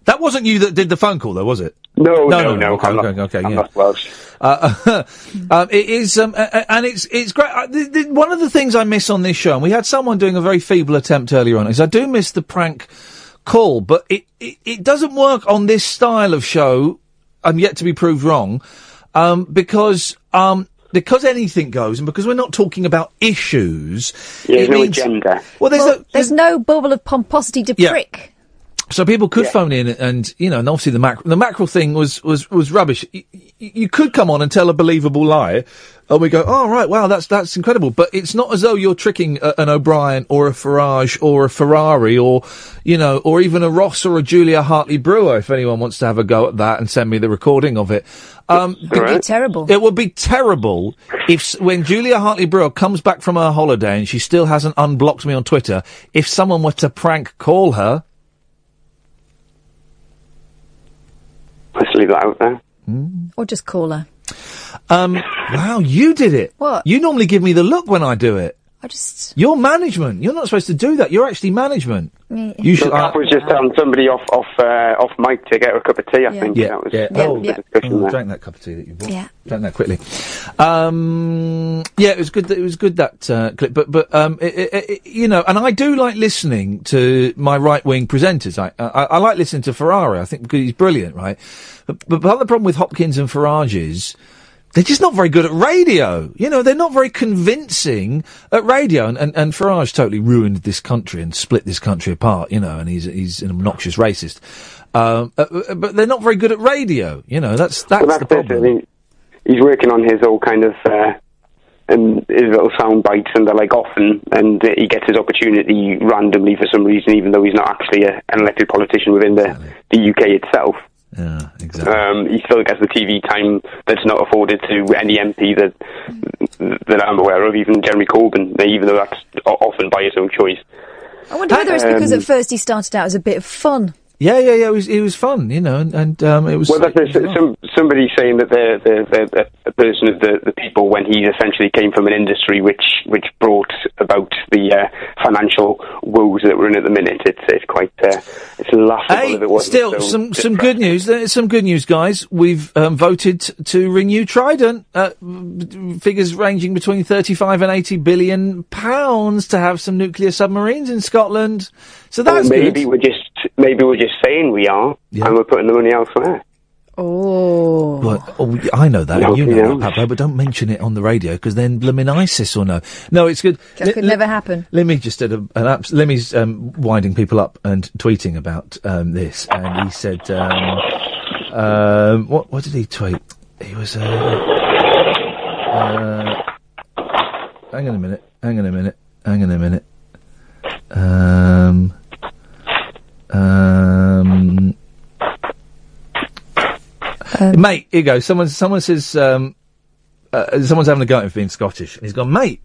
Speaker 3: that wasn't you that did the phone call, though, was it?
Speaker 18: No, no, no,
Speaker 3: Okay,
Speaker 18: I'm
Speaker 3: okay,
Speaker 18: not-
Speaker 3: okay,
Speaker 18: I'm
Speaker 3: yeah.
Speaker 18: not Welsh.
Speaker 3: Uh, um, it is, um, a- a- and it's it's great. Uh, th- th- one of the things I miss on this show, and we had someone doing a very feeble attempt earlier on, is I do miss the prank call, but it it, it doesn't work on this style of show. I'm yet to be proved wrong, um, because um, because anything goes, and because we're not talking about issues.
Speaker 18: Yeah,
Speaker 3: it
Speaker 18: no
Speaker 3: means-
Speaker 18: agenda.
Speaker 3: Well, there's no,
Speaker 5: There's no bubble of pomposity to
Speaker 3: Yeah.
Speaker 5: prick.
Speaker 3: so people could phone in, and you know, and obviously the mackerel, the mackerel thing was was was rubbish. Y- y- you could come on and tell a believable lie, and we go, "Oh right, wow, that's that's incredible." But it's not as though you're tricking a, an O'Brien or a Farage or a Ferrari or you know, or even a Ross or a Julia Hartley Brewer. If anyone wants to have a go at that and send me the recording of it, um,
Speaker 5: It'd be terrible.
Speaker 3: It would be terrible if s- when Julia Hartley Brewer comes back from her holiday and she still hasn't unblocked me on Twitter, if someone were to prank call her.
Speaker 18: Let's leave that out there.
Speaker 5: Or just call her.
Speaker 3: Um, wow, you did it.
Speaker 5: What?
Speaker 3: You normally give me the look when I do it.
Speaker 5: I just.
Speaker 3: You're management. You're not supposed to do that. You're actually management. You should.
Speaker 18: Look,
Speaker 3: I-
Speaker 18: Pat was just telling somebody off off uh, off mic to get her a cup of tea. I think
Speaker 3: Yeah,
Speaker 18: that was
Speaker 3: yeah.
Speaker 18: that was
Speaker 3: Yeah.
Speaker 18: the discussion
Speaker 3: Oh,
Speaker 18: there.
Speaker 3: drank that cup of tea that you bought.
Speaker 18: Yeah.
Speaker 3: Drank that quickly. Um, yeah, it was good. That, it was good that uh, clip. But but um, it, it, it, you know, and I do like listening to my right wing presenters. I, I I like listening to Ferrari. I think because he's brilliant, right? But, but part of the problem with Hopkins and Farage is. They're just not very good at radio. You know, they're not very convincing at radio. And, and, and Farage totally ruined this country and split this country apart, you know, and he's, he's an obnoxious racist. Um, uh, uh, but they're not very good at radio. You know, that's, that's,
Speaker 18: well,
Speaker 3: the
Speaker 18: that's
Speaker 3: problem.
Speaker 18: it. I mean, he's working on his old kind of uh, and his little sound bites, and they're like off, and, and uh, he gets his opportunity randomly for some reason, even though he's not actually a, an elected politician within the, the UK itself.
Speaker 3: Yeah, exactly.
Speaker 18: Um, he still gets the TV time that's not afforded to any MP that that I'm aware of, even Jeremy Corbyn, even though that's o- often by his own choice.
Speaker 5: I wonder whether it's because
Speaker 18: Um,
Speaker 5: at first he started out as a bit of fun.
Speaker 3: Yeah, yeah, yeah. It was, it was fun, you know, and, and um, it was.
Speaker 18: Well, that's it. Some, somebody saying that they're, they're, they're a person of the, the people when he essentially came from an industry which, which brought about the uh, financial woes that we're in at the minute. It's, it's quite uh, it's laughable
Speaker 3: Hey,
Speaker 18: if it wasn't
Speaker 3: still
Speaker 18: so
Speaker 3: some
Speaker 18: different.
Speaker 3: some good news. There's some good news, guys. We've um, voted to renew Trident. Uh, figures ranging between 35 and 80 billion pounds to have some nuclear submarines in Scotland. So
Speaker 18: Or
Speaker 3: that's
Speaker 18: maybe
Speaker 3: good.
Speaker 18: we're just maybe we're just saying we are, and we're putting the money elsewhere.
Speaker 5: Oh.
Speaker 3: Well, oh, I know that.
Speaker 5: No,
Speaker 3: you know
Speaker 5: yeah.
Speaker 3: that, Pablo, but don't mention it on the radio because then blooming ISIS will know. No, it's good.
Speaker 5: That could never happen.
Speaker 3: Lemmy just did a, an abs- Lemmy's um, winding people up and tweeting about um, this, and he said, um, um, "What? What did he tweet? He was uh, uh, hang on a minute, hang on a minute, hang on a minute. Um, um,
Speaker 5: Um,
Speaker 3: mate, here you go. Someone, someone says, um, uh, someone's having a go at him for being Scottish. He's gone, mate.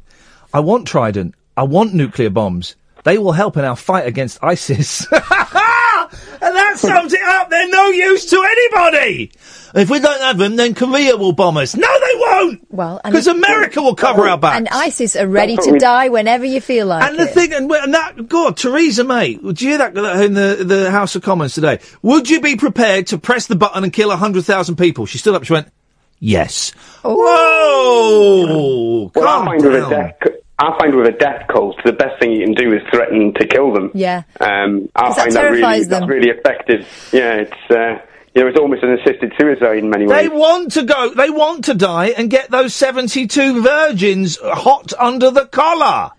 Speaker 3: I want Trident. I want nuclear bombs. They will help in our fight against ISIS. and that sums it up. They're no use to anybody. If we don't have them, then Korea will bomb us. No, they won't.
Speaker 5: Well, and-
Speaker 3: because America will cover our back.
Speaker 5: And ISIS are ready
Speaker 3: That's
Speaker 5: to
Speaker 3: what we-
Speaker 5: die whenever you feel like
Speaker 3: And the
Speaker 5: it.
Speaker 3: thing, and, and that, God, Theresa May, did you hear that in the, the House of Commons today? Would you be prepared to press the button and kill 100,000 people? She stood up, she went, yes. Whoa!
Speaker 18: Well, I find, with a death, c- I find with a death cult, the best thing you can do is threaten to kill them.
Speaker 5: Yeah.
Speaker 18: Um, I
Speaker 5: 'Cause that
Speaker 18: find that, really
Speaker 5: terrifies them.
Speaker 18: that's really effective. Yeah, it's uh, you know it's almost an assisted suicide in many
Speaker 3: They
Speaker 18: ways.
Speaker 3: want to go, they want to die and get those 72 virgins hot under the collar.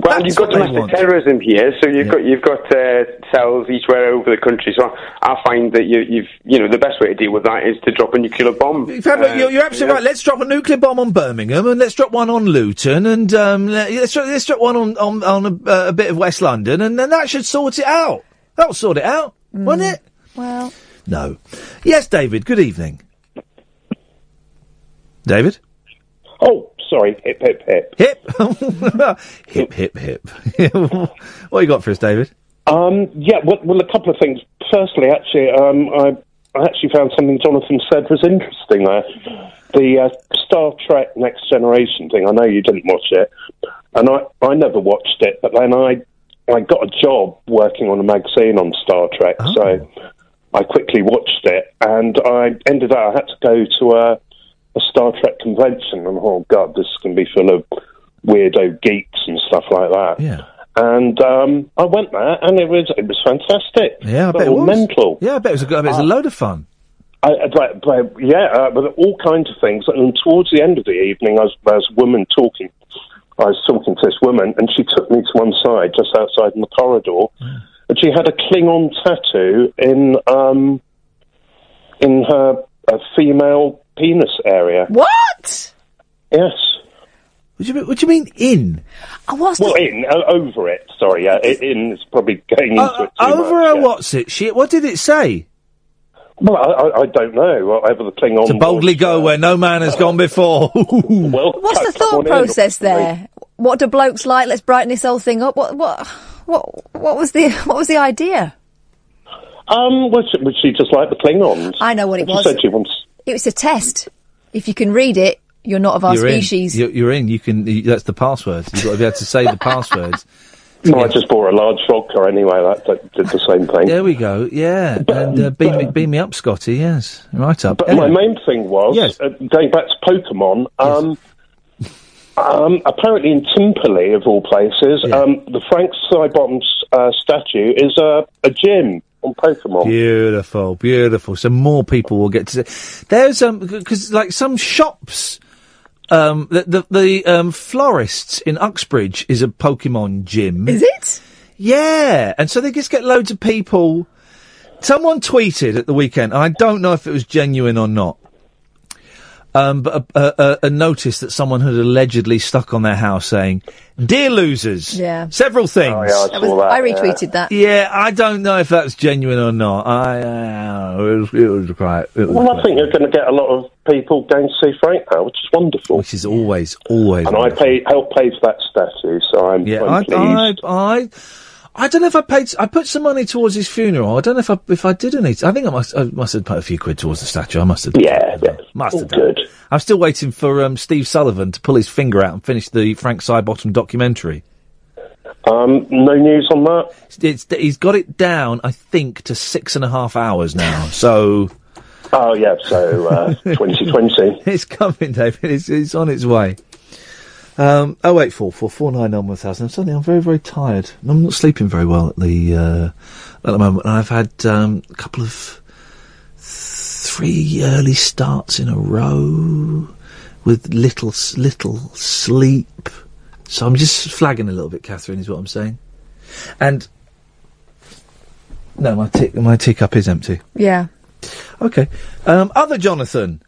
Speaker 18: Well, and you've got
Speaker 3: what they
Speaker 18: domestic terrorism here, so you've got you've got uh, cells each where over the country. So I, I find that you, you've you know the best way to deal with that is to drop a nuclear bomb.
Speaker 3: Pablo,
Speaker 18: Uh,
Speaker 3: you're, you're absolutely
Speaker 18: you know.
Speaker 3: right. Let's drop a nuclear bomb on Birmingham, and let's drop one on Luton, and um, let- let's, drop, let's drop one on on, on a, uh, a bit of West London, and then that should sort it out. That'll sort it out, won't it?
Speaker 5: Well,
Speaker 3: No. Yes, David. Good evening, David.
Speaker 19: Oh, sorry. Hip, hip, hip.
Speaker 3: Hip. hip, hip, hip. what you got for us, David?
Speaker 19: Um, yeah, well, well, a couple of things. Firstly, actually, um, I, I actually found something Jonathan said was interesting there. The uh, Star Trek Next Generation thing. I know you didn't watch it, and I, I never watched it, but then I, I got a job working on a magazine on Star Trek,
Speaker 3: Oh.
Speaker 19: so I quickly watched it, and I ended up, I had to go to a, a Star Trek convention, and oh, God, this is going to be full of weirdo geeks and stuff like that.
Speaker 3: Yeah.
Speaker 19: And um, I went there, and it was it was fantastic.
Speaker 3: Yeah, I
Speaker 19: But
Speaker 3: bet it
Speaker 19: all
Speaker 3: was.
Speaker 19: mental.
Speaker 3: Yeah, I bet it was a, good- I
Speaker 19: Uh,
Speaker 3: bet it was a load of fun.
Speaker 19: I, I- but, but, yeah, uh, but all kinds of things. And towards the end of the evening, I was, there was a woman talking. I was talking to this woman, and she took me to one side, just outside in the corridor, and she had a Klingon tattoo in um, in her uh, female penis area.
Speaker 5: What?
Speaker 19: Yes.
Speaker 3: What do you, mean- what do you mean in?
Speaker 5: I was
Speaker 19: well in uh, over it. Sorry, yeah, i- in is probably going into it too much.
Speaker 3: Uh, Over a what's it? Shit. What did it say?
Speaker 19: Well, I, I, I don't know. Whatever the Klingon.
Speaker 3: To boldly
Speaker 19: uh,
Speaker 3: go where no man has gone before. well,
Speaker 5: What's the thought process there? What do blokes like? Let's brighten this whole thing up. What what what what was the what was the idea?
Speaker 19: Um, was, she- was she just like the Klingons?
Speaker 5: I know what Ah, it
Speaker 19: she
Speaker 5: was.
Speaker 19: said she wants.
Speaker 5: It was a test. If you can read it, you're not of our
Speaker 3: you're
Speaker 5: species.
Speaker 3: In. You're, you're in. You can. You, that's the password. You've got to be able to say the passwords.
Speaker 19: No, I just bought a large vodka anyway. That, that did the same thing.
Speaker 3: There we go. Yeah, and uh, beam, me, beam me up, Scotty. Yes, right up.
Speaker 19: um, But my
Speaker 3: Anyway.
Speaker 19: main thing was uh, going back to Pokemon. Um, um, apparently, in Timperley, of all places, um, the Frank Sybom's uh, statue is a, a gym on Pokemon.
Speaker 3: Beautiful, beautiful. So more people will get to see. There's um because like some shops, um the the, the um, florists in Uxbridge is a Pokemon gym. Is
Speaker 5: it?
Speaker 3: Yeah, and so they just get loads of people. Someone tweeted at the weekend. I don't know if it was genuine or not. Um, but a, a, a- a notice that someone had allegedly stuck on their house saying, "Dear losers,
Speaker 5: Yeah.
Speaker 3: several
Speaker 19: Oh,
Speaker 3: things."
Speaker 5: That was- I retweeted that.
Speaker 3: Yeah, I don't know if that's genuine or not. I, uh, it was, it was quite. It was
Speaker 19: Well, I
Speaker 3: quite-
Speaker 19: think you're going to get a lot of people going to see Frank now, which is wonderful. Which
Speaker 3: is always, always.
Speaker 19: And I pay, helped pay for that statue, so I'm,
Speaker 3: yeah,
Speaker 19: I'm
Speaker 3: I,
Speaker 19: pleased.
Speaker 3: I, I, I don't know if I paid. I put some money towards his funeral. I don't know if I if I did any. I think I must. I must have put a few quid towards the statue. I must have.
Speaker 19: Yeah, yeah.
Speaker 3: must
Speaker 19: All
Speaker 3: have done.
Speaker 19: good.
Speaker 3: I'm still waiting for um, Steve Sullivan to pull his finger out and finish the Frank Sidebottom documentary.
Speaker 19: Um, no news on that.
Speaker 3: It's, he's got it down, I think, to six and a half hours now. So.
Speaker 19: Oh yeah, so uh, 2020.
Speaker 3: It's coming, David. It's, it's on its way. Um, oh eight four four four nine nine one thousand. I'm suddenly I'm very very tired. And I'm not sleeping very well at the uh, at the moment. And I've had um, a couple of three early starts in a row with little s- little sleep. So I'm just flagging a little bit, Catherine, is what I'm saying. And no, my tea, my teacup is empty.
Speaker 5: Yeah.
Speaker 3: Okay. Um, other Jonathan.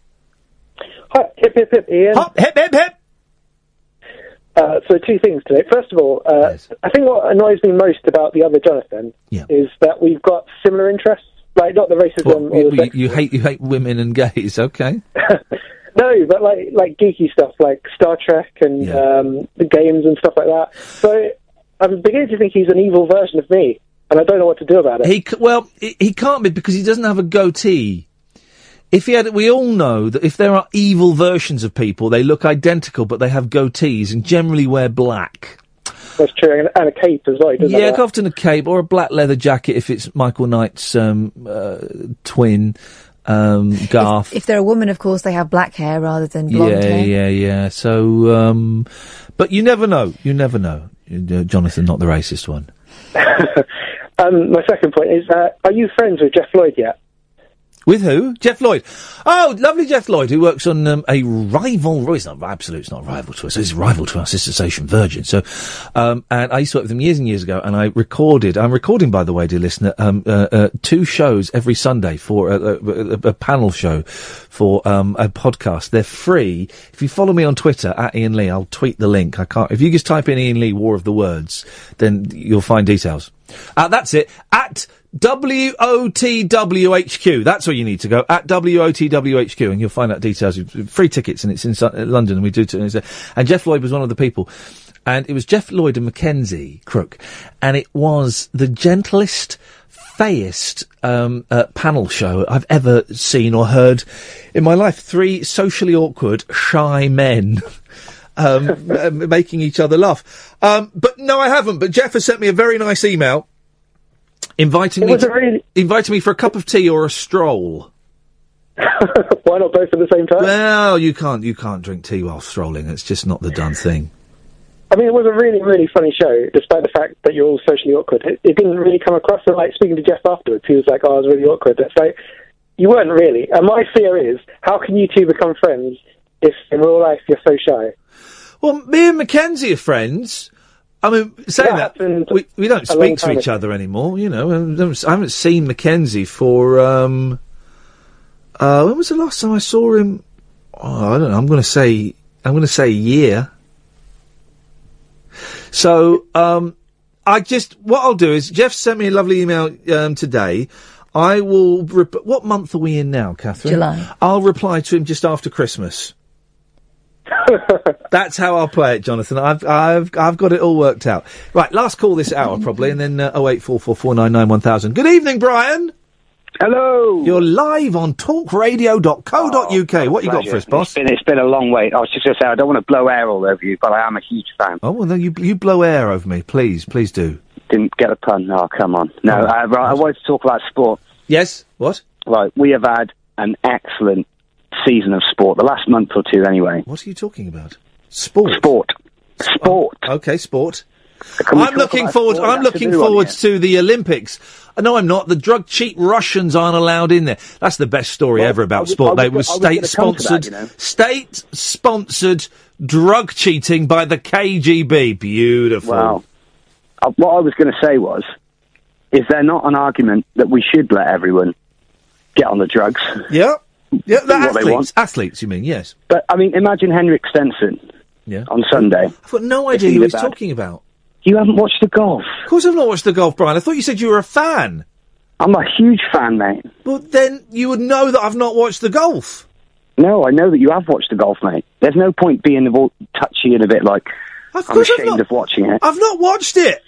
Speaker 20: Hip, hip, hip, Ian.
Speaker 3: hip, hip, hip.
Speaker 20: Uh, so two things today. First of all, uh, I think what annoys me most about the other Jonathan is that we've got similar interests. Like, not the racism.
Speaker 3: you,
Speaker 20: or the
Speaker 3: you- you hate you hate women and gays. Okay.
Speaker 20: No, but like like geeky stuff like Star Trek and um, the games and stuff like that. So I'm beginning to think he's an evil version of me, and I don't know what to do about it.
Speaker 3: He c- well, he he can't be because he doesn't have a goatee. If he had, we all know that if there are evil versions of people, they look identical, but they have goatees and generally wear black.
Speaker 20: That's true, and, and a cape as well. He doesn't
Speaker 3: Yeah,
Speaker 20: have that.
Speaker 3: often a cape or a black leather jacket if it's Michael Knight's um, uh, twin, um, Garth.
Speaker 5: If they're a woman, of course, they have black hair rather than blonde
Speaker 3: yeah,
Speaker 5: hair.
Speaker 3: yeah, yeah. So, um, but you never know. You never know. Uh, Jonathan, not the racist one.
Speaker 20: Um, my second point is, uh, are you friends with Jeff Lloyd yet?
Speaker 3: With who? Jeff Lloyd. Oh, lovely Jeff Lloyd, who works on um, a rival. Well, it's not absolute. It's not rival to us. It's rival to our sister station, Virgin. So, um, and I used to work with them years and years ago. And I recorded. I'm recording, by the way, dear listener, um, uh, uh, two shows every Sunday for uh, a, a, a, a panel show for um, a podcast. They're free. If you follow me on Twitter at Ian Lee, I'll tweet the link. I can't. If you just type in Ian Lee War of the Words, then you'll find details. Uh, that's it. At WOTWHQ. That's where you need to go. At WOTWHQ, and you'll find out details. You've- Free tickets, and it's in Su- uh, London, and we do it. And Jeff Lloyd was one of the people. And it was Jeff Lloyd and Mackenzie Crook. And it was the gentlest, fayest um, uh, panel show I've ever seen or heard in my life. Three socially awkward, shy men. Um, uh, making each other laugh. Um, but no, I haven't. But Jeff has sent me a very nice email inviting
Speaker 20: It
Speaker 3: me
Speaker 20: was a
Speaker 3: to, inviting me for a cup of tea or a stroll.
Speaker 20: Why not both at the same time?
Speaker 3: Well, you can't you can't drink tea while strolling. It's just not the done thing.
Speaker 20: I mean, it was a really, really funny show, despite the fact that you're all socially awkward. It, it didn't really come across. And like speaking to Jeff afterwards, he was like, "Oh, I was really awkward." That's like, you weren't really. And my fear is, how can you two become friends if in real life you're so shy?
Speaker 3: Well, me and Mackenzie are friends. I mean, saying that, we, we don't
Speaker 20: a long
Speaker 3: speak to
Speaker 20: time
Speaker 3: each
Speaker 20: ago.
Speaker 3: other anymore. You know, I don't- I haven't seen Mackenzie for um, uh, when was the last time I saw him? Oh, I don't know. I'm going to say I'm going to say a year. So um, I just what I'll do is Jeff sent me a lovely email um, today. I will. Rep- what month are we in now, Catherine?
Speaker 5: July.
Speaker 3: I'll reply to him just after Christmas. That's how I'll play it, Jonathan. I've I've I've got it all worked out. Right, last call this hour probably, and then oh eight four four four nine nine one thousand. Good evening, Brian.
Speaker 11: Hello. Oh,
Speaker 3: You're live on talkradio.co.uk. what you got
Speaker 11: Pleasure.
Speaker 3: for us, boss?
Speaker 11: It's been, it's been a long wait. I was just going to say, I don't want to blow air all over you, but I am a huge fan.
Speaker 3: Oh well, no, you you blow air over me, please, please do.
Speaker 11: Didn't get a pun. Oh, come on. No, uh, right, I wanted to talk about sport.
Speaker 3: Yes, what?
Speaker 11: Right, we have had an excellent season of sport, the last month or two anyway.
Speaker 3: What are you talking about? Sport. Oh,
Speaker 11: Sport. Sport.
Speaker 3: okay, sport.
Speaker 11: Can we
Speaker 3: I'm
Speaker 11: talk
Speaker 3: looking
Speaker 11: about
Speaker 3: forward.
Speaker 11: sport?
Speaker 3: I'm
Speaker 11: That's a
Speaker 3: looking
Speaker 11: new one
Speaker 3: forward
Speaker 11: here.
Speaker 3: to the Olympics. Uh, No, I'm not. The drug cheat Russians aren't allowed in there. That's the best story ever about
Speaker 11: was-
Speaker 3: sport.
Speaker 11: I
Speaker 3: they
Speaker 11: was
Speaker 3: were
Speaker 11: go- I
Speaker 3: state
Speaker 11: was gonna come to
Speaker 3: sponsored,
Speaker 11: that, you know.
Speaker 3: state sponsored drug cheating by the KGB. Beautiful.
Speaker 11: Wow. Uh, what I was going to say was, is there not an argument that we should let everyone get on the drugs?
Speaker 3: Yeah. Yeah, the
Speaker 11: they
Speaker 3: athletes.
Speaker 11: want.
Speaker 3: Athletes, you mean? Yes.
Speaker 11: But, I mean, imagine Henrik Stenson
Speaker 3: Yeah.
Speaker 11: on Sunday.
Speaker 3: I've got no
Speaker 11: If
Speaker 3: idea
Speaker 11: he
Speaker 3: who
Speaker 11: did
Speaker 3: he's
Speaker 11: that.
Speaker 3: talking about.
Speaker 11: You haven't watched the golf.
Speaker 3: Of course, I've not watched the golf, Brian. I thought you said you were a fan.
Speaker 11: I'm a huge fan, mate.
Speaker 3: Well, then you would know that I've not watched the golf.
Speaker 11: No, I know that you have watched the golf, mate. There's no point being all touchy and a bit like I'm
Speaker 3: course I've
Speaker 11: ashamed
Speaker 3: not-
Speaker 11: of watching it.
Speaker 3: I've not watched it.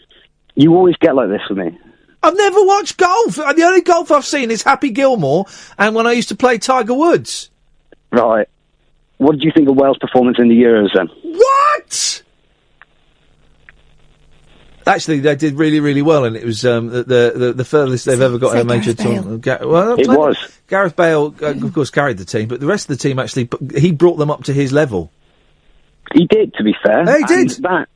Speaker 11: You always get like this with me.
Speaker 3: I've never watched golf. Uh, The only golf I've seen is Happy Gilmore and when I used to play Tiger Woods.
Speaker 11: Right. What did you think of Wales' performance in the Euros then?
Speaker 3: What? Actually, they did really, really well, and it was um, the, the the the furthest they've ever got in a major tournament. Ga- well,
Speaker 11: It
Speaker 3: played-
Speaker 11: was.
Speaker 3: Gareth Bale, uh, of course, carried the team, but the rest of the team actually he brought them up to his level.
Speaker 11: He did, to be fair.
Speaker 3: He did.
Speaker 11: That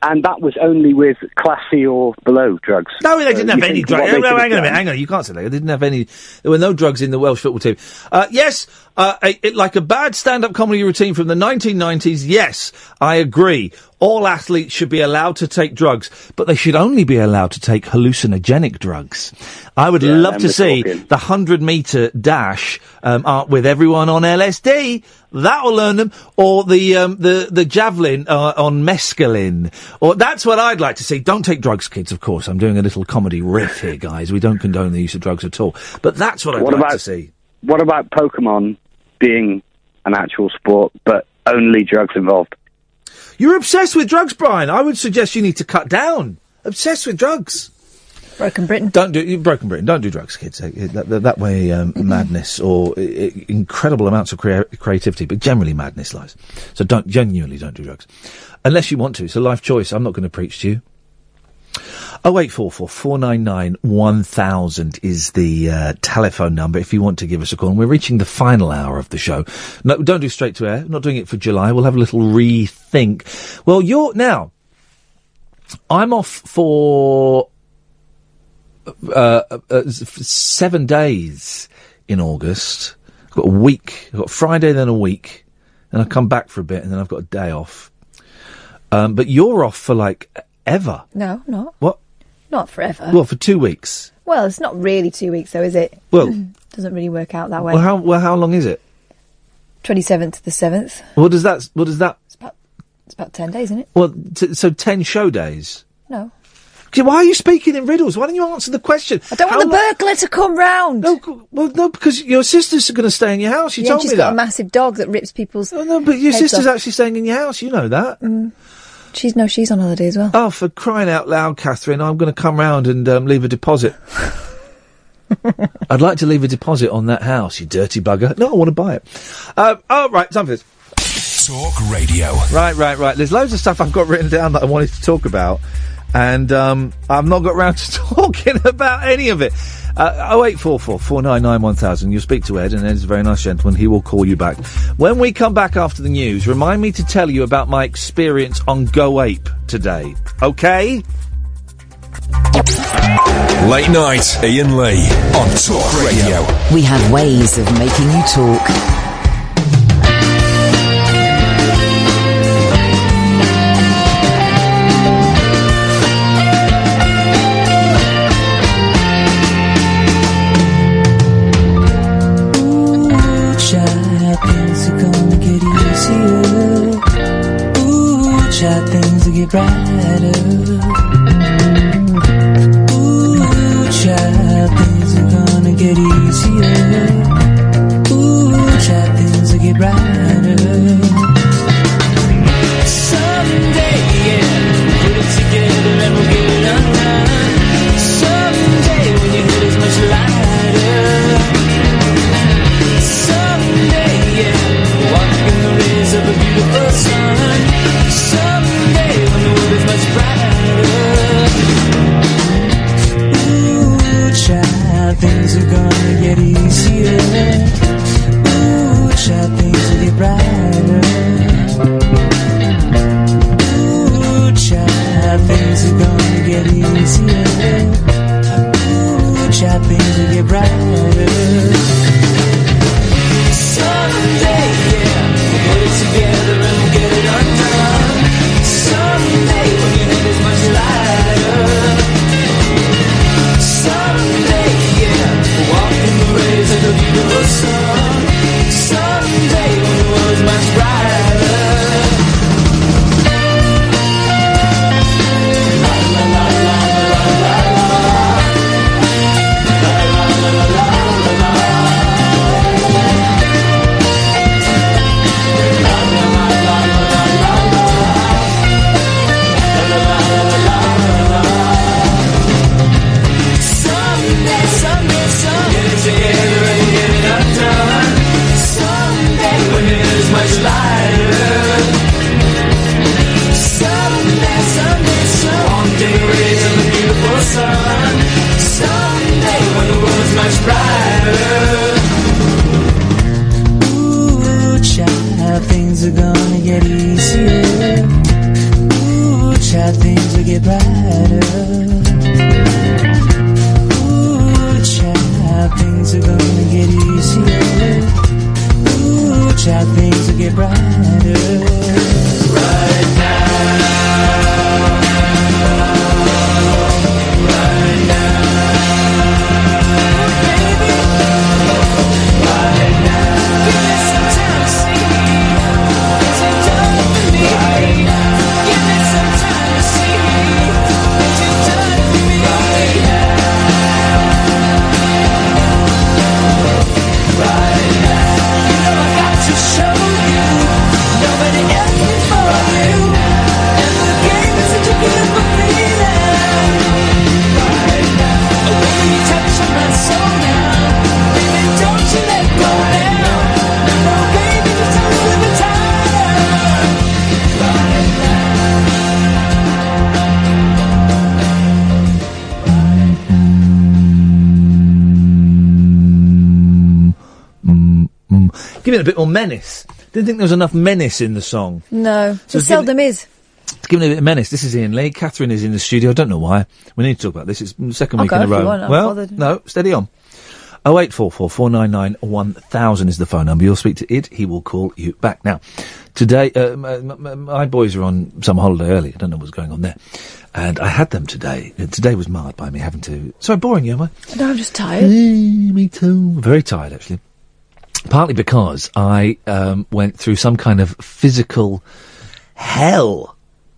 Speaker 11: and that was only with Class C or below drugs.
Speaker 3: No, they didn't
Speaker 11: So
Speaker 3: have
Speaker 11: you
Speaker 3: any
Speaker 11: think what
Speaker 3: drugs.
Speaker 11: they could
Speaker 3: hang on a
Speaker 11: have
Speaker 3: minute,
Speaker 11: done-
Speaker 3: hang on. You can't say that. They didn't have any. There were no drugs in the Welsh football team. Uh, yes, uh, a- it- like a bad stand-up comedy routine from the 1990s. Yes, I agree. All athletes should be allowed to take drugs, but they should only be allowed to take hallucinogenic drugs. I would love
Speaker 21: then
Speaker 3: to
Speaker 21: we're
Speaker 3: see
Speaker 21: talking.
Speaker 3: the 100 meter dash um, art with everyone on LSD. That'll learn them. Or the um, the the javelin uh, on mescaline. Or that's what I'd like to see. Don't take drugs, kids. Of course, I'm doing a little comedy riff here, guys. We don't condone the use of drugs at all. But that's what I'd
Speaker 11: What
Speaker 3: like
Speaker 11: about-
Speaker 3: to see.
Speaker 11: What about Pokemon being an actual sport, but only drugs involved?
Speaker 3: You're obsessed with drugs, Brian. I would suggest you need to cut down. Obsessed with drugs.
Speaker 5: Broken Britain.
Speaker 3: Don't do you- Broken Britain. Don't do drugs, kids. Uh, That, that, that way, um, madness or uh, incredible amounts of crea- creativity, but generally madness lies. So don't genuinely don't do drugs, unless you want to. It's a life choice. I'm not going to preach to you. Oh eight four four four nine nine one thousand is the uh, telephone number if you want to give us a call. And we're reaching the final hour of the show. No, don't do straight to air. Not doing it for July. We'll have a little rethink. Well, you're now. I'm off for uh, uh, uh, s- f- seven days in August. I've got a week. I've got Friday, then a week, and I come back for a bit, and then I've got a day off. Um, but you're off for like ever.
Speaker 5: No, not
Speaker 3: What?
Speaker 5: not forever.
Speaker 3: Well, for two weeks.
Speaker 5: Well, it's not really two weeks though, is it?
Speaker 3: Well-
Speaker 5: doesn't really work out that way.
Speaker 3: Well, how well how long is it?
Speaker 5: Twenty seventh to the seventh.
Speaker 3: What does that? What does that?
Speaker 5: It's about ten days, isn't it?
Speaker 3: Well, t- so ten show days.
Speaker 5: No.
Speaker 3: Gee, Why are you speaking in riddles? Why don't you answer the question? I
Speaker 5: don't want the burglar to come round.
Speaker 3: No, g- well, no, because your sister's going to stay in your house. You
Speaker 5: yeah,
Speaker 3: Oh, told
Speaker 5: she's
Speaker 3: me
Speaker 5: got
Speaker 3: that.
Speaker 5: a massive dog that rips people's. Mm.
Speaker 3: Oh, no, but your sister's actually staying in your house. You know that.
Speaker 5: She's no, she's on holiday as well.
Speaker 3: Oh, for crying out loud, Catherine! I'm going to come round and um, leave a deposit. I'd like to leave a deposit on that house, you dirty bugger. No, I want to buy it. Um, oh, right, time for this.
Speaker 2: Talk radio.
Speaker 3: Right, right, right. There's loads of stuff I've got written down that I wanted to talk about, and um, I've not got round to talking about any of it. Oh eight four four four nine nine one thousand. You'll speak to Ed, and Ed's a very nice gentleman. He will call you back when we come back after the news. Remind me to tell you about my experience on Go Ape today. Okay.
Speaker 2: Late night, Ian Lee on Talk Radio.
Speaker 1: We have ways of making you talk.
Speaker 22: Child, things are gonna get easier. Ooh, child, things will get brighter. Ooh, child, things are gonna get easier. Ooh, child, things will get brighter. Someday, yeah, we'll put it together and we'll get it undone. Someday, when your hood is much lighter. Someday, yeah, we'll walk in the rays of a beautiful sun. Someday, when the world is much brighter. Ooh, child, things are gonna get easier. Ooh, child, things will get brighter. Ooh, child, things are gonna get easier. Ooh, child, things will get brighter. Someday, yeah, we'll get it together and we'll get it undone. Someday, when your head is much lighter. Someday, yeah, we'll walk in the rays of the beautiful sun. Someday, when the world's much brighter. Someday, someday, someday. Get it together and get it undone. Someday, when it is much lighter. Someday, someday, someday. One day, rays of the beautiful sun. Someday, when the world's much brighter. Ooh, child, things are gonna get easier. Ooh, child, how things will get brighter. Ooh, child, things are gonna get easier. Ooh, child, things will get brighter. Right
Speaker 3: Give it a bit more menace. Didn't think there was enough menace in the song. So
Speaker 5: No, it
Speaker 3: it's given-
Speaker 5: seldom is.
Speaker 3: It's given a bit of menace. This is Ian Lee. Catherine is in the studio. I don't know why. We need to talk about this. It's the 2nd
Speaker 5: I'll
Speaker 3: week
Speaker 5: go
Speaker 3: in a
Speaker 5: if you
Speaker 3: row.
Speaker 5: want. I'm
Speaker 3: well,
Speaker 5: bothered.
Speaker 3: no, steady on. 0844 499 1000 is the phone number. You'll speak to Id. He will call you back. Now, today, uh, m- m- m- my boys are on some holiday early. I don't know what's going on there. And I had them today. Uh, Today was marred by me having to. Sorry, boring you, am I?
Speaker 5: No, I'm just tired.
Speaker 3: me too. Very tired, actually. Partly because I um, went through some kind of physical hell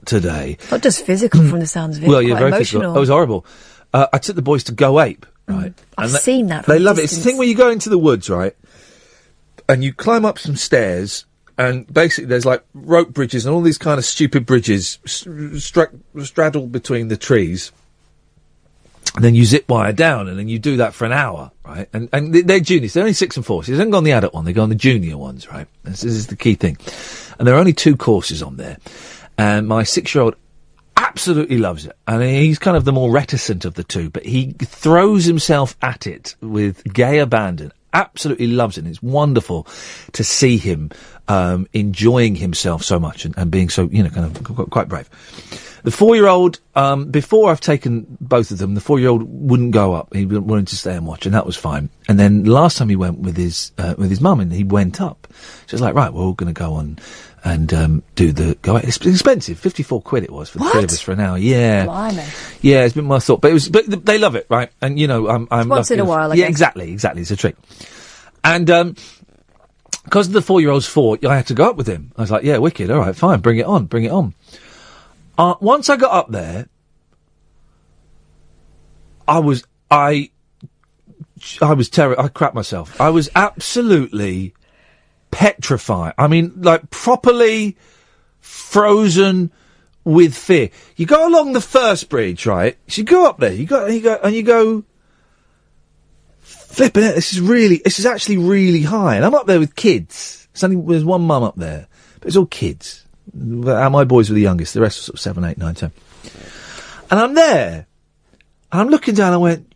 Speaker 3: today.
Speaker 5: Not just physical from the sounds of it.
Speaker 3: Well, yeah,
Speaker 5: quite
Speaker 3: very
Speaker 5: emotional. Mm.
Speaker 3: physical. It was horrible. Uh, I took the boys to Go Ape, right?
Speaker 5: I've
Speaker 3: they-
Speaker 5: seen that from
Speaker 3: They
Speaker 5: a
Speaker 3: love it. It's the
Speaker 5: distance.
Speaker 3: thing where you go into the woods, right? And you climb up some stairs, and basically there's like rope bridges and all these kind of stupid bridges st- stra- straddled between the trees. And then you zip wire down, and then you do that for an hour, right? And and they- they're juniors; they're only six and four. So they don't go on the adult one; they go on the junior ones, right? This, this is the key thing. And there are only two courses on there. And my six-year-old absolutely loves it, and he's kind of the more reticent of the two, but he throws himself at it with gay abandon. Absolutely loves it. And it's wonderful to see him um, enjoying himself so much and, and being so, you know, kind of qu- quite brave. The four year old, um, before I've taken both of them, the four year old wouldn't go up. He w- wanted to stay and watch, and that was fine. And then last time he went with his uh, with his mum, and he went up. So it's like, right, we're all going to go on and um, do the go. Out. It's expensive, fifty four quid it was for the three of us for an hour. Yeah,
Speaker 5: Blimey.
Speaker 3: yeah, it's been my thought, but it was. But th- they love it, right? And you know, I'm. I'm
Speaker 5: once
Speaker 3: lucky
Speaker 5: in a
Speaker 3: enough-
Speaker 5: while, I
Speaker 3: yeah,
Speaker 5: guess.
Speaker 3: exactly, exactly. It's a trick. And um, because the four-year-old's four, I had to go up with him. I was like, "Yeah, wicked. All right, fine. Bring it on. Bring it on." Uh, once I got up there, I was I I was terrified. I crapped myself. I was absolutely petrified. I mean, like properly frozen with fear. You go along the first bridge, right? So you go up there. You go and you go and you go. Flipping it. This is really. This is actually really high. And I'm up there with kids. Something. There's one mum up there, but it's all kids. Uh, My boys were the youngest. The rest were sort of seven, eight, nine, ten. And I'm there, and I'm looking down. I went.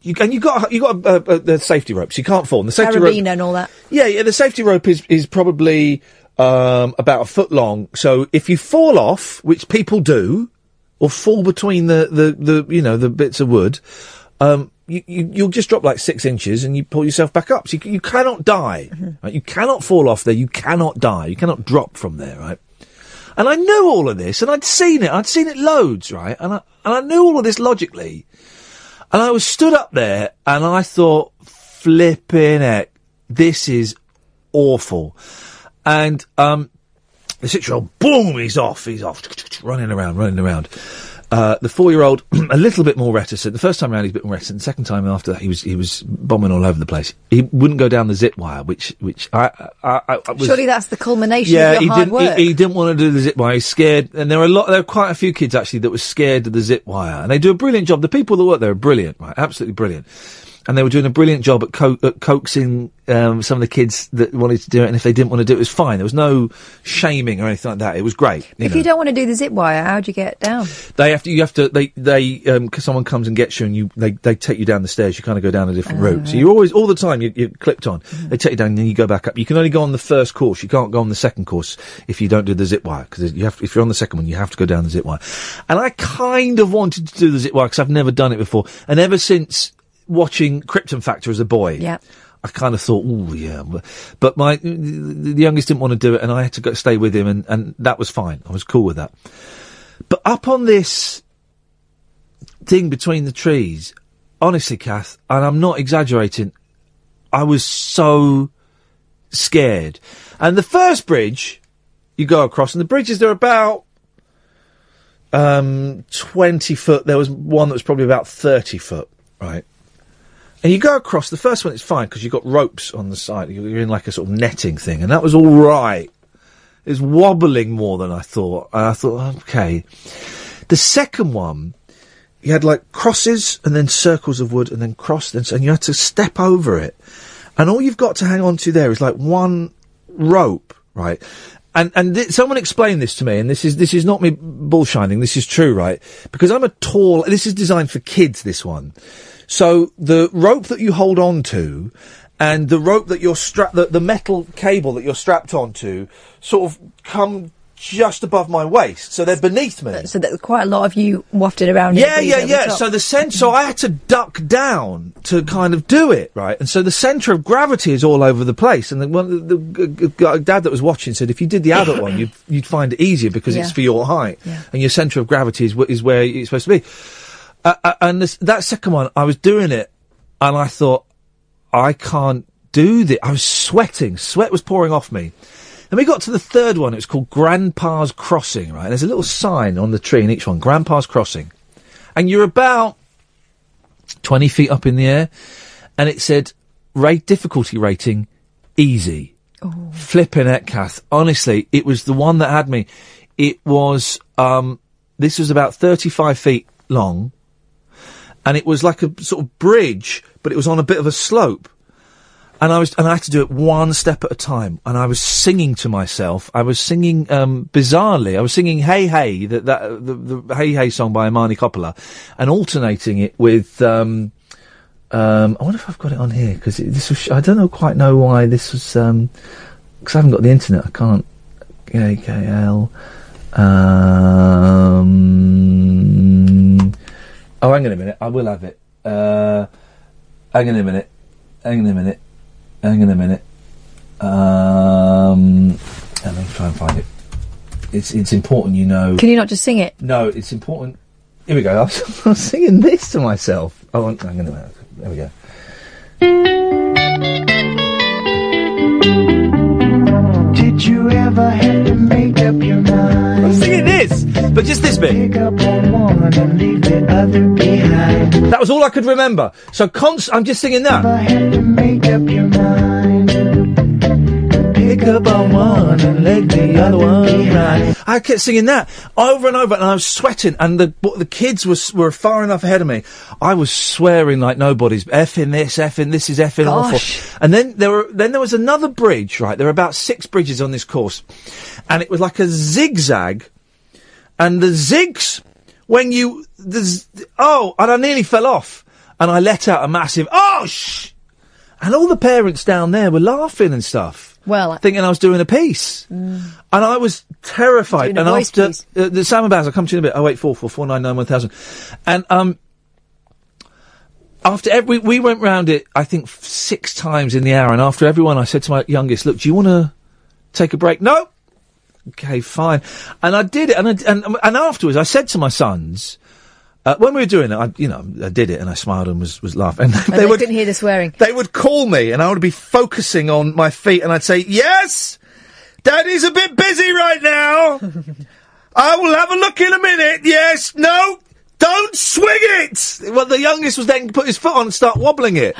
Speaker 3: You, and you got you got uh, uh, the safety ropes. You can't fall. And the safety rope.
Speaker 5: Carabiner and all that.
Speaker 3: Yeah, yeah. The safety rope is is probably um, about a foot long. So if you fall off, which people do, or fall between the the, the you know the bits of wood, um, you, you you'll just drop like six inches and you pull yourself back up. So you, c- you cannot die. Right? You cannot fall off there. You cannot die. You cannot drop from there. Right. And I knew all of this, and I'd seen it. I'd seen it loads, right? And I and I knew all of this logically. And I was stood up there and I thought, flipping it, this is awful. And um, the six year old, boom, he's off, he's off, running around, running around. Uh, the four-year-old, a little bit more reticent. The first time around, he's a bit more reticent. The second time after that, he was he was bombing all over the place. He wouldn't go down the zip wire, which which I I, I, I was.
Speaker 5: Surely that's the culmination
Speaker 3: yeah,
Speaker 5: of your
Speaker 3: he
Speaker 5: hard
Speaker 3: didn't.
Speaker 5: work.
Speaker 3: He, he didn't want to do the zip wire. He's scared, and there are a lot. There are quite a few kids actually that were scared of the zip wire, and they do a brilliant job. The people that work there are brilliant, right? Absolutely brilliant. and they were doing a brilliant job at, co- at coaxing um, some of the kids that wanted to do it. And if they didn't want to do it, it was fine. There was no shaming or anything like that. It was great. you
Speaker 5: If
Speaker 3: know.
Speaker 5: you don't want to do the zip wire, how do you get down?
Speaker 3: They have to. You have to. They. They. Um. 'cause someone comes and gets you, and you. They. They take you down the stairs. You kind of go down a different
Speaker 5: Oh, Mm-hmm.
Speaker 3: route. So
Speaker 5: right.
Speaker 3: you're always all the time. You, you're clipped on. They take you down, and then you go back up. You can only go on the first course. You can't go on the second course if you don't do the zip wire. Because you have. To, if you're on the second one, you have to go down the zip wire. And I kind of wanted to do the zip wire because I've never done it before. And ever since watching Krypton Factor as a boy,
Speaker 5: Yeah.
Speaker 3: I kind of thought, oh yeah, but- but my the the youngest didn't want to do it, and I had to go stay with him, and, and that was fine. I was cool with that. But up on this thing between the trees, honestly, Kath, and I'm not exaggerating, I was so scared. And the first bridge you go across, and the bridges they're about um, 20 foot. There was one that was probably about 30 foot, right? And you go across the first one, it's fine because you've got ropes on the side. You're you're in like a sort of netting thing, and that was all right. It was wobbling more than I thought. And I thought, okay. The second one, you had like crosses and then circles of wood and then cross, and, and you had to step over it. And all you've got to hang on to there is like one rope, right? And and th- someone explained this to me, and this is this is not me bullshining. This is true, right? Because I'm a tall. This is designed for kids. This one, so the rope that you hold on to, and the rope that you're strapped, the, the metal cable that you're strapped onto, sort of come just above my waist, so they're beneath me.
Speaker 5: So that quite a lot of you wafted around. in
Speaker 3: Yeah,
Speaker 5: the breeze
Speaker 3: yeah,
Speaker 5: over
Speaker 3: yeah.
Speaker 5: top.
Speaker 3: So the cent- so I had to duck down to kind of do it, right? And so the centre of gravity is all over the place. And the, one, the, the g- g- g- dad that was watching said, if you did the adult one, you'd, you'd find it easier because it's
Speaker 4: Yeah.
Speaker 3: for your height, and your centre of gravity is, wh- is where it's supposed to be. Uh, uh, and this, that second one, I was doing it, and I thought, I can't do this. I was sweating. Sweat was pouring off me. And we got to the third one. It was called Grandpa's Crossing, right? There's a little sign on the tree in each one, Grandpa's Crossing. And you're about 20 feet up in the air. And it said, rate difficulty rating, easy. Flipping it, Kath. Honestly, it was the one that had me. It was, um, this was about 35 feet long and it was like a sort of bridge, but it was on a bit of a slope. And I was, and I had to do it one step at a time. And I was singing to myself. I was singing, um, bizarrely. I was singing "Hey Hey," that that uh, the, the "Hey Hey" song by Imani Coppola, and alternating it with. Um, um, I wonder if I've got it on here because this was. I don't know quite know why this was. Um, because I haven't got the internet. I can't. KKL. Um, oh, hang on a minute. I will have it. Uh, hang on a minute. Hang on a minute. Hang on a minute. Um, and let me try and find it. It's it's important, you know.
Speaker 5: Can you not just sing it?
Speaker 3: No, it's important. Here we go. I was, I was singing this to myself. Oh, hang on a minute. There we go.
Speaker 22: Did you ever have to make up your mind?
Speaker 3: I'm singing this, but just this bit.
Speaker 22: Pick up on one and leave the other behind.
Speaker 3: That was all I could remember. So const- I'm just singing that.
Speaker 22: Make up your mind. Pick up on one and leave the other one behind.
Speaker 3: I kept singing that over and over, and I was sweating. And the but the kids were s- were far enough ahead of me. I was swearing like nobody's. Effing this, effing this is effing
Speaker 4: Gosh.
Speaker 3: awful. And then there were then there was another bridge. Right, there were about six bridges on this course, and it was like a zigzag. And the zigs, when you the z- oh, and I nearly fell off, and I let out a massive oh sh, and all the parents down there were laughing and stuff.
Speaker 5: Well, I- mm.
Speaker 3: thinking I was doing a piece. And I was terrified.
Speaker 5: Doing a
Speaker 3: And
Speaker 5: voice,
Speaker 3: after uh, the Sam and Baz, I'll come to you in a bit. Oh eight four four four nine nine one thousand. And um, after every we went round it, I think f- six times in the hour. And after everyone, I said to my youngest, "Look, do you want to take a break?" No. Okay, fine. And I did it. And I, and and afterwards, I said to my sons. Uh, when we were doing it, I, you know, I did it and I smiled and was, was laughing. And
Speaker 5: And
Speaker 3: they
Speaker 5: they,
Speaker 3: would
Speaker 5: couldn't hear the swearing.
Speaker 3: they would call me and I would be focusing on my feet and I'd say, Yes, Daddy's a bit busy right now. I will have a look in a minute. Yes, no, don't swing it. Well, the youngest was then put his foot on and start wobbling it.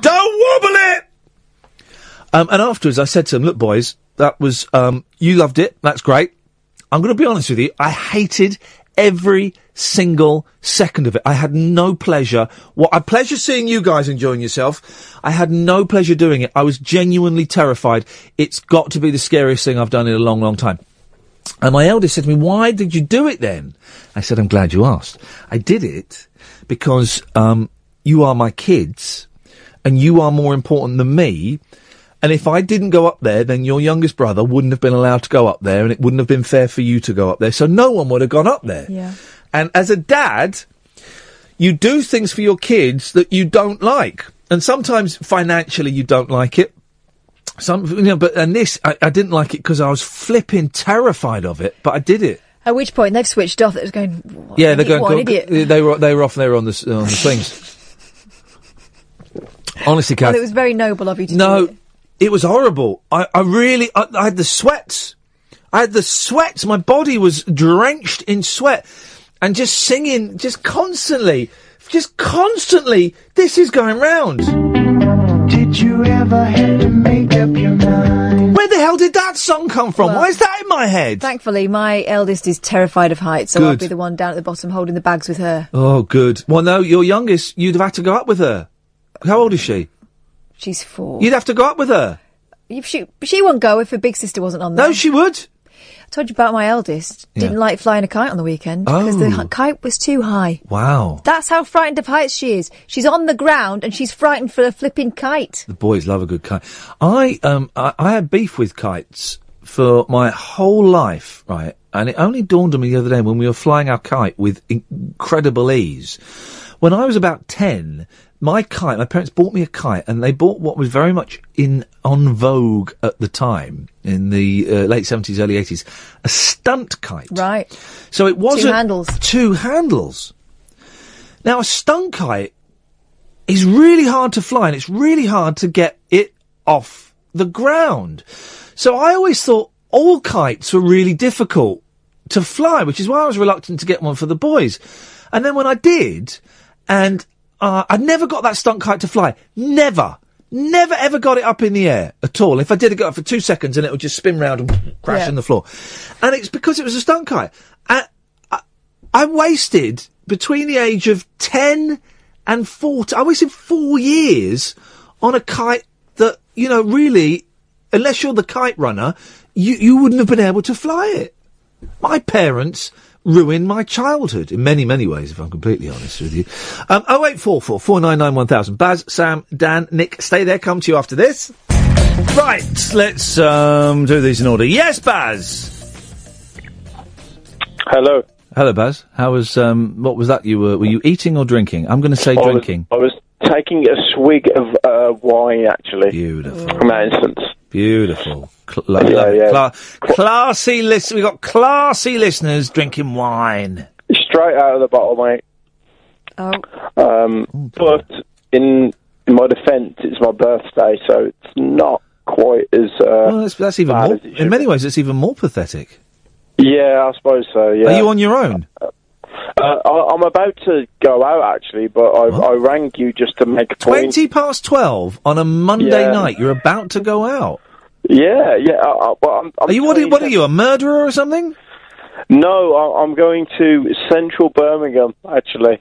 Speaker 3: don't wobble it. Um, and afterwards, I said to them, "Look, boys, that was um, you loved it. That's great. I'm going to be honest with you. I hated every single second of it. I had no pleasure. What I pleasure seeing you guys enjoying yourself. I had no pleasure doing it. I was genuinely terrified. It's got to be the scariest thing I've done in a long, long time. And my eldest said to me, "Why did you do it then?" I said, "I'm glad you asked. I did it because um, you are my kids, and you are more important than me. And if I didn't go up there, then your youngest brother wouldn't have been allowed to go up there, and it wouldn't have been fair for you to go up there. So no one would have gone up there.
Speaker 4: Yeah.
Speaker 3: And as a dad, you do things for your kids that you don't like, and sometimes financially you don't like it. Some, you know, but and this, I, I didn't like it because I was flipping terrified of it, but I did it.
Speaker 5: At which point they've switched off. It was going. "What
Speaker 3: yeah,
Speaker 5: an
Speaker 3: they're
Speaker 5: idiot,
Speaker 3: going.
Speaker 5: What an
Speaker 3: go-
Speaker 5: idiot.
Speaker 3: They were they were off there on the s- on the swings. Honestly, Kath,
Speaker 5: Well, it was very noble of you to
Speaker 3: no,
Speaker 5: do.
Speaker 3: it. was horrible. I, I really, I, I had the sweats. I had the sweats. My body was drenched in sweat, and just singing, just constantly, just constantly. This is going round. Did you ever have to make up your mind? Where the hell did that song come from? Why is that in my head?
Speaker 5: Thankfully, my eldest is terrified of heights, so I'll
Speaker 3: Good.
Speaker 5: be the one down at the bottom holding the bags with her.
Speaker 3: oh, good. Well, no, your youngest, you'd have had to go up with her. How old is she?
Speaker 5: She's four.
Speaker 3: You'd have to go up with her.
Speaker 5: If she she wouldn't go if her big sister wasn't on there.
Speaker 3: No, she would.
Speaker 5: I told you about my eldest.
Speaker 3: Yeah.
Speaker 5: Didn't like flying a kite on the weekend because
Speaker 3: Oh.
Speaker 5: the hi- kite was too high.
Speaker 3: Wow.
Speaker 5: That's how frightened of heights she is. She's on the ground and she's frightened for a flipping kite.
Speaker 3: The boys love a good kite. I um I, I had beef with kites for my whole life, right? And it only dawned on me the other day when we were flying our kite with incredible ease. When I was about ten, my kite, my parents bought me a kite, and they bought what was very much in on vogue at the time in the uh, late seventies, early eighties, a stunt kite.
Speaker 5: Right.
Speaker 3: So it wasn't
Speaker 5: handles.
Speaker 3: Two handles. Now a stunt kite is really hard to fly and it's really hard to get it off the ground. So I always thought all kites were really difficult to fly, which is why I was reluctant to get one for the boys. And then when I did, and uh, I never got that stunt kite to fly, never. Never ever got it up in the air at all. If I did, it got up for two seconds and it would just spin round and crash
Speaker 21: Yeah.
Speaker 3: on the floor. And it's because it was a stunt kite. And I wasted between the age of 10 and 40. I wasted four years on a kite that, you know, really, unless you're the kite runner, you, you wouldn't have been able to fly it. My parents ruined my childhood in many, many ways, if I'm completely honest with you. Um, 0844 499 1000. Baz, Sam, Dan, Nick, stay there. Come to you after this. Right, let's um, do these in order. Yes, Baz.
Speaker 8: Hello.
Speaker 3: Hello, Baz. How was um? What was that? You were were you eating or drinking? I'm going to say
Speaker 8: I was-
Speaker 3: drinking.
Speaker 8: I was taking a swig of uh, wine, actually.
Speaker 3: Beautiful.
Speaker 8: From that instance.
Speaker 3: Beautiful. Cl-
Speaker 8: Yeah,
Speaker 3: lovely.
Speaker 8: yeah.
Speaker 3: Cla- classy list. We got classy listeners drinking wine.
Speaker 8: Straight out of the bottle, mate.
Speaker 5: Oh.
Speaker 8: Um,
Speaker 3: Oh,
Speaker 8: but in, in my defence, it's my birthday, so it's not quite as. Uh,
Speaker 3: Well, that's, that's even more. In many ways, it's even more pathetic.
Speaker 8: yeah, I suppose so. Yeah.
Speaker 3: Are you on your own?
Speaker 8: Uh, I, I'm about to go out actually, but I, I rang you just to make a point.
Speaker 3: Twenty past twelve on a Monday
Speaker 8: Yeah.
Speaker 3: night. You're about to go out.
Speaker 8: Yeah, yeah. I, I, well, I'm, I'm
Speaker 3: Are you what? Are, what are you? A murderer or something?
Speaker 8: No, I, I'm going to central Birmingham actually.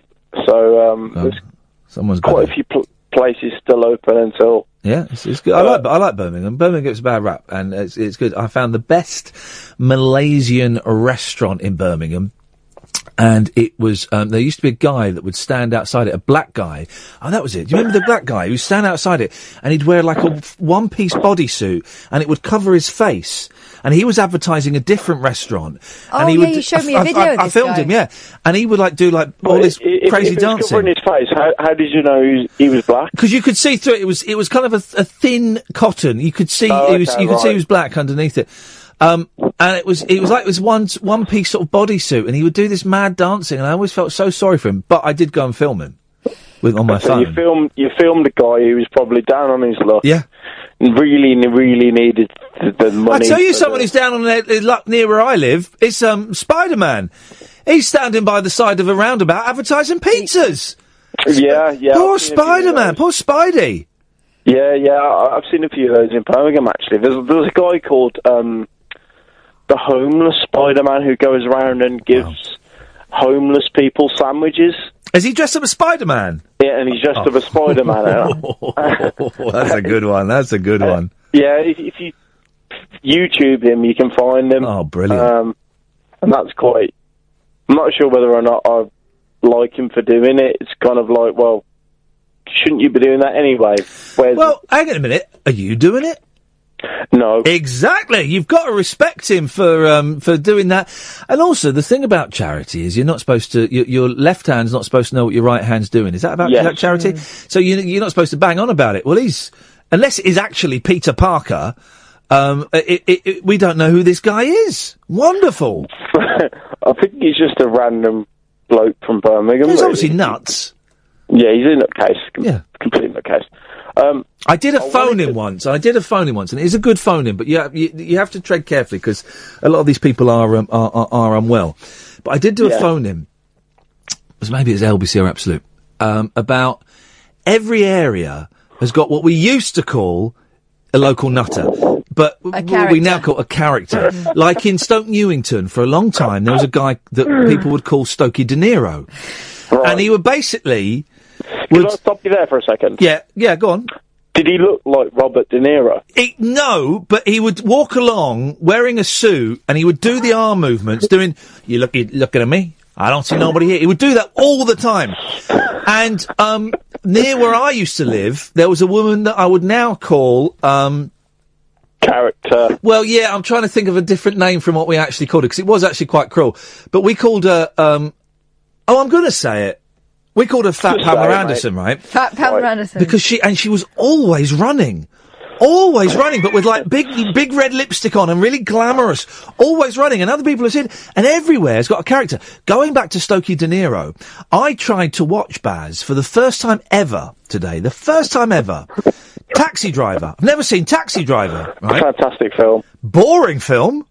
Speaker 8: So um, there's
Speaker 3: Oh, someone's
Speaker 8: quite a few pl- places still open until.
Speaker 3: Yeah, it's, it's
Speaker 8: Uh,
Speaker 3: good. I like I like Birmingham. Birmingham gets a bad rap, and it's it's good. I found the best Malaysian restaurant in Birmingham. And it was, um, there used to be a guy that would stand outside it, a black guy. Oh, that was it. Do you remember the black guy who stand outside it and he'd wear like a one piece bodysuit and it would cover his face? And he was advertising a different restaurant. and
Speaker 5: Oh,
Speaker 3: he
Speaker 5: yeah,
Speaker 3: would,
Speaker 5: you showed me
Speaker 3: a
Speaker 5: a video
Speaker 3: I,
Speaker 5: of
Speaker 3: I
Speaker 5: this
Speaker 3: filmed
Speaker 5: guy.
Speaker 3: him, yeah. And he would like do like all this
Speaker 8: if,
Speaker 3: crazy
Speaker 8: if it was
Speaker 3: dancing.
Speaker 8: covering his face, how, how did you know he was, he was black?
Speaker 3: Because you could see through it. It was it was kind of a, th- a thin cotton. You could see
Speaker 8: Oh,
Speaker 3: it was
Speaker 8: okay,
Speaker 3: you could see
Speaker 8: right.
Speaker 3: it was black underneath it. Um, and it was it was like this one one piece sort of bodysuit, and he would do this mad dancing, and I always felt so sorry for him. But I did go and film him with on my
Speaker 8: so you
Speaker 3: phone.
Speaker 8: filmed you filmed a guy who was probably down on his luck.
Speaker 3: Yeah.
Speaker 8: and Really, really needed the, the
Speaker 3: I
Speaker 8: money.
Speaker 3: tell you,
Speaker 8: for
Speaker 3: someone
Speaker 8: the-
Speaker 3: who's down on their, their luck near where I live. It's um Spider Man. He's standing by the side of a roundabout advertising pizzas.
Speaker 8: Yeah, yeah.
Speaker 3: Poor
Speaker 8: I've seen a few of
Speaker 3: Spider Man. Poor Spidey.
Speaker 8: Yeah, yeah, I- I've seen a few of those in Birmingham actually. There's there's a guy called um, the homeless Spider-Man who goes around and gives homeless people sandwiches.
Speaker 3: Is he dressed up as Spider Man?
Speaker 8: Yeah, and he's dressed up as Spider Man.
Speaker 3: That's a good one. That's a good one.
Speaker 8: yeah, if, if you YouTube him, you can find him.
Speaker 3: Oh, brilliant!
Speaker 8: Um, and that's quite. I'm not sure whether or not I like him for doing it. It's kind of like, well, shouldn't you be doing that anyway? Whereas,
Speaker 3: Well, hang on a minute. Are you doing it?
Speaker 8: No.
Speaker 3: Exactly. You've got to respect him for um, for doing that. And also, the thing about charity is you're not supposed to. Your, your left hand's not supposed to know what your right hand's doing. Is that about is
Speaker 8: Yes.
Speaker 3: that charity? So you, you're not supposed to bang on about it. Well, he's unless it is actually Peter Parker. Um, it, it, it, we don't know who this guy is. Wonderful.
Speaker 8: I think he's just a random bloke from Birmingham.
Speaker 3: He's
Speaker 8: really.
Speaker 3: obviously nuts.
Speaker 8: Yeah, he's in a case. Yeah. Completely nutcase. Um,
Speaker 3: I did a phone in once. I did a phone in once, and it is a good phone in, but you, ha- you, you have to tread carefully because a lot of these people are, um, are, are are unwell. But I did do a
Speaker 4: Yeah.
Speaker 3: phone in. It was maybe it's LBC or Absolute um, about every area has got what we used to call a local nutter, but w- w- we now call a character. like in Stoke Newington, for a long time, there was a guy that people would call Stokey De Niro, and he would basically.
Speaker 8: Can I stop you there for a second?
Speaker 3: Yeah, yeah, go on.
Speaker 8: Did he look like Robert De Niro?
Speaker 3: He, no, but he would walk along wearing a suit, and he would do the arm movements, doing "You look, you looking at me? I don't see nobody here." He would do that all the time. And um, near where I used to live, there was a woman that I would now call um,
Speaker 8: character.
Speaker 3: Well, yeah, I'm trying to think of a different name from what we actually called her because it was actually quite cruel. But we called her. Um, oh, I'm going to say it. We called her Fat
Speaker 5: Just say
Speaker 3: Pamela
Speaker 5: it, mate.
Speaker 3: Anderson, right?
Speaker 5: Fat Pamela Anderson.
Speaker 3: Because she and she was always running. Always running, but with like big, big red lipstick on and really glamorous. Always running, and other people have seen, and everywhere has got a character. Going back to Stokey De Niro, I tried to watch Baz for the first time ever today. The first time ever. Taxi Driver. I've never seen Taxi Driver. Right?
Speaker 8: Fantastic film.
Speaker 3: Boring film.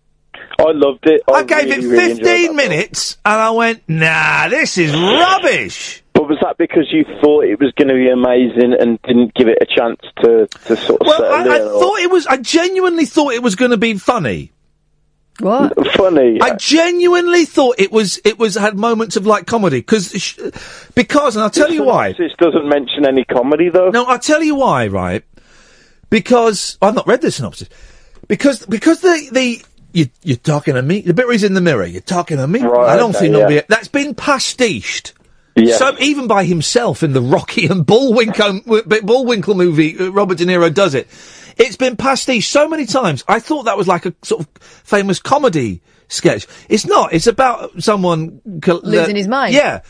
Speaker 8: I loved it.
Speaker 3: I,
Speaker 8: I
Speaker 3: gave
Speaker 8: really, really
Speaker 3: it
Speaker 8: enjoyed that
Speaker 3: 15 minutes, and I went, nah, this is rubbish.
Speaker 8: But was that because you thought it was going to be amazing and didn't give it a chance to, to sort of settle
Speaker 3: I, I
Speaker 8: in? or-
Speaker 3: thought it was. I genuinely thought it was going to be funny.
Speaker 5: What?
Speaker 8: Funny.
Speaker 3: I genuinely thought it was. It was had moments of like comedy because, sh- because, and I'll tell you why.
Speaker 8: This doesn't mention any comedy though.
Speaker 3: No, I'll tell you why. Right, because I've not read the synopsis. Because because the the you, you're talking to me. The bit where he's in the mirror, you're talking to me. I don't
Speaker 4: okay,
Speaker 3: think
Speaker 4: yeah.
Speaker 3: nobody. That's been pastiched.
Speaker 4: Yes.
Speaker 3: So even by himself in the Rocky and Bullwinkle, Bullwinkle movie, uh, Robert De Niro does it. It's been pastiched so many times. I thought that was like a sort of famous comedy sketch. It's not. It's about someone col-
Speaker 5: Losing
Speaker 3: that-
Speaker 5: his mind.
Speaker 3: uh, Yeah.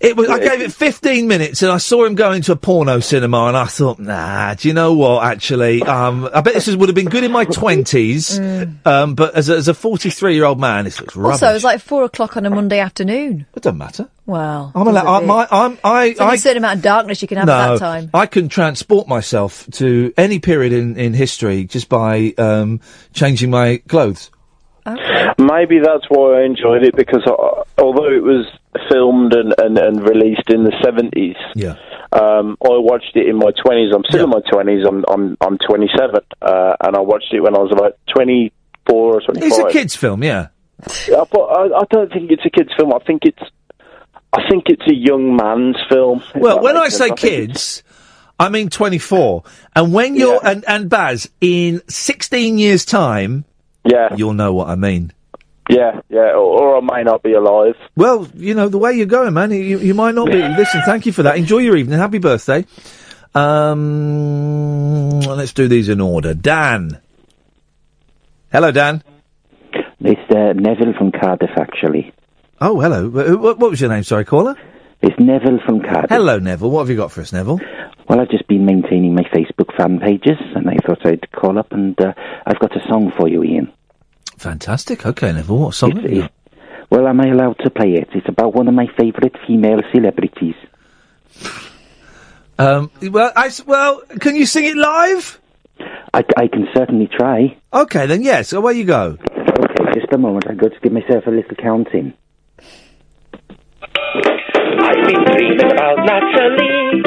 Speaker 3: It was. I gave it 15 minutes, and I saw him go into a porno cinema, and I thought, nah. Do you know what? Actually, um, I bet this is, would have been good in my 20s, um, but as a, as a 43 year old man, this looks rubbish.
Speaker 5: Mm. Also, it was like four o'clock on a Monday afternoon.
Speaker 3: it doesn't matter.
Speaker 5: Wow.
Speaker 3: I'm allowed. I, my, I'm. I.
Speaker 5: There's only
Speaker 3: I
Speaker 5: a certain amount of darkness you can have
Speaker 3: no,
Speaker 5: at that time.
Speaker 3: I can transport myself to any period in, in history just by um, changing my clothes.
Speaker 8: Maybe that's why I enjoyed it because I, although it was filmed and, and, and released in the seventies,
Speaker 3: yeah,
Speaker 8: um, I watched it in my twenties. I'm still in my twenties. I'm I'm I'm 27, uh, and I watched it when I was about 24 or 25.
Speaker 3: It's a kids' film, yeah.
Speaker 8: Yeah, but I, I don't think it's a kids' film. I think it's I think it's a young man's film. if
Speaker 3: Well,
Speaker 8: that
Speaker 3: when I
Speaker 8: makes
Speaker 3: say
Speaker 8: sense. think it's-
Speaker 3: kids, I mean 24. And when you're, and, and Baz, in 16 years' time,
Speaker 8: yeah,
Speaker 3: you'll know what I mean.
Speaker 8: yeah, yeah, or, or I may not be alive.
Speaker 3: Well, you know, the way you're going, man, you, you might not be. Listen, thank you for that. Enjoy your evening. Happy birthday. Um, let's do these in order. Dan. Hello, Dan.
Speaker 21: It's uh, Neville from Cardiff, actually.
Speaker 3: Oh, hello. Wh- wh- What, was your name? Sorry, caller.
Speaker 21: It's Neville from Cardiff.
Speaker 3: Hello, Neville. What have you got for us, Neville?
Speaker 21: Well, I've just been maintaining my Facebook fan pages, and I thought I'd call up, and uh, I've got a song for you, Ian.
Speaker 3: Fantastic. Okay, Neville. What song have you got?
Speaker 21: Well, am I allowed to play it? It's about one of my favourite female celebrities.
Speaker 3: Um, well, I s well, can you sing it live?
Speaker 21: I, I can certainly try.
Speaker 3: Okay, then yes. Away you go.
Speaker 21: Okay, just a moment. I've got to give myself a little counting.
Speaker 23: I've been dreaming about Natalie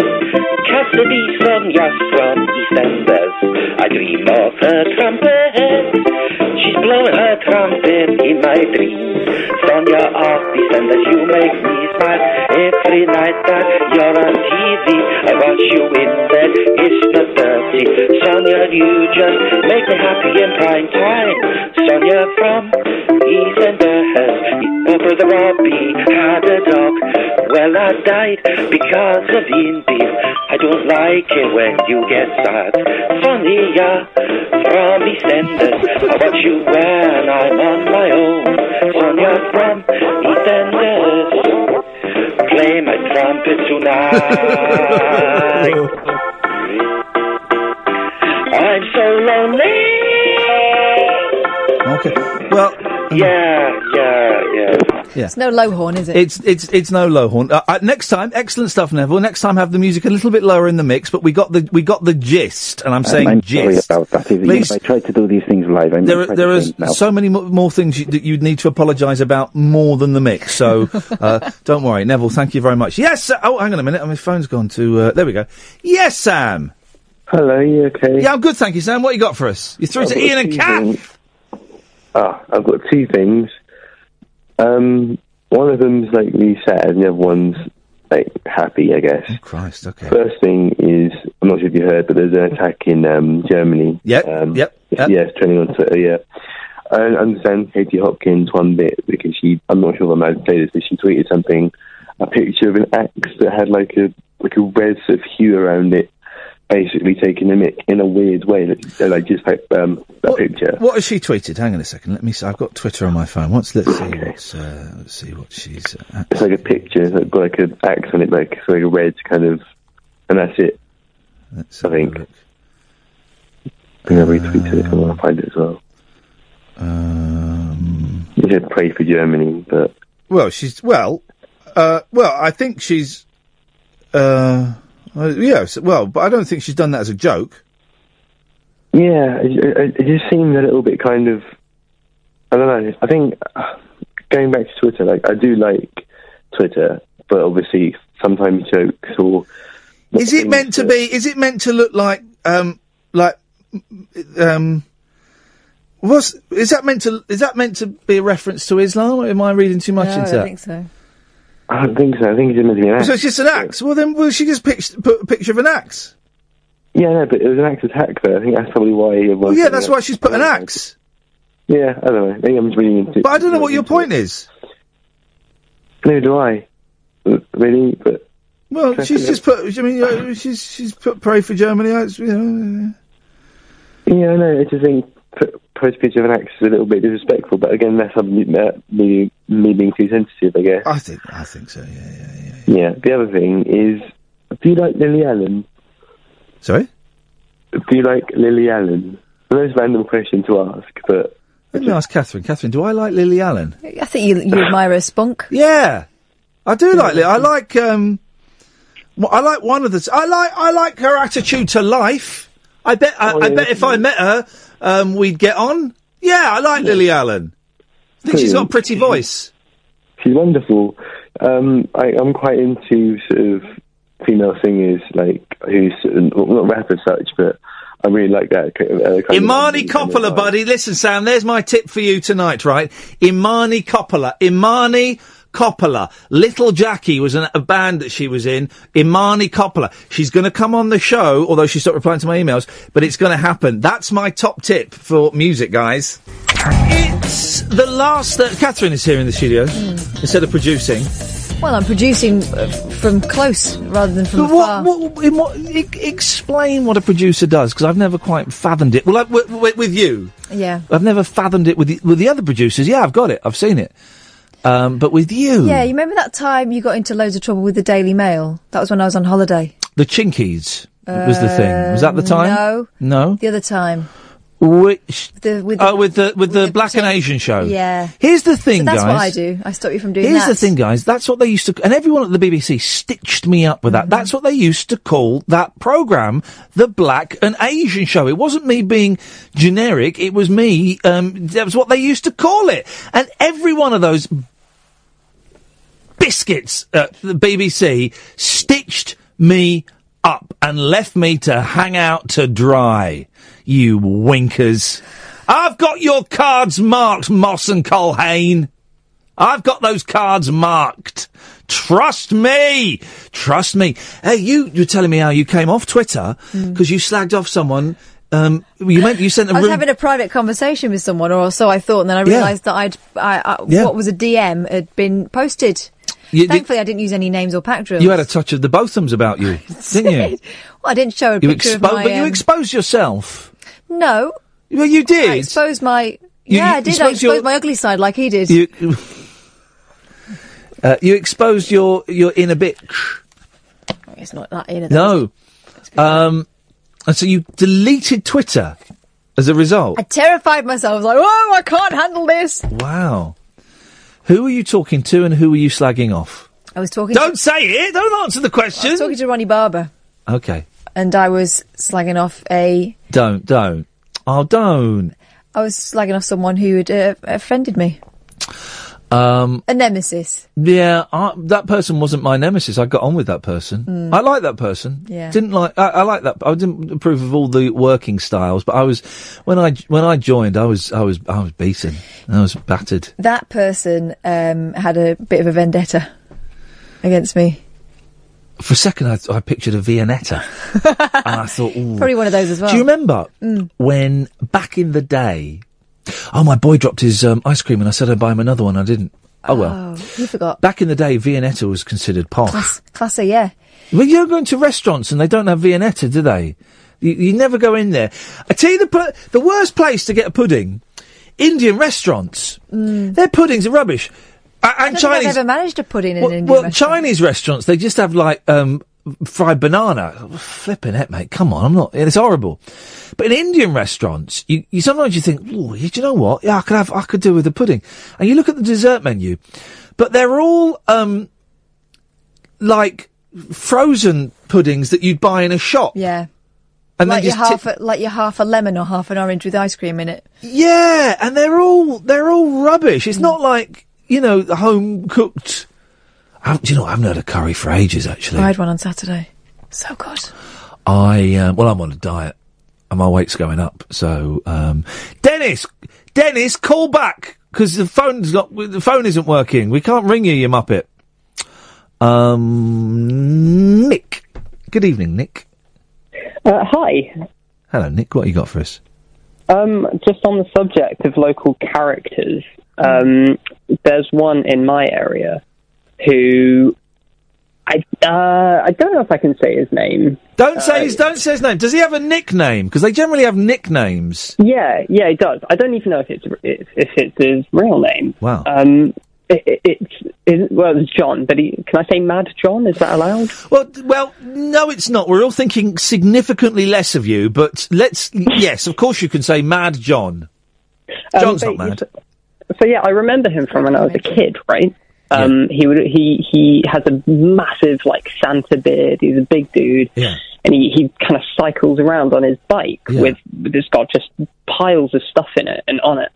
Speaker 23: Cassidy from Yas from EastEnders. I dream of her trumpet. She's blowing her trumpet in my dream. Sonia of East and that you make me smile every night that you're on TV. I watch you in bed, it's not dirty. Sonia, you just make me happy in prime time. Sonia from East and your brother Robbie had a dog. Well, I died because of being beef. I don't like it when you get sad. Sonia from EastEnders, I watch you when I'm on my own. Sonia from EastEnders, play my trumpet tonight. I'm so lonely.
Speaker 3: Okay. Well.
Speaker 23: Yeah, yeah, yeah.
Speaker 3: Yeah.
Speaker 5: It's no low horn, is it?
Speaker 3: It's it's it's no low horn. Uh, uh, next time, excellent stuff, Neville. Next time, have the music a little bit lower in the mix, but we got the we got the gist, and I'm saying
Speaker 21: Uh, I'm sorry
Speaker 3: gist.
Speaker 21: about that. Even
Speaker 3: Please-
Speaker 21: if I tried to do these things live, I'm
Speaker 3: there are, there are so many mo- more things you, that you'd need to apologise about more than the mix. So uh, don't worry, Neville. Thank you very much. Yes. Sir. Oh, hang on a minute. My phone's gone to. Uh, there we go. Yes, Sam.
Speaker 24: Hello. You okay?
Speaker 3: Yeah, I'm good. Thank you, Sam. What you got for us? You threw
Speaker 24: I've
Speaker 3: to
Speaker 24: got
Speaker 3: Ian and
Speaker 24: two
Speaker 3: Cat.
Speaker 24: things. Ah, I've got two things. Um, one of them's like really sad, and the other one's like happy, I guess.
Speaker 3: Oh, Christ, okay.
Speaker 24: First thing is, I'm not sure if you heard, but there's an attack in um, Germany.
Speaker 3: Yep,
Speaker 24: Um,
Speaker 3: yep,
Speaker 24: it's- Yeah, it's trending on Twitter. Yeah. I don't understand Katie Hopkins one bit because she, I'm not sure if I'm allowed to say this, but she tweeted something, a picture of an axe that had like a like a red sort of hue around it, basically taking a mick in a weird way, like, like just like um, that picture.
Speaker 3: What has she tweeted? Hang on a second. Let me. See. I've got Twitter on my phone. What's let's see. What's, uh, let's see what she's. Uh,
Speaker 24: It's like a picture, it's like got like an axe on it, like it's like a red kind of, and that's it.
Speaker 3: Let's
Speaker 24: I think. I think I retweeted it. I
Speaker 3: Uh,
Speaker 24: want to find it as well.
Speaker 3: Um,
Speaker 24: you said pray for Germany, but
Speaker 3: Well, she's well, uh, well. I think she's, uh, uh, yes. Well, but I don't think she's done that as a joke.
Speaker 24: yeah, it, it, it just seemed a little bit kind of. I don't know. I think uh, going back to Twitter, like I do like Twitter, but obviously sometimes jokes or
Speaker 3: Is it meant to be? Is it meant to look like, um, like, um, what's is that meant to? Is that meant to be a reference to Islam? Or am I reading too much
Speaker 24: No, I
Speaker 3: into
Speaker 24: don't
Speaker 3: that?
Speaker 24: think
Speaker 5: so.
Speaker 24: I don't think so. I think it's meant to be an axe.
Speaker 3: So it's just an axe. Well, then, well, she just pic- put a picture of an axe.
Speaker 24: Yeah, no, but it was an axe attack though. I think that's probably why.
Speaker 3: Well, yeah, that's why she's put an axe.
Speaker 24: Yeah, I don't know. Maybe I'm just reading into.
Speaker 3: But I don't know what your point is.
Speaker 24: Neither do I. Really, but
Speaker 3: Well, she's
Speaker 24: Definitely.
Speaker 3: just put. I mean, uh, she's she's put pray for Germany. uh, It's, you know, uh,
Speaker 24: yeah, I know. I just think p- post picture of an axe is a little bit disrespectful. But again, that's um, that me me being too sensitive. I guess.
Speaker 3: I think I think so. Yeah.
Speaker 24: Yeah. The other thing is, do you like Lily Allen?
Speaker 3: Sorry.
Speaker 24: Do you like Lily Allen? The most random question to ask, but
Speaker 3: Let me ask Catherine. Catherine, do I like Lily Allen?
Speaker 5: I think you, you admire her spunk.
Speaker 3: Yeah, I do like Lily. I like um, well, I like one of the. I like I like her attitude to life. I bet I, I bet if I met her, um, we'd get on. Yeah, I like Lily Allen. I think she's got a pretty voice.
Speaker 24: she's wonderful. Um, I, I'm quite into sort of female singers, like who's sort of, well, not rap as such, but I really like that. ki- Uh, kind of-
Speaker 3: Imani Coppola, buddy. Listen, Sam, there's my tip for you tonight, right? Imani Coppola. Imani Coppola. Little Jackie was in a band that she was in. Imani Coppola. She's going to come on the show, although she stopped replying to my emails, but it's going to happen. That's my top tip for music, guys. It's the last that Catherine is here in the studio instead of producing.
Speaker 5: Well, I'm producing uh, from close rather than from
Speaker 3: But
Speaker 5: far.
Speaker 3: what, what, in what, e- explain what a producer does, because I've never quite fathomed it. Well, like, w- w- with you.
Speaker 5: Yeah.
Speaker 3: I've never fathomed it with the, with the other producers. Yeah, I've got it. I've seen it. Um, but with you,
Speaker 5: Yeah, you remember that time you got into loads of trouble with the Daily Mail? That was when I was on holiday.
Speaker 3: the Chinkies was the thing. Was that the
Speaker 5: Um,
Speaker 3: time? No.
Speaker 5: The other time.
Speaker 3: Which?
Speaker 5: The, with
Speaker 3: oh, with the with the black and Asian show.
Speaker 5: Yeah.
Speaker 3: Here's the thing,
Speaker 5: so that's
Speaker 3: guys.
Speaker 5: what I do. I stop you from doing
Speaker 3: Here's
Speaker 5: that.
Speaker 3: the thing, guys. That's what they used to, and everyone at the BBC stitched me up with
Speaker 5: Mm-hmm.
Speaker 3: that. That's what they used to call that program, the Black and Asian Show. It wasn't me being generic. It was me. Um, that was what they used to call it, and every one of those biscuits at the BBC stitched me up and left me to hang out to dry. You winkers. I've got your cards marked, Moss and Colhane. I've got those cards marked. Trust me. Trust me. Hey, you, you were telling me how you came off Twitter because you slagged off someone. Um, you meant you sent a
Speaker 5: Hmm. I was
Speaker 3: rude-
Speaker 5: having a private conversation with someone, or so I thought, and then I
Speaker 3: Yeah.
Speaker 5: realised that I'd I, I,
Speaker 3: Yeah.
Speaker 5: what was a DM had been posted.
Speaker 3: You did-
Speaker 5: Thankfully, I didn't use any names or pack drills.
Speaker 3: you had a touch of the Bothams about you, didn't you?
Speaker 5: well, I didn't show a
Speaker 3: you
Speaker 5: picture
Speaker 3: expo-
Speaker 5: of my.
Speaker 3: but you
Speaker 5: um,
Speaker 3: exposed yourself.
Speaker 5: no.
Speaker 3: Well, you did.
Speaker 5: I exposed my.
Speaker 3: You-
Speaker 5: yeah,
Speaker 3: you
Speaker 5: I did. I
Speaker 3: exposed
Speaker 5: exposed
Speaker 3: your-
Speaker 5: my ugly side, like he did.
Speaker 3: You, uh, you exposed your your inner bitch.
Speaker 5: it's not that in.
Speaker 3: No, um, and so you deleted Twitter as a result.
Speaker 5: I terrified myself. I was like, "Whoa, I can't handle this."
Speaker 3: Wow. Who were you talking to and who were you slagging off?
Speaker 5: I was talking.
Speaker 3: Don't say it. Don't answer the question.
Speaker 5: I was talking to Ronnie Barber,
Speaker 3: Okay.
Speaker 5: and I was slagging off a.
Speaker 3: Don't, don't. Oh, don't.
Speaker 5: I was slagging off someone who had uh, offended me.
Speaker 3: Um,
Speaker 5: A nemesis.
Speaker 3: yeah, uh, I, that person wasn't my nemesis. I got on with that person.
Speaker 5: Mm.
Speaker 3: I like that person.
Speaker 5: Yeah.
Speaker 3: Didn't like, I, I like that. I didn't approve of all the working styles, but I was, when I, when I joined, I was, I was, I was beaten. I was battered.
Speaker 5: That person um, had a bit of a vendetta against me.
Speaker 3: For a second, I, I pictured a Viennetta. and I thought, ooh.
Speaker 5: Probably one of those as well.
Speaker 3: Do you remember
Speaker 5: Mm.
Speaker 3: when back in the day? Oh, my boy dropped his um, ice cream, and I said I'd buy him another one. I didn't. Oh well.
Speaker 5: Oh, you forgot.
Speaker 3: Back in the day, Viennetta was considered posh.
Speaker 5: Class, class A, yeah.
Speaker 3: well, you're going to restaurants and they don't have Viennetta, do they? You, you never go in there. I tell you, the pu- the worst place to get a pudding, Indian restaurants.
Speaker 5: Mm.
Speaker 3: Their puddings are rubbish. A-
Speaker 5: I
Speaker 3: and
Speaker 5: don't
Speaker 3: Chinese.
Speaker 5: think I've ever managed to put in an Indian
Speaker 3: Well,
Speaker 5: restaurant.
Speaker 3: Chinese restaurants, they just have like um, fried banana. Flipping it, mate. Come on, I'm not. It's horrible. But in Indian restaurants, you, you sometimes you think, "Ooh, do you know what? Yeah, I could have, I could do with a pudding. And you look at the dessert menu, but they're all um, like frozen puddings that you'd buy in a shop.
Speaker 5: Yeah.
Speaker 3: And
Speaker 5: like
Speaker 3: then
Speaker 5: you're
Speaker 3: just
Speaker 5: half a, like you're half a lemon or half an orange with ice cream in it.
Speaker 3: Yeah, and they're all they're all rubbish. It's not like you know home cooked. I, do you know I haven't had a curry for ages actually.
Speaker 5: I had one on Saturday. So good.
Speaker 3: I um, well, I'm on a diet, and my weight's going up. So, um, Dennis, Dennis, call back because the phone's not the phone isn't working. We can't ring you, you muppet. Um, Nick. Good evening, Nick.
Speaker 25: Uh, hi.
Speaker 3: Hello, Nick. What you got for us?
Speaker 25: Um, just on the subject of local characters,
Speaker 5: Hmm.
Speaker 25: um, there's one in my area who I uh, I don't know if I can say his name.
Speaker 3: Don't say his don't say his name. Does he have a nickname? Because they generally have nicknames.
Speaker 25: Yeah, yeah, it does. I don't even know if it's if, if it's his real name.
Speaker 3: Wow.
Speaker 25: Um, it, it, it's it, well, it's John, but he, can I say Mad John? Is that allowed?
Speaker 3: Well, well, no, it's not. We're all thinking significantly less of you, but let's. yes, of course you can say Mad John.
Speaker 25: Um,
Speaker 3: John's
Speaker 25: but
Speaker 3: not mad.
Speaker 25: So yeah, I remember him from when I was a kid, right? Um, He would he he has a massive like Santa beard. He's a big dude,
Speaker 3: Yeah.
Speaker 25: and he, he kind of cycles around on his bike
Speaker 3: Yeah.
Speaker 25: with with it's got just piles of stuff in it and on it.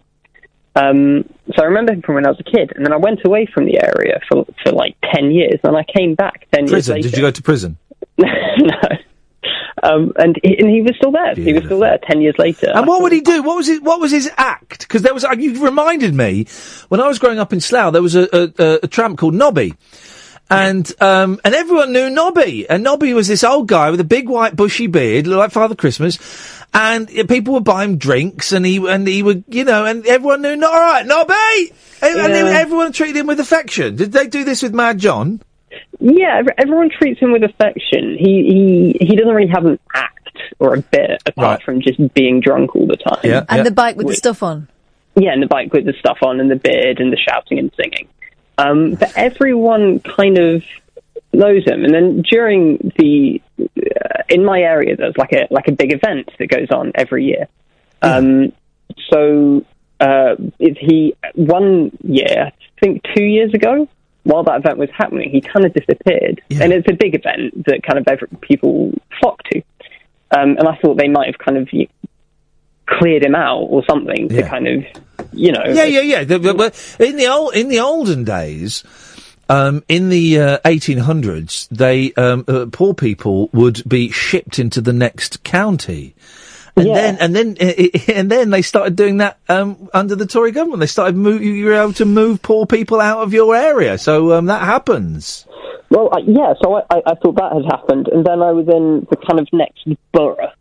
Speaker 25: Um, so I remember him from when I was a kid, and then I went away from the area for for like ten years, and I came back ten
Speaker 3: Prison?
Speaker 25: years later.
Speaker 3: Did you go to prison?
Speaker 25: um, and he, and he was still there. He was still there ten years later.
Speaker 3: And what would he do? What was his, what was his act? Because there was, uh, you reminded me, when I was growing up in Slough, there was a, a, a, a tramp called Nobby. And, um, and everyone knew Nobby. And Nobby was this old guy with a big white bushy beard, looked like Father Christmas. And uh, people would buy him drinks and he, and he would, you know, and everyone knew, all right, Nobby! And, and they,
Speaker 25: Yeah.
Speaker 3: everyone treated him with affection. Did they do this with Mad John?
Speaker 25: Yeah, ev- everyone treats him with affection. He he he doesn't really have an act or a bit apart from just being drunk all the time.
Speaker 3: Uh,
Speaker 25: Yeah,
Speaker 5: And the bike with the stuff on.
Speaker 25: Yeah, and the bike with the stuff on, and the beard, and the shouting and singing. Um, but everyone kind of knows him. And then during the uh, in my area, there's like a like a big event that goes on every year. Um, so uh, if he one year, I think two years ago, while that event was happening, he kind of disappeared, and it's a big event that kind of every, people flock to. Um, and I thought they might have kind of y- cleared him out or something to kind of, you know,
Speaker 3: Yeah, yeah, yeah. The- the- well, in the old, in the olden days, um, in the eighteen hundreds, they um, uh, poor people would be shipped into the next county, And then and then and then they started doing that um, under the Tory government. They started move, you were able to move poor people out of your area. So um, that happens.
Speaker 6: Well, I, yeah, so I, I, I thought that had happened, and then I was in the kind of next borough.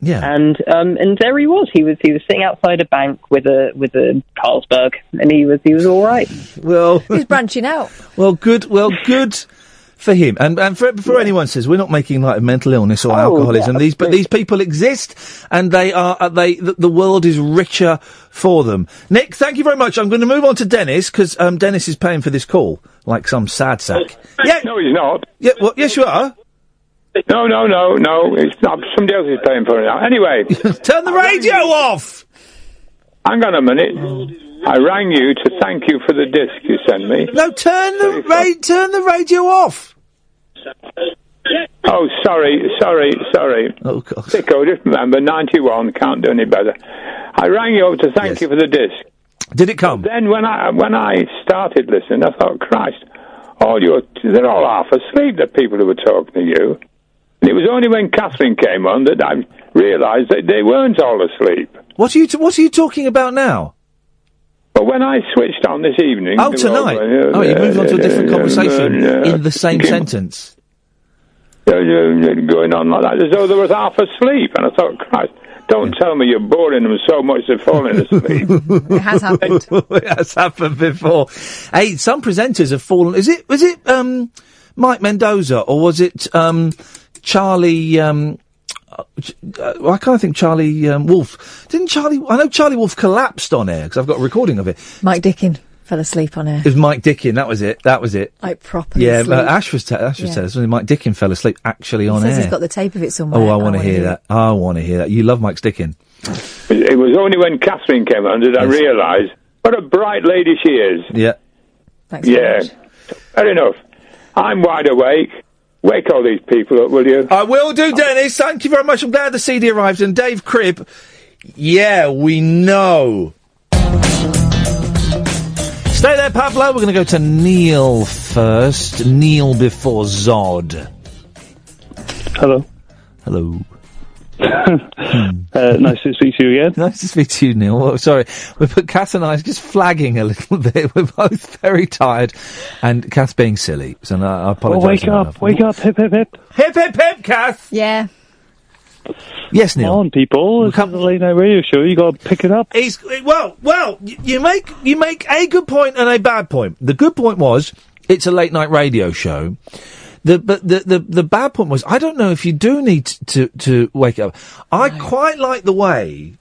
Speaker 3: Yeah.
Speaker 6: And um, and there he was. He was he was sitting outside a bank with a with a Carlsberg, and he was he was all right.
Speaker 3: Well,
Speaker 5: He's branching out.
Speaker 3: Well, good. Well, good for him. And and for, for anyone says we're not making light of mental illness or alcoholism.
Speaker 7: yeah,
Speaker 3: these but these people exist, and they are uh, they the, the world is richer for them. Nick, thank you very much. I'm going to move on to Dennis because um, Dennis is paying for this call like some sad sack. Yeah.
Speaker 9: No, you're not.
Speaker 3: Yeah. Well, yes, you are.
Speaker 9: No, no, no, no. It's not. Somebody else is paying for it now. Anyway.
Speaker 3: Turn the radio off!
Speaker 9: Hang on a minute. I rang you to thank you for the disc you sent me.
Speaker 3: No, turn the ra- turn the radio off.
Speaker 9: Oh, sorry, sorry, sorry.
Speaker 3: Oh, God.
Speaker 9: Sicko, just remember, 91, can't do any better. I rang you up to thank you for the disc.
Speaker 3: Did it come?
Speaker 9: Then when I when I started listening, I thought, Christ, all your they're all half asleep. The people who were talking to you. And it was only when Catherine came on that I realised that they weren't all asleep.
Speaker 3: What are you t- What are you talking about now?
Speaker 9: But when I switched on this evening,
Speaker 3: Oh,
Speaker 9: they were all
Speaker 3: tonight.
Speaker 9: going,
Speaker 3: Oh, you moved on to a different
Speaker 9: uh,
Speaker 3: conversation
Speaker 9: uh,
Speaker 3: in the same
Speaker 9: Kim-
Speaker 3: sentence.
Speaker 9: uh, uh, going on like that, as though they were half asleep. And I thought, Christ, don't tell me you're boring them so much they're falling asleep.
Speaker 3: it
Speaker 9: has
Speaker 3: happened. it has happened before. Hey, some presenters have fallen. Is it was it um, Mike Mendoza or was it um, Charlie? Um, uh, Ch- uh, I can't think Charlie um, Wolf. Didn't Charlie? I know Charlie Wolf collapsed on air because I've got a recording of it.
Speaker 5: Mike Dickin fell asleep on air.
Speaker 3: It was Mike Dickin. That was it. That was it.
Speaker 5: Like properly.
Speaker 3: Yeah,
Speaker 5: asleep.
Speaker 3: but Ash was te- Ash was
Speaker 5: Yeah.
Speaker 3: telling us when Mike Dickin fell asleep actually
Speaker 5: He
Speaker 3: on
Speaker 5: says
Speaker 3: air.
Speaker 5: he's got the tape of it somewhere.
Speaker 3: oh, I want to
Speaker 5: wanna
Speaker 3: hear that. I want to hear that. You love Mike Dickin.
Speaker 9: It was only when Catherine came on did I
Speaker 3: Yes.
Speaker 9: realise what a bright lady she is.
Speaker 3: Yeah.
Speaker 9: yeah. Fair enough. I'm wide awake. Wake all these people up, will you?
Speaker 3: I will do, Dennis. Thank you very much. I'm glad the CD arrived. And Dave Cribb, yeah, we know. Stay there, Pablo. We're going to go to Neil first. Neil before Zod.
Speaker 10: Hello.
Speaker 3: Hello.
Speaker 10: Uh, nice to speak to you again.
Speaker 3: Nice to speak to you, Neil. Well, sorry, we put Kath and I just flagging a little bit. We're both very tired, and Kath being silly. So no, I apologise.
Speaker 10: Oh, wake
Speaker 3: on her
Speaker 10: up,
Speaker 3: behalf.
Speaker 10: wake up, hip, hip, hip.
Speaker 3: Hip, hip, hip, Kath.
Speaker 5: Yeah.
Speaker 3: Yes, Neil.
Speaker 10: Come on, people. It's the late night radio show. you got to pick it up.
Speaker 3: He's well, well. y- You make you make a good point and a bad point. The good point was it's a late night radio show. The but the, the the bad point was I don't know if you do need to to wake up. I quite like the way.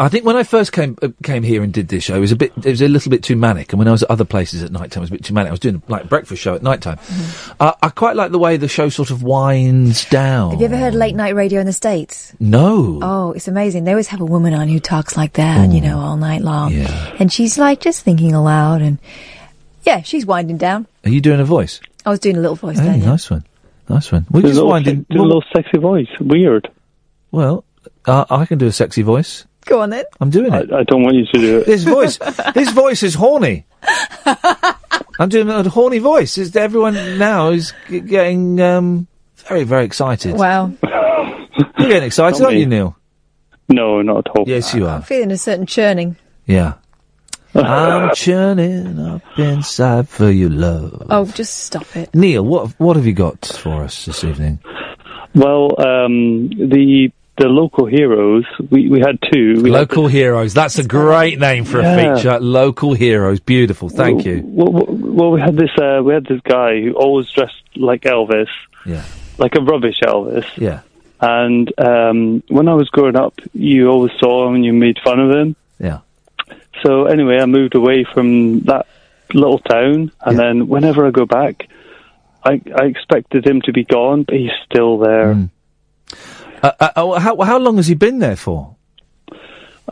Speaker 3: I think when I first came uh, came here and did this show, it was a bit it was a little bit too manic, and when I was at other places at night time, it was a bit too manic. I was doing like breakfast show at night time.
Speaker 10: Mm-hmm.
Speaker 3: Uh, I quite like the way the show sort of winds down.
Speaker 5: Have you ever heard late night radio in the States?
Speaker 3: No.
Speaker 5: Oh, it's amazing. They always have a woman on who talks like that, you know, all night long. And she's like just thinking aloud and yeah, she's winding down.
Speaker 3: Are you doing a voice?
Speaker 5: I was doing a little voice
Speaker 3: Hey,
Speaker 5: there. yeah.
Speaker 3: nice one, nice one. We're just
Speaker 10: little
Speaker 3: winding.
Speaker 10: se- do a little sexy voice. Weird.
Speaker 3: Well, uh, I can do a sexy voice.
Speaker 5: Go on then.
Speaker 3: I'm doing it.
Speaker 10: I don't want you to do it.
Speaker 3: This voice, this voice is horny. I'm doing a horny voice. Is everyone now is g- getting um, very, very excited?
Speaker 5: Wow.
Speaker 3: You're getting excited,
Speaker 10: Not
Speaker 3: aren't
Speaker 10: me.
Speaker 3: you, Neil?
Speaker 10: No, not at all.
Speaker 3: Yes, you are.
Speaker 5: Feeling a certain churning.
Speaker 3: Yeah. I'm churning up inside for you, love.
Speaker 5: Oh, just stop it.
Speaker 3: Neil, what what have you got for us this evening?
Speaker 10: Well, um, the the local heroes. We we had two. We had
Speaker 3: Local heroes. That's a great name for a
Speaker 10: Yeah.
Speaker 3: feature. Local heroes. Beautiful. Thank
Speaker 10: Well,
Speaker 3: you.
Speaker 10: Well, well, we had this. Uh, we had this guy who always dressed like Elvis.
Speaker 3: Yeah.
Speaker 10: Like a rubbish Elvis.
Speaker 3: Yeah.
Speaker 10: And um, when I was growing up, you always saw him and you made fun of him.
Speaker 3: Yeah.
Speaker 10: So anyway, I moved away from that little town, and then whenever I go back, I, I expected him to be gone, but he's still there.
Speaker 3: Hmm. Uh, uh, oh, how how long has he been there for?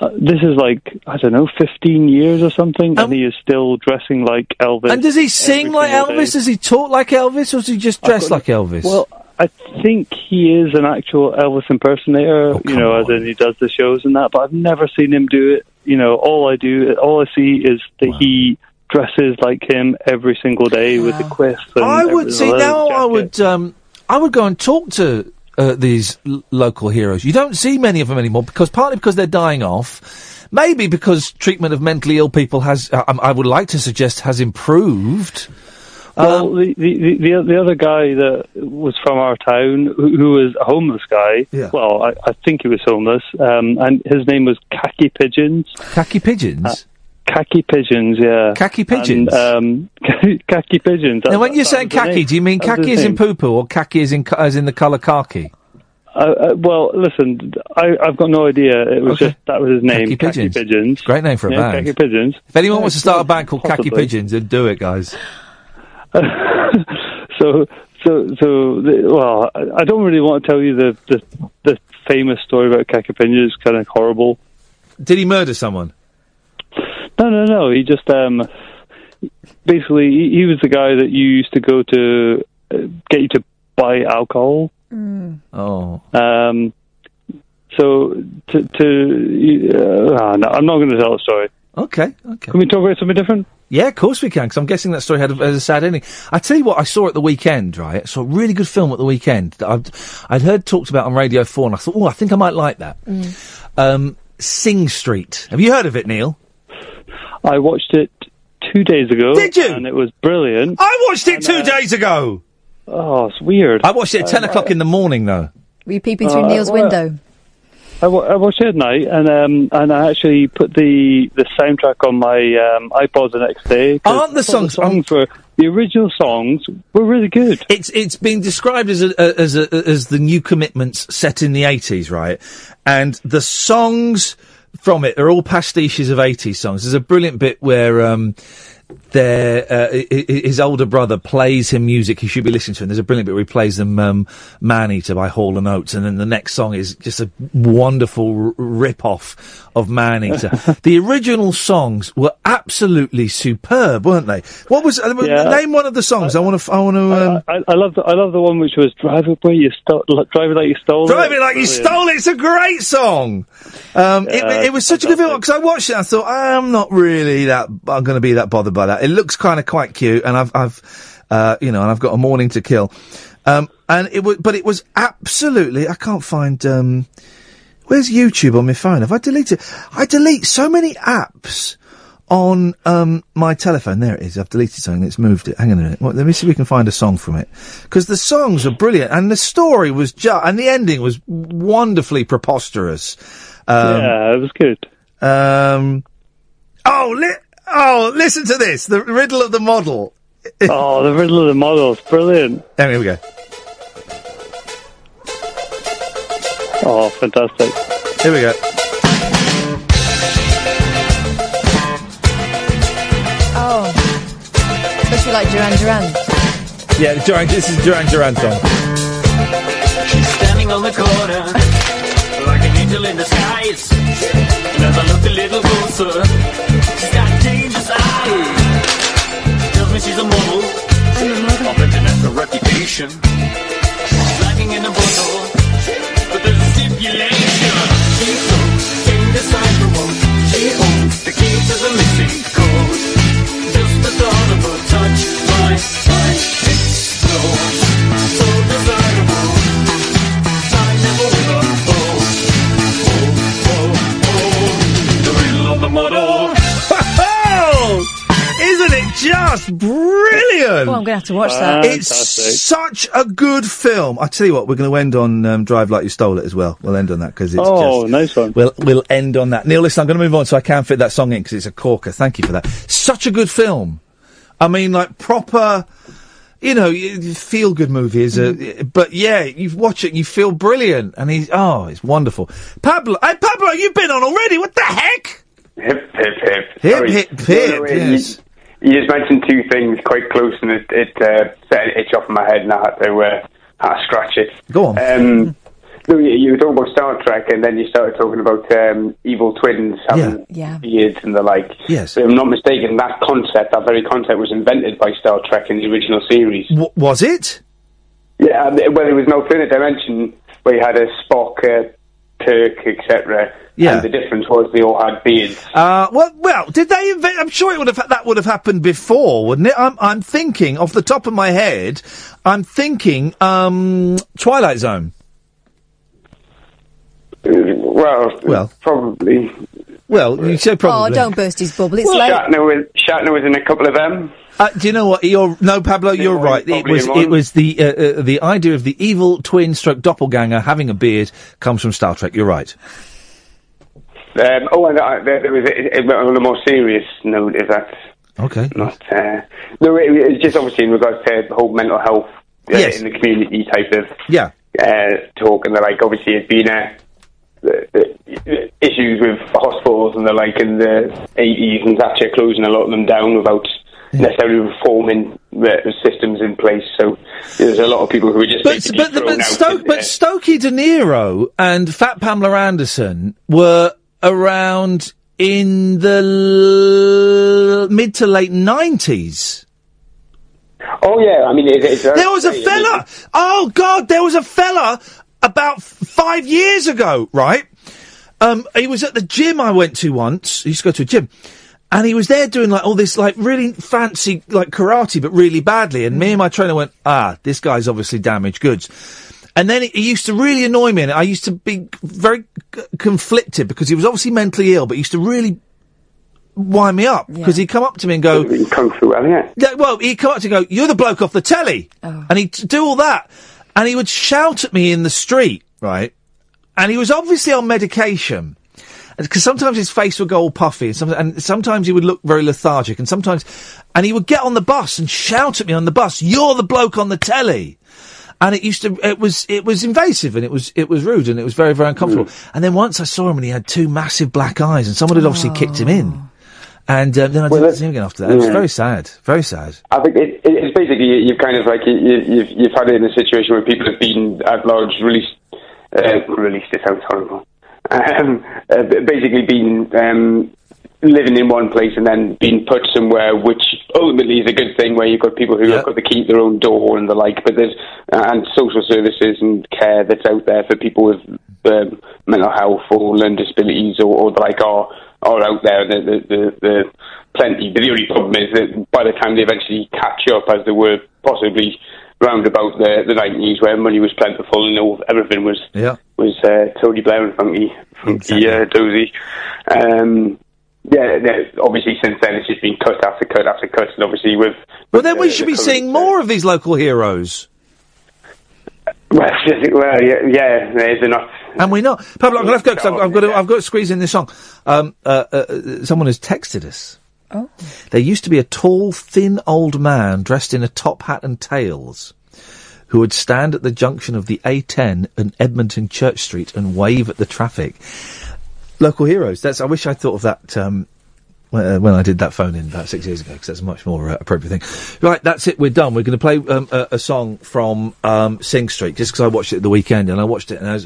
Speaker 10: Uh, this is like I don't know, fifteen years or something, and he is still dressing like Elvis.
Speaker 3: Oh. And does he sing like
Speaker 10: single
Speaker 3: Elvis?
Speaker 10: day.
Speaker 3: Does he talk like Elvis, or does he just dress like Elvis?
Speaker 10: Well, I think he is an actual Elvis impersonator, you
Speaker 3: Oh,
Speaker 10: know, as in he does the shows and that, but I've never seen him do it. You know, all I do, all I see is that he dresses like him every single day with the quiff. And
Speaker 3: I would see
Speaker 10: everything.
Speaker 3: now. I would um, I would go and talk to uh, these l- local heroes. You don't see many of them anymore because partly because they're dying off, maybe because treatment of mentally ill people has, uh, um, I would like to suggest, has improved.
Speaker 10: Well,
Speaker 3: um,
Speaker 10: the, the, the- the the other guy that was from our town, who, who was a homeless guy.
Speaker 3: Yeah.
Speaker 10: Well, I, I think he was homeless, um, and his name was Khaki Pigeons. Uh,
Speaker 3: Khaki Pigeons.
Speaker 10: khaki Pigeons. Yeah.
Speaker 3: Khaki Pigeons?
Speaker 10: And, um, khaki Pigeons.
Speaker 3: Now,
Speaker 10: that-
Speaker 3: when you
Speaker 10: that
Speaker 3: say
Speaker 10: was the
Speaker 3: khaki,
Speaker 10: name.
Speaker 3: do you mean
Speaker 10: That was
Speaker 3: khaki
Speaker 10: his
Speaker 3: as in
Speaker 10: name.
Speaker 3: poo poo or khaki as in, co- as in the colour khaki?
Speaker 10: Uh, uh, well, listen, I, I've got no idea. It was just that was his name.
Speaker 3: Khaki
Speaker 10: Pigeons.
Speaker 3: Great name for a
Speaker 10: yeah,
Speaker 3: band.
Speaker 10: Khaki Pigeons.
Speaker 3: If anyone wants to start a band called Khaki
Speaker 10: Possibly.
Speaker 3: Pigeons, then do it, guys.
Speaker 10: so so so the, well I, I don't really want to tell you the the, the famous story about Kakapinja is kind of horrible
Speaker 3: did he murder someone
Speaker 10: no no no he just um basically he, he was the guy that you used to go to uh, get you to buy alcohol
Speaker 3: Oh.
Speaker 10: um so to to uh, ah, no, I'm not going to tell the story
Speaker 3: okay okay
Speaker 10: can we talk about something different
Speaker 3: Yeah, of course we can, because I'm guessing that story had a, had a sad ending. I tell you what, I saw at the weekend, right? I saw a really good film at the weekend that I'd, I'd heard talked about on Radio 4, and I thought, oh, I think I might like that.
Speaker 22: Mm.
Speaker 3: Um, Sing Street. Have you heard of it, Neil?
Speaker 10: I watched it two days ago
Speaker 3: Did you?
Speaker 10: and it was brilliant uh,
Speaker 3: I watched it two days ago.
Speaker 10: Oh, it's weird.
Speaker 3: I watched it at 10
Speaker 10: Um,
Speaker 3: o'clock in the morning, though.
Speaker 5: Were you peeping through
Speaker 10: Uh,
Speaker 5: Neil's
Speaker 10: well-
Speaker 5: window?
Speaker 10: I, w- I watched it at night, and um, and I actually put the the soundtrack on my um, iPod the next day. 'cause
Speaker 3: Aren't the
Speaker 10: I thought
Speaker 3: songs- I'm-
Speaker 10: songs were the original songs were really good?
Speaker 3: It's it's been described as a, a- as a, as the new commitments set in the eighties, right? And the songs from it are all pastiches of eighties songs. There's a brilliant bit where um, their uh, i- i- his older brother plays him music he should be listening to, and there's a brilliant bit where he plays them um, "Man Eater" by Hall and Oates, and then the next song is just a wonderful r- rip off of "Man Eater." the original songs were absolutely superb, weren't they? What was uh,
Speaker 10: Yeah.
Speaker 3: name one of the songs? I want to I want to um,
Speaker 10: I, I love the I love the one which was "Drive It Where You Stole, Drive It Like You Stole
Speaker 3: Drive It Like You Stole It. It's a great song. Um, it, it was such a good film because I watched it. and I thought I'm not really that. I'm going to be that bothered by that. It looks kind of quite cute, and I've, I've, uh, you know, and I've got a morning to kill. Um, and it was, but it was absolutely. I can't find. Um, where's YouTube on my phone? Have I deleted? I delete so many apps on um, my telephone. There it is. I've deleted something. It's moved it. Hang on a minute. Well, let me see if we can find a song from it. Because the songs are brilliant, and the story was just, and the ending was wonderfully preposterous. Um,
Speaker 10: yeah, it was good.
Speaker 3: Um, oh, li- oh, listen to this. The riddle of the model.
Speaker 10: oh, the riddle of the model is brilliant.
Speaker 3: Anyway, here we go.
Speaker 10: Oh, fantastic!
Speaker 3: Here we go.
Speaker 5: Oh. Especially like Duran Duran.
Speaker 3: Yeah, the Duran. This is Duran Duran song.
Speaker 22: Standing on the corner, like an angel in disguise. And as I looked a little closer, she's got dangerous eyes. Tells me she's a model, of international reputation. She's lacking in a bottle, but there's a stipulation. She's so indecipherable. She owns the key to the missing code. Just the thought of her touch, my mind explodes. So desirable.
Speaker 3: Isn't it just brilliant?
Speaker 5: Well, I'm going to have to watch that.
Speaker 3: It's such a good film. I tell you what, we're going to end on um, Drive Like You Stole It as well. We'll end on that because it's
Speaker 10: Oh,
Speaker 3: just,
Speaker 10: nice one.
Speaker 3: We'll we'll end on that. Neil, listen, I'm going to move on so I can fit that song in because it's a corker. Thank you for that. Such a good film. I mean, like proper, you know, feel good movie is a.
Speaker 5: Mm-hmm.
Speaker 3: But yeah, you watch it, you feel brilliant, and he's oh, it's wonderful. Pablo, hey Pablo, you've been on already. What the heck?
Speaker 18: Hip, hip, hip.
Speaker 3: Hip,
Speaker 18: Sorry.
Speaker 3: hip,
Speaker 18: No,
Speaker 3: hip,
Speaker 18: no, wait,
Speaker 3: yes.
Speaker 18: You, you just mentioned two things quite close, and it, it uh, set an itch off in my head, and I had to, uh, had to scratch it.
Speaker 3: Go on.
Speaker 18: Um, no, you, you were talking about Star Trek, and then you started talking about um, evil twins having
Speaker 5: Yeah.
Speaker 18: beards and the like.
Speaker 3: Yes.
Speaker 18: If I'm not mistaken, that concept, that very concept, was invented by Star Trek in the original series.
Speaker 3: W- was it?
Speaker 18: Yeah, I mean, well, there was an alternate dimension where you had a Spock, uh, Kirk, etc.
Speaker 3: Yeah.
Speaker 18: And the difference was they all had beards.
Speaker 3: Uh, well, well, did they invent? I'm sure it would have that would have happened before, wouldn't it? I'm, I'm thinking off the top of my head. I'm thinking um, Twilight Zone.
Speaker 18: Well, well, probably.
Speaker 3: Well, you say
Speaker 5: Oh, don't burst his bubble. It's late.
Speaker 18: Shatner was, Shatner was in a couple of them.
Speaker 3: Uh, do you know what? You're no Pablo. You're right. It
Speaker 18: probably
Speaker 3: was
Speaker 18: in one.
Speaker 3: it was the uh, uh, the idea of the evil twin stroke doppelganger having a beard comes from Star Trek. You're right.
Speaker 18: Um, oh, and I, there, there was a, a, on a more serious note. Is that
Speaker 3: Okay.
Speaker 18: not? Uh, no, it, it's just obviously in regards to the whole mental health uh, in the community type of
Speaker 3: Yeah.
Speaker 18: uh, talk, and the like. Obviously, it's been a uh, uh, issues with hospitals and the like in the 80s and Thatcher closing a lot of them down without necessarily reforming the systems in place. So there's a lot of people who are just
Speaker 3: But
Speaker 18: basically
Speaker 3: but
Speaker 18: thrown
Speaker 3: but,
Speaker 18: out.
Speaker 3: Stoke, but Stokey De Niro and Fat Pamela Anderson were around in the l- mid to late nineties.
Speaker 18: Oh yeah, I mean it, it's
Speaker 3: There was a fella. Oh God, there was a fella about f- five years ago, right? Um, he was at the gym I went to once. He used to go to a gym, and he was there doing like all this like really fancy like karate, but really badly. And me and my trainer went, ah, this guy's obviously damaged goods. And then it, it used to really annoy me, and I used to be very c- conflicted because he was obviously mentally ill, but he used to really wind me up because he'd come up to me and go,
Speaker 18: "Kung Fu Well, yeah."
Speaker 3: Well, he'd come up to go, "You're the bloke off the telly," and he'd do all that, and he would shout at me in the street, right? And he was obviously on medication. Because sometimes his face would go all puffy, and, some, and sometimes he would look very lethargic, and sometimes, and he would get on the bus and shout at me on the bus, "You're the bloke on the telly," and it used to, it was, it was invasive, and it was, it was rude, and it was very, very uncomfortable.
Speaker 18: Mm.
Speaker 3: And then once I saw him, and he had two massive black eyes, and someone had obviously kicked him in. And um, then I didn't see him again after that. It was
Speaker 18: Yeah.
Speaker 3: very sad. Very sad.
Speaker 18: I think it, it, it's basically you- you've kind of like you, you- you've you've had it in a situation where people have been at large released uh, released. It sounds horrible. Um, uh, b- basically, been um, living in one place and then being put somewhere, which ultimately is a good thing. Where you've got people who have got to keep their own door and the like, but there's and social services and care that's out there for people with um, mental health or learning disabilities or, or the like are are out there. The the the, the plenty. But the only problem is that by the time they eventually catch up, as they were possibly round about the the nineties, where money was plentiful and all, everything was
Speaker 3: Yeah.
Speaker 18: was uh, Tony Blair and Funky Funky uh, Dozy. Um, yeah, there- obviously since then it's just been cut after cut after cut, and obviously with
Speaker 3: Well, then we should be seeing more of these local heroes.
Speaker 18: well, well yeah, yeah, there's enough.
Speaker 3: And we're not. Pablo, I'm going to have to go 'cause I've, I've got to, I've got to squeeze in this song. Um, uh, uh, uh, someone has texted us.
Speaker 5: Oh.
Speaker 3: There used to be a tall, thin old man dressed in a top hat and tails who would stand at the junction of the A10 and Edmonton Church Street and wave at the traffic. Local heroes. That's. I wish I thought of that um, uh, when I did that phone in about six years ago, because that's a much more uh, appropriate thing. Right, that's it. We're done. We're going to play um, a, a song from um, Sing Street, just because I watched it at the weekend, and I watched it, and I was,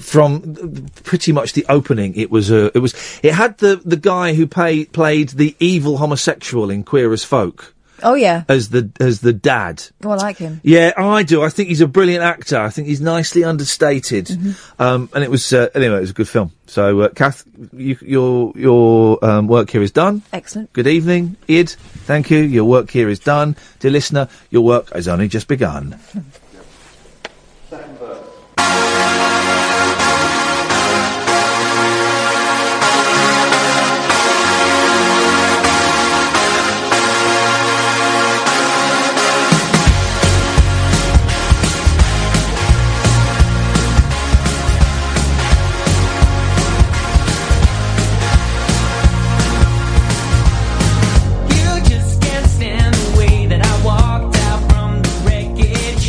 Speaker 3: from pretty much the opening, it was a, it was, it had the the guy who pay, played the evil homosexual in Queer as Folk
Speaker 5: Oh, yeah.
Speaker 3: as the as the dad.
Speaker 5: Oh, I like him.
Speaker 3: Yeah, I do. I think he's a brilliant actor. I think he's nicely understated. Um, and it was uh, anyway, it was a good film. So, uh, Kath, you, your your um, work here is done.
Speaker 5: Excellent.
Speaker 3: Good evening, Id. Thank you. Your work here is done, dear listener. Your work has only just begun.
Speaker 22: You just can't stand the way that I walked out from the wreckage.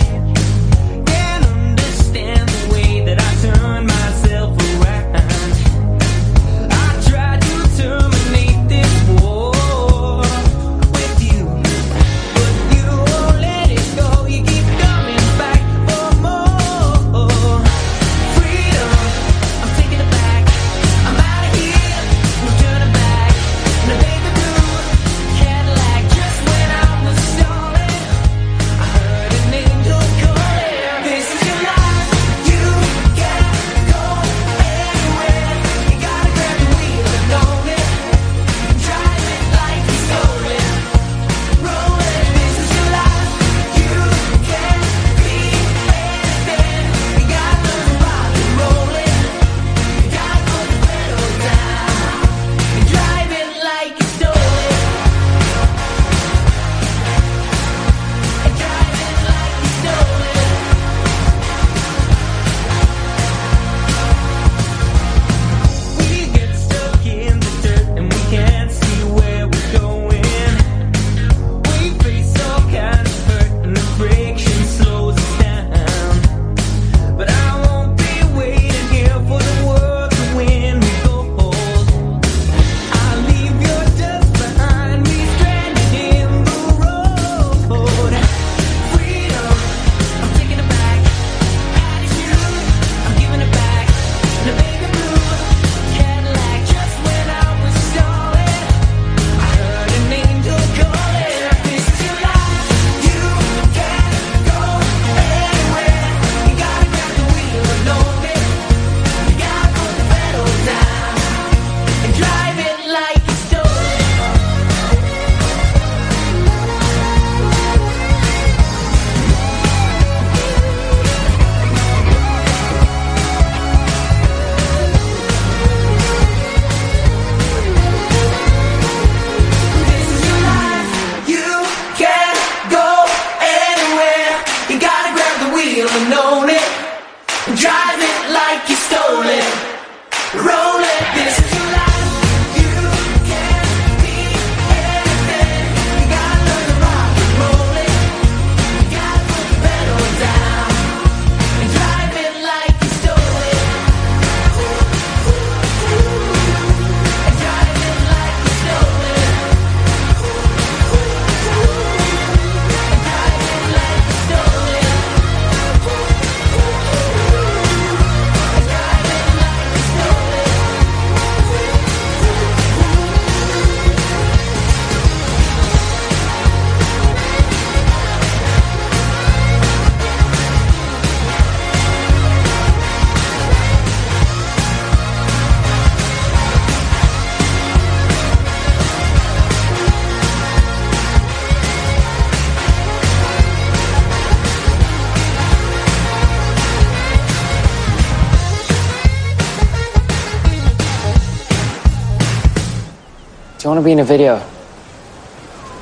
Speaker 1: Do you want to be in a video?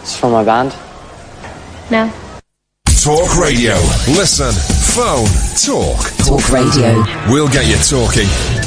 Speaker 1: It's from my band.
Speaker 26: No.
Speaker 16: Talk radio. Listen, phone, talk. Talk radio. We'll get you talking.